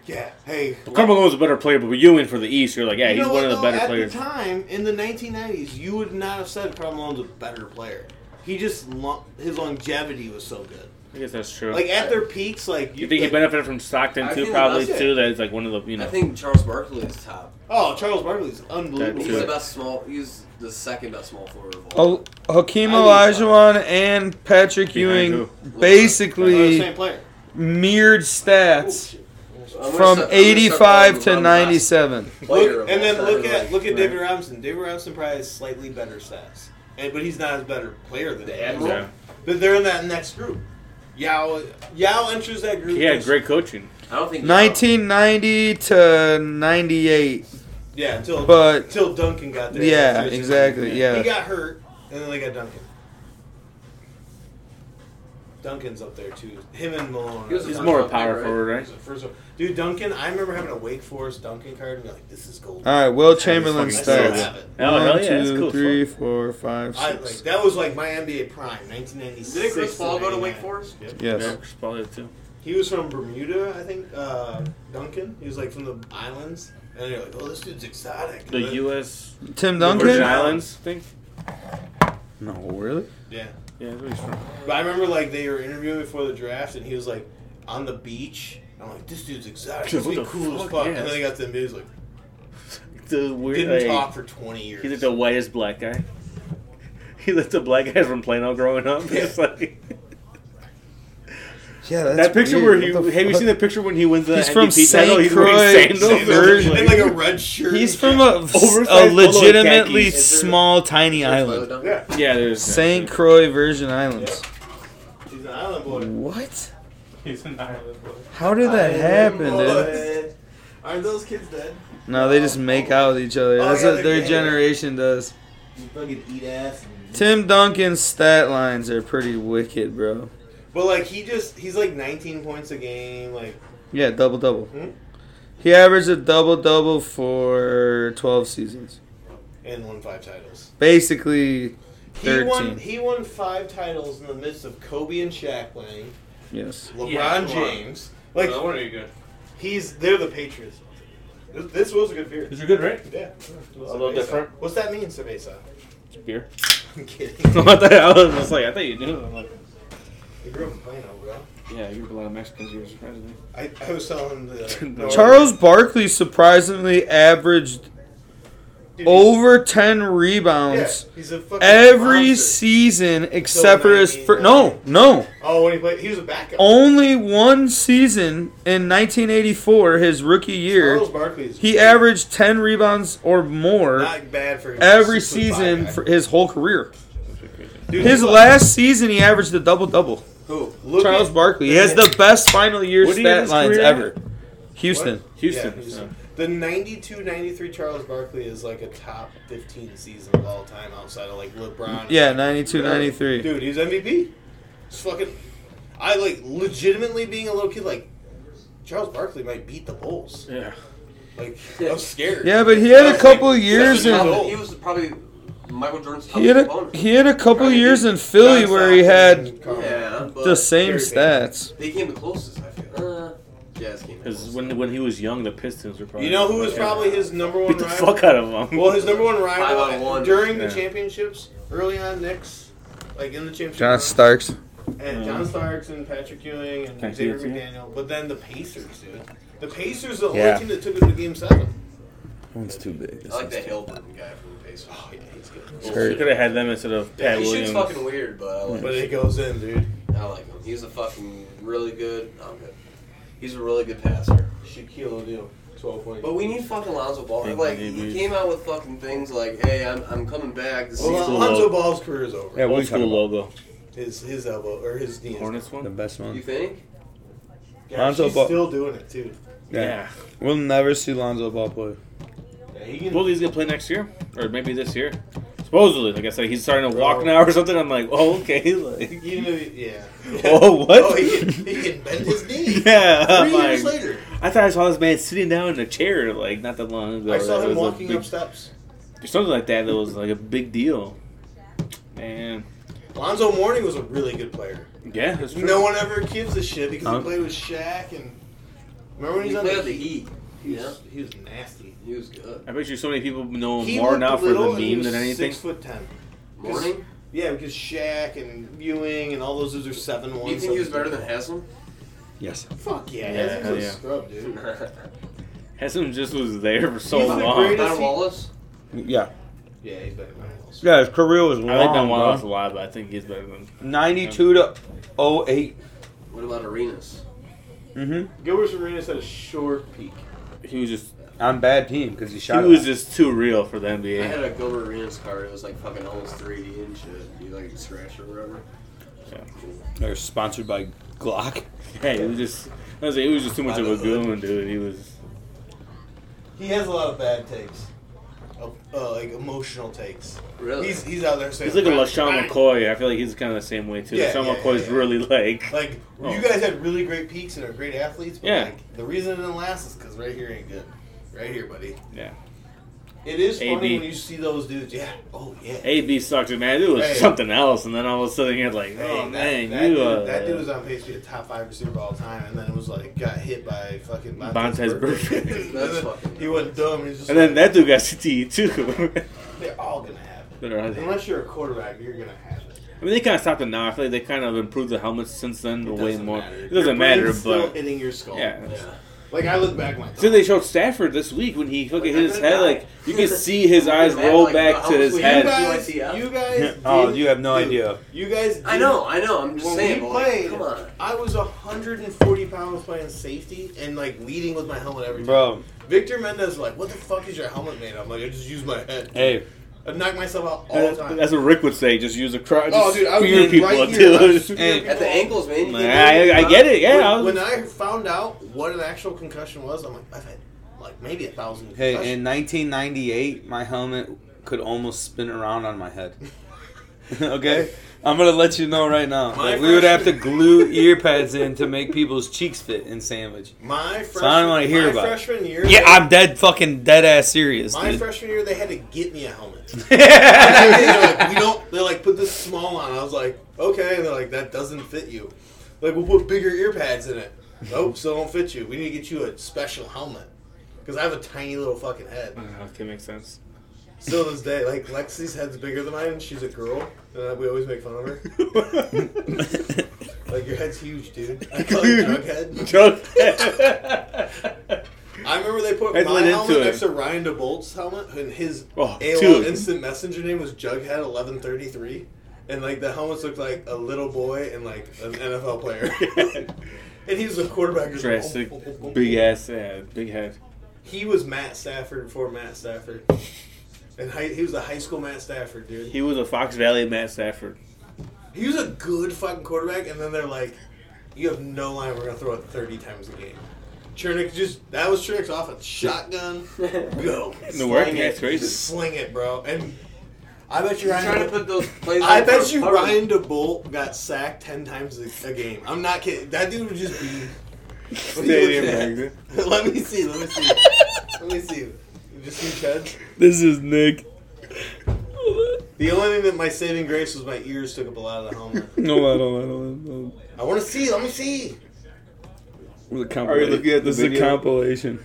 Yeah, Hey,
Carmelo was a better player, but Ewing for the East, you're like, yeah,
You
he's
know
one of
what,
the
though?
better
at
players.
the time in the 1990s. You would not have said Carmelo's a better player. He just lo- his longevity was so good.
I guess that's true.
Like at their peaks, like
you think he
like,
benefited from Stockton
I
too,
think
probably
that's it.
too. That is like one of the you
I
know.
think Charles Barkley is top.
Oh, Charles Barkley's unbelievable.
That
He's
too.
the best small. He's the second best small forward of all.
O- Hakeem
I think-
Olajuwon and Patrick
Behind
Ewing
who?
They're the
basically
same player.
mirrored stats
I'm gonna
from
start- I'm gonna start calling
85 to
LeBron the best
97.
player of
and
all
then
time,
look
like,
at look at
right?
David Robinson. David Robinson probably has slightly better stats, and, but he's not a better player than
The
him.
Admiral?
yeah.
But they're in that next group. Yao Yao enters that group.
He had
as-
great coaching.
I don't think
1990 to 98.
Yeah, until
But
until Duncan got there.
yeah,
He was-
exactly.
He
Yeah.
got hurt, and then they got Duncan. Duncan's up there too. Him and Malone.
He was
are-
He's
He's
more a
not
power
right?
forward, right?
He's the first one. Dude, Duncan. I remember having a Wake Forest Duncan card and be like, "This is gold."
All right, Will Uh, Chamberlain
I still
stats.
have it.
Oh hell
One,
yeah, that's
two,
cool.
three, four, five,
I, like,
six.
that was like my NBA prime, 1996.
Did Chris Paul
and
go to
99.
Wake Forest?
Yep.
Yes.
Yeah, Chris Paul did too.
He was from Bermuda, I think. Uh, Duncan. He was like from the islands, and they're like, "Oh, this dude's exotic."
The
And then-
U.S.
Tim
Virgin
Duncan?
Islands thing.
No, really?
Yeah.
Yeah, that's where he's from.
But I remember like they were interviewing before the draft, and he was like on the beach. I'm like, this dude's exotic.
Dude,
He's
what
gonna be
the
cool as
fuck,
fuck.
yeah.
And then he got to the NBA. He's like,
The weird. like,
didn't talk for 20 years.
He's like the whitest black guy. He looked the black guy from Plano growing up. It's like
Yeah,
that picture where he have you seen the picture when he wins the
He's
MVP
from
title?
Saint
He's wearing
Croix,
sandals.
Virgin.
and like a red shirt.
He's from a,
Oversized
a
polo
legitimately
khakis. Is
there-
small, tiny
Island.
island.
yeah.
yeah, there's
St. Croix Virgin Islands.
He's an island boy.
What?
He's an island boy.
How did that happen, dude?
dude? Aren't those kids dead?
No, they just make out with each other.
Oh,
That's
yeah,
what their
they're gay.
generation does.
You fucking eat ass.
Tim Duncan's stat lines are pretty wicked, bro.
But like he just he's like 19 points a game. Like
Yeah, double double.
Hmm?
He averaged a double double for twelve seasons.
and won five titles.
Basically,
He won.
thirteen.
He won five titles in the midst of Kobe and Shaq playing.
Yes.
LeBron
Yeah, come on.
James. Like
one are you good?
He's they're the Patriots. This, this was a good beer.
you're good, right?
Yeah.
little different.
What's that mean, Cerveza?
Beer.
I'm kidding.
what the hell? I was like, I thought you knew. I'm like,
I grew up in Plano, bro.
Yeah, you grew up with a lot of Mexicans. You were surprised me.
I, I was telling the
Charles Barkley surprisingly averaged
Dude, he's-
over 10
yeah,
rebounds
he's a fucking
every
monster.
season except for his
19,
fir- no, no.
Oh, when he played, he was a backup.
Only one season in 1984, his rookie year,
Charles Barkley's
he averaged 10 rebounds or more
not bad for him.
every
Six foot five
season
guy.
for his whole career.
Dude,
His
look-
last season, he averaged a double double.
Who?
look
Charles
at-
Barkley. He has the best final year
What do you have
stat
his
lines
career
ever. Houston.
Houston. so.
Yeah, Houston. The 92 93 Charles Barkley is like a top 15 season of all time outside of like LeBron.
Yeah, 92 93.
Dude, he's MVP. It's fucking. I like legitimately being a little kid, like, Charles Barkley might beat the Bulls.
Yeah.
Like, I'm scared.
Yeah, but he had a
Like,
couple
like,
years
seven years
in
old.
He was probably Michael Jordan's top
he had a,
opponent.
he had a couple
Right.
years in Philly
John
where he
Stockton
had
and Carl-
Yeah, but
the same
Gary Payton.
stats.
they came the closest. I feel. Uh, Jazz came. the
Because
closest.
when when he was young, the Pistons were probably.
You know who was probably his number one
beat the
rival?
fuck out of him.
Well, his number one rival
Five on one.
during
Yeah.
the championships, early on Knicks, like in the championship.
John
run,
Starks.
and
Mm-hmm.
John Starks and Patrick Ewing and
Thank
Xavier
you.
McDaniel, but then the Pacers, dude. The Pacers are the
Yeah.
only team that took him to Game Seven.
One's too big.
I like that Hilburn guy from the Pacers.
Oh yeah, he's good.
He could have had them instead of Pat
he
Williams.
shoots fucking weird, but I like,
But it goes in, dude.
I like him. He's a fucking really good. no, I'm good. He's a really good passer.
Shaquille O'Neal, twelve points.
But we need fucking Lonzo Ball.
Thank
Like
you,
he
dude.
came out with fucking things like, "Hey, I'm, I'm coming back." This
well,
season.
Lonzo
Lonzo
Ball.
Ball's career is over.
Yeah, what are
Old
you talking
school
about?
logo.
His his elbow or his knee. is-
Hornets one.
The best
You
one.
think?
God,
Lonzo
she's
Ball-
still doing it too.
Yeah. We'll never see Lonzo Ball play.
Yeah, he can,
Well, he's gonna play next year, or maybe this year. Supposedly, like I said, he's starting to walk now or something. I'm like, oh okay, like,
he can- yeah.
oh what?
Oh, he can, he can bend his knee.
yeah, oh I'm
Three years
like-
later,
I thought I saw this man sitting down in a chair like not that long ago.
I saw
That
him
was a
walking
big-
up steps.
something like that. That was like a big deal. Man,
Lonzo Mourning was a really good player.
yeah, that's true.
No one ever gives a shit because
Huh?
he played with Shaq and remember when
He
he's on
played
the,
at the Heat.
He was,
Yeah,
he was nasty.
he was good.
I bet you so many people know
He
more
looked
now for the
little and he
meme
was
than anything.
Six foot ten.
Morning.
Yeah, because Shaq and Ewing and all those dudes are seven
Do
one.
you think he was better than Haslam?
Yes.
Fuck yeah,
Yeah,
yeah,
hell
was
yeah.
a scrub, dude.
Haslam just was there for so
He's the
long.
greatest-
Don Wallace.
Yeah.
Yeah, he's better than anyone else.
Yeah, his career was long.
I like Don
bro.
Wallace a lot, but I think he's better than
92 to 08.
What about Arenas?
Mm-hmm.
Gilbert Arenas had a short peak.
he was just
On bad team because he
he
shot.
was just too real for the
I
NBA.
had a Gilbert Arenas card. It was like fucking almost 3D and shit. You like scratch or whatever.
They're sponsored by Glock.
Hey, it was just I was like, it was just too much of a goon, dude. He was
He has a lot of bad takes, uh, uh, like emotional takes.
Really?
He's he's out there saying
he's like a
"Ah,
LaShawn
ah."
McCoy. I feel like he's kind of the same way too.
Yeah,
LaShawn
yeah,
McCoy's
yeah, yeah.
really like
Like
Oh.
you guys had really great peaks and are great athletes, but
Yeah.
like the reason it didn't last is because right here ain't good. Right here, buddy.
Yeah.
It is funny
AB.
when you see those dudes. Yeah. Oh yeah.
AB sucked it, man. It was
Hey.
something else, and then all of a sudden you're like,
Hey,
oh
that,
man,
that,
you
dude,
uh,
that dude was on pace to be a top five receiver of all time, and then it was like got hit by fucking
Vontaze Burfict.
And
That's
then
fucking-
He went dumb. He's just
and then
like,
that dude got CTE too.
they're all gonna have it.
Better, I think.
Unless you're a quarterback, you're gonna have it.
I mean, they kind of stopped it now. I feel like they kind of improved the helmets since then
It
way
doesn't
more.
matter.
It
Your
doesn't matter,
brain's still
but
hitting your skull.
yeah.
Like I look back, my
So they showed Stafford this week when he fucking
Like,
hit his
I'm
head.
gonna die.
Like you can see his eyes
Like,
roll
like,
back
how
to his
much
you
weight
head.
guys,
Yeah.
you guys.
Oh,
did-
you have no
dude,
idea.
You guys. Did,
I know, I know. I'm just
When
saying.
we
but, like,
played,
come on.
I was 140 pounds playing safety and like leading with my helmet every time.
Bro,
Victor Mendez was like, "What the fuck is your helmet made?" of?" I'm like, "I just use my head.
hey,
I knock myself out all the time."
That's what Rick would say. Just use a crowd.
oh, dude, I was
spear
getting
people
right
too.
here. I was shooting
Hey.
people
At the
up.
ankles, man. you
Like,
can't do
I, I get it. Yeah, I was-
When, when I found out what an actual concussion was, I'm like, I've had like maybe a thousand.
hey, in
concussions.
1998, my helmet could almost spin around on my head. okay? I'm going to let you know right now.
My
Like, we would have to
freshman-
glue ear pads in to make people's cheeks fit in sandwich.
my freshman,
I don't wanna hear
my
about it.
freshman year.
Yeah, I'm dead fucking dead ass serious,
my
dude.
freshman year, they had to get me a helmet.
yeah,
they're like, we don't. They like put this small on. I was like, okay. And they're like, that doesn't fit you. Like we'll put bigger ear pads in it. Nope, still don't fit you. We need to get you a special helmet because I have a tiny little fucking head.
Okay, makes sense.
Still to this day, like Lexi's head's bigger than mine. and She's a girl, and we always make fun of her. Like your head's huge, dude. I call you Jughead. I remember they put
I
my
lit into
helmet
it.
next to Ryan DeBolt's helmet, and his
Oh,
AOL
dude.
instant messenger name was Jughead eleven thirty three, and like the helmets looked like a little boy and like an NFL player, and he was a quarterback. just
Drastic,
boom, boom, boom, boom,
big
boom.
ass, yeah, big head.
He was Matt Stafford before Matt Stafford, and high, he was a high school Matt Stafford dude.
He was a Fox Valley Matt Stafford.
He was a good fucking quarterback, and then they're like, "You have no line. We're gonna throw it thirty times a game." Chernick just that was Chernick's offense. Shotgun, go,
No work,
Sling
that's
it.
crazy.
just sling it, bro. And I bet you
trying to
Ryan.
put those plays.
I
on
bet
for
you
coverage.
Ryan DeBolt got sacked ten times a, a game. I'm not kidding. That dude would just be. What are you
Stadium
looking
magnet.
at? Let me see. Let me see. Let me see. You Just see Chud.
This is Nick.
The only thing that my saving grace was my ears took up a lot of the helmet.
No, I don't. I don't. No.
I want to see. Let me see.
Are you looking at the this is a compilation?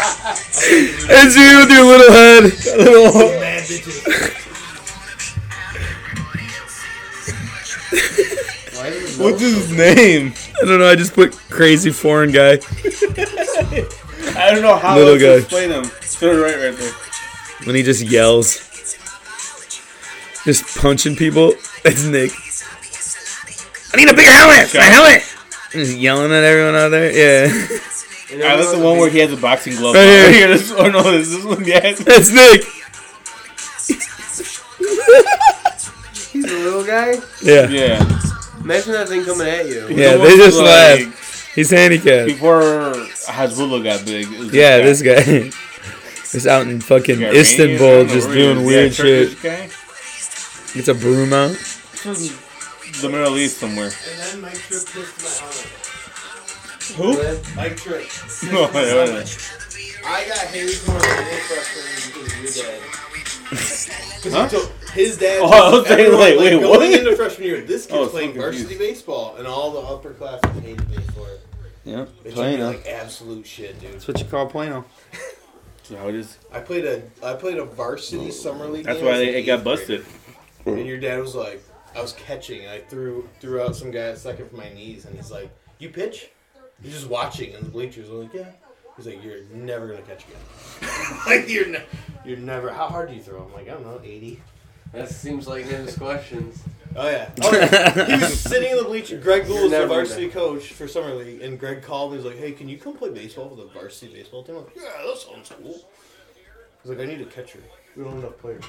it's you with your little head. Little
Mad bitches.
What's his name? I don't know. I just put crazy foreign guy. I don't know how
Little
else to
guy.
explain him. To the right, right there.
when he just yells, just punching people. It's Nick. I need a bigger helmet. My helmet. Just yelling at everyone out there. Yeah,
I Ah, that's the one where he has a boxing glove.
Right here.
Right here. This, oh no, this this one. Yes.
that's Nick.
He's a little guy.
Yeah,
Yeah.
Imagine that thing coming at you.
yeah. They
The one
just
like,
laugh. He's handicapped.
Before Hazbullah got big. it was
Yeah,
guy.
this guy. He's out in fucking
Iranian, I
Istanbul
don't know
just
where he
doing
is.
weird
Yeah, Turkish
shit.
guy.
It's a broom out.
The Middle East somewhere.
And then Mike Tripp kissed my arm.
Who?
Mike Tripp.
No, I don't know.
I got Harry's more frustrated because of your dad. Because
Huh?
his dad.
Oh, I was saying,
everyone,
like, wait,
going
what?
into freshman year, this kid's
I was
playing
so
varsity
confused.
baseball, and all the upperclassmen hated me for it.
Yeah,
It's just like absolute shit, dude.
what you call Plano.
That's how it is.
I played a I played a varsity summer league.
That's
game
why
as
they,
an
it got
eighth grader.
busted.
And your dad was like, I was catching, and I threw threw out some guy at second for my knees, and he's like, "You pitch?" He's just watching, and the bleachers are like, "Yeah." He's like, "You're never gonna catch again." like you're, ne- you're never. How hard do you throw? I'm like, I don't know, eighty.
That seems like his questions.
Oh yeah. Oh, yeah. he was sitting in the bleacher. Greg Gould was the varsity coach for summer league, and Greg called me. He's like, "Hey, can you come play baseball for the varsity baseball team?" I'm like, "Yeah, that sounds cool." He's like, "I need a catcher. We don't have enough players."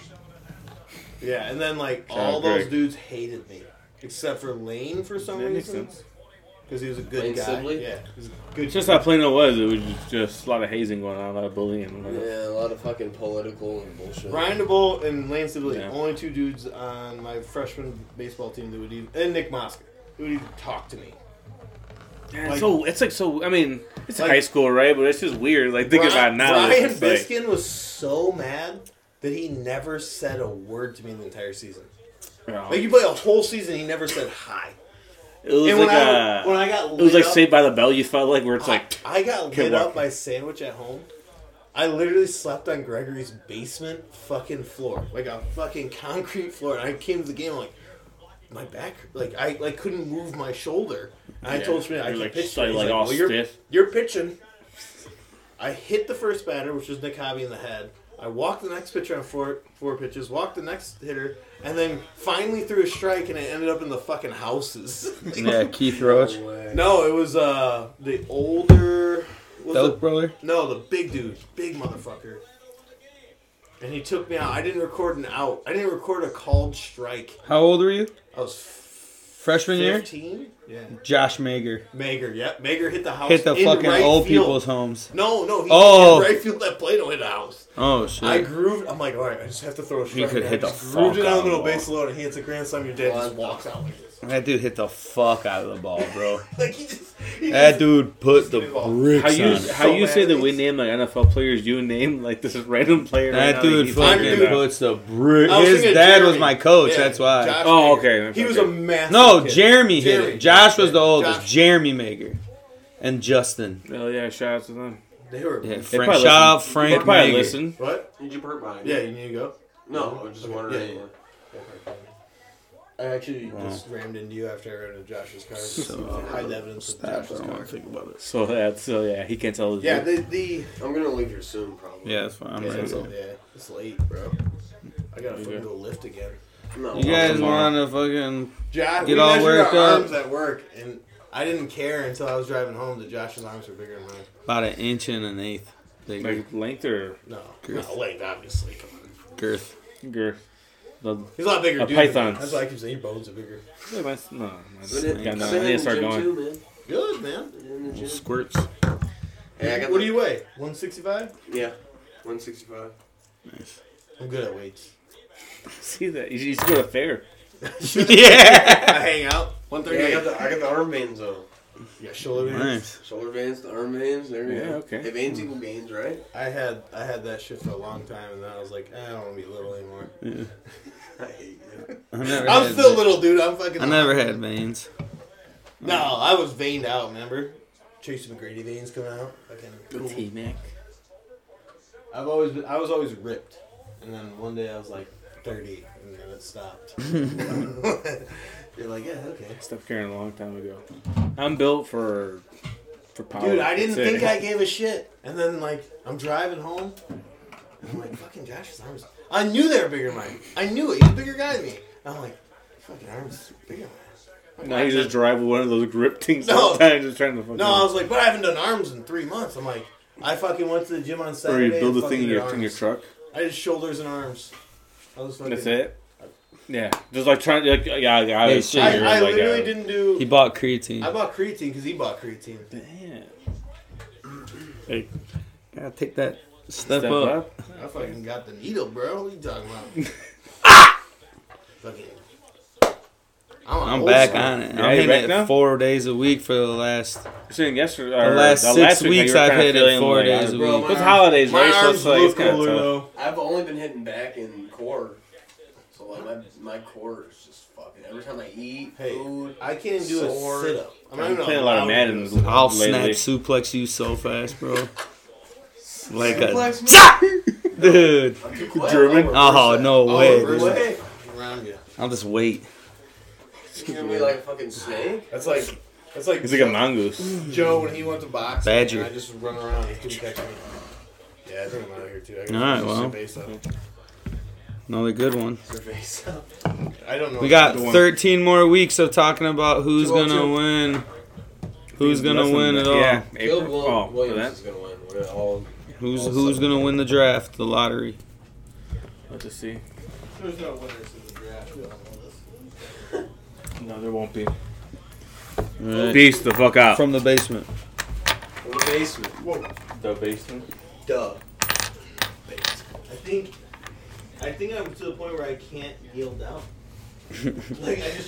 Yeah, and then like all
out
those
Greg.
dudes hated me, except for Lane for some
That makes
reason,
sense.
because he was a good
Lane
guy.
Sibley?
Yeah, he was a
It's
good.
just how plain it was. It was just, just a lot of hazing going on, a lot of bullying.
Yeah, a lot of fucking political and bullshit.
Brian DeBolt and Lane Sibley,
Yeah.
only two dudes on my freshman baseball team that would even, and Nick Mosca, who would even talk to me.
Yeah,
Like-
it's so it's like so. I mean, it's
Like-
high school, right? But it's just weird. Like think
Bri-
about it now.
Brian
it's just like,
Biskin was so mad that he never said a word to me the entire season.
you know,
Like you play a whole season, he never said hi.
it was
and
like
when, I,
a,
when I got
it was like
up,
Saved by the Bell. You felt like where it's
I-
like
I got
"Okay,
lit
walk."
up by sandwich at home. I literally slept on Gregory's basement fucking floor, like a fucking concrete floor. And I came to the game I'm like my back, like I like couldn't move my shoulder. And I
Yeah.
told Schmidt I
You're,
could
like,
pitch.
like,
He's
like, all
well, you're-
stiff.
You're pitching. I hit the first batter, which was Nick Hobby in the head. I walked the next pitcher on four four pitches, walked the next hitter, and then finally threw a strike, and it ended up in the fucking houses.
Yeah, Keith Roach,
no, it was uh the older. what was
Elk brother.
the- no, the big dude, big motherfucker. And he took me out. I didn't record an out. I didn't record a called strike.
How old were you?
I was f-
Freshman year.
fifteen. Yeah,
Josh Mager
Mager. Yep, Mager hit the house.
hit the
in
fucking
right
old
field.
people's homes.
No, no, he
Oh.
oh. right field that play don't hit the house.
Oh shit.
I grooved. I'm like, all right, I just have to throw a strike.
could
now. I
hit the
just grooved
fuck
it on
out
the
of
middle
the
base alone and he hits a grand slam. Your dad just walks out like this.
That dude hit the fuck out of the ball, bro.
Like he just. He
that
just
dude put the
how
bricks
you
on it.
how
So
you say
bad.
that we name like NFL players. You name like this random player. right
That
now
dude
he's
fucking
talking about.
puts the brick.
I was
His
thinking
dad
of
was
Jeremy.
my coach.
Yeah,
that's why.
Josh
Oh,
Mager.
okay,
He was a
okay.
massive.
no,
kid.
Jeremy hit
Jeremy.
it. Josh was the oldest.
Josh-
Jeremy Maker and Justin.
Hell yeah! Shout out to them.
They were.
Yeah,
They
Frank,
probably
shout out
They
Frank
probably
Mager.
listen.
What?
Did you burp mine?
Yeah, you need to go.
No, I'm just wondering.
Yeah, I actually just rammed into you after I ran into Josh's car. So, hide evidence of
I
Josh's
don't want
car.
to think about it.
So that's so yeah, he can't tell. his-
Yeah, the the
I'm gonna leave here soon, probably.
Yeah, that's fine. I'm
yeah,
ready.
it's,
to go.
yeah, it's late, bro. I gotta fucking go lift again.
No,
You guys
tomorrow.
want to fucking
Josh,
Get
we
all
measured
worked
our
up.
arms at work, and I didn't care until I was driving home that Josh's arms were bigger than mine.
about an inch and an eighth? Big
Like length or
No,
Girth.
not length, obviously. Come on.
girth.
girth. The-
He's a lot bigger.
A
dude than me.
python.
That's why I keep saying your bones are bigger.
yeah, mine's- no, mine's-
Sit in-
yeah, no,
sit
I
in
need to
the
start
gym
going.
too, man.
Good man.
Sit in the gym.
Squirts.
Hey, I got
what
the-
do you weigh? One sixty five.
Yeah, 165.
I'm good at weights.
See that? You should you should go to fair.
yeah.
I hang out. One
Yeah,
thirty
I
eight.
got the I got the arm veins though.
Yeah, shoulder bands.
Nice.
Shoulder veins, the arm veins. There we
Yeah,
go.
okay.
Hey, veins equal gains, right?
I had I had that shit for a long time, and then I was like, eh, I don't want to be little anymore.
I hate you.
I never
I'm
had
still
ve-
little, dude. I'm fucking.
I never had veins.
No, I was veined out. Remember, Tracy McGrady veins coming out. Fucking. cool.
T Mac.
I've always been, I was always ripped, and then one day I was like thirty, and then it stopped. You're like, yeah, okay.
Stopped caring a long time ago. I'm built for for power.
Dude, I didn't
Oh, That's it.
think I gave a shit. And then like I'm driving home, and I'm like, fucking Josh's arms. I knew they were bigger than mine. I knew it. He's a bigger guy than me. And I'm like, fucking arms bigger than mine.
Now you just drive with one of those grip things.
No.
all the time, just trying to fucking.
No, I was like, but I haven't done arms in three months. I'm like, I fucking went to the gym on
or
Saturday.
you build
and
a thing in
fucking
your
did
in your
arms.
truck.
I did shoulders and arms. I was fucking.
That's it. Yeah, just like trying. Like yeah, yeah. I,
Hey,
was
shit.
sitting
I,
here,
I
like,
literally
uh,
didn't do.
He bought creatine.
I bought creatine because he bought creatine.
Damn.
Gotta take that step,
Step
up.
up.
I fucking got the needle, bro. What are you talking about? fucking.
I'm back on it.
Yeah,
I'm
you back
hitting it
now?
four days a week for the last.
Saying yesterday,
The
or
last
the
six
last week,
weeks
you were
I've
kinda
hit it
feeling
four
like,
days a
bro,
week.
It's holidays,
My
right? So
arms
it's like,
look
it's kind
cooler
of tough.
though.
I've only been hitting back and core. So like my my core is just fucking. Every time I eat
Hey,
food,
I can't do
Sore.
a sit up. I'm not
I'm
even
playing a lot of
allowed
Madden
to do a
lately.
I'll snap suplex you so fast, bro. Like a
Suplex me?
zap, dude.
I'm too quiet.
German?
Oh no
Oh,
way!
reverse
dude.
it.
Way.
sit-up Around you.
I'll just wait.
You're gonna be like a fucking snake.
That's like. That's like.
It's like a mongoose.
Joe when he went to box.
Badger.
And I just run around. He couldn't catch me. Yeah, I think I'm out of here too. I gotta
All right,
sit
well.
Base up.
Another good one.
Sit base up. I don't know.
We got
what to do.
13 more weeks of talking about who's gonna
202.
win, who's gonna
Less than
win
that.
at all,
Yeah,
Caleb
April.
Will-
Oh, for
Williams
that.
is gonna win. We're all
who's who's gonna win the draft, the lottery.
Let's just see.
There's no winners in the draft. We all know this.
No, there won't be.
Alright.
Beast the fuck out.
From the basement.
in the basement.
the basement.
Duh.
I think I think I'm to the point where I can't yield out. like I just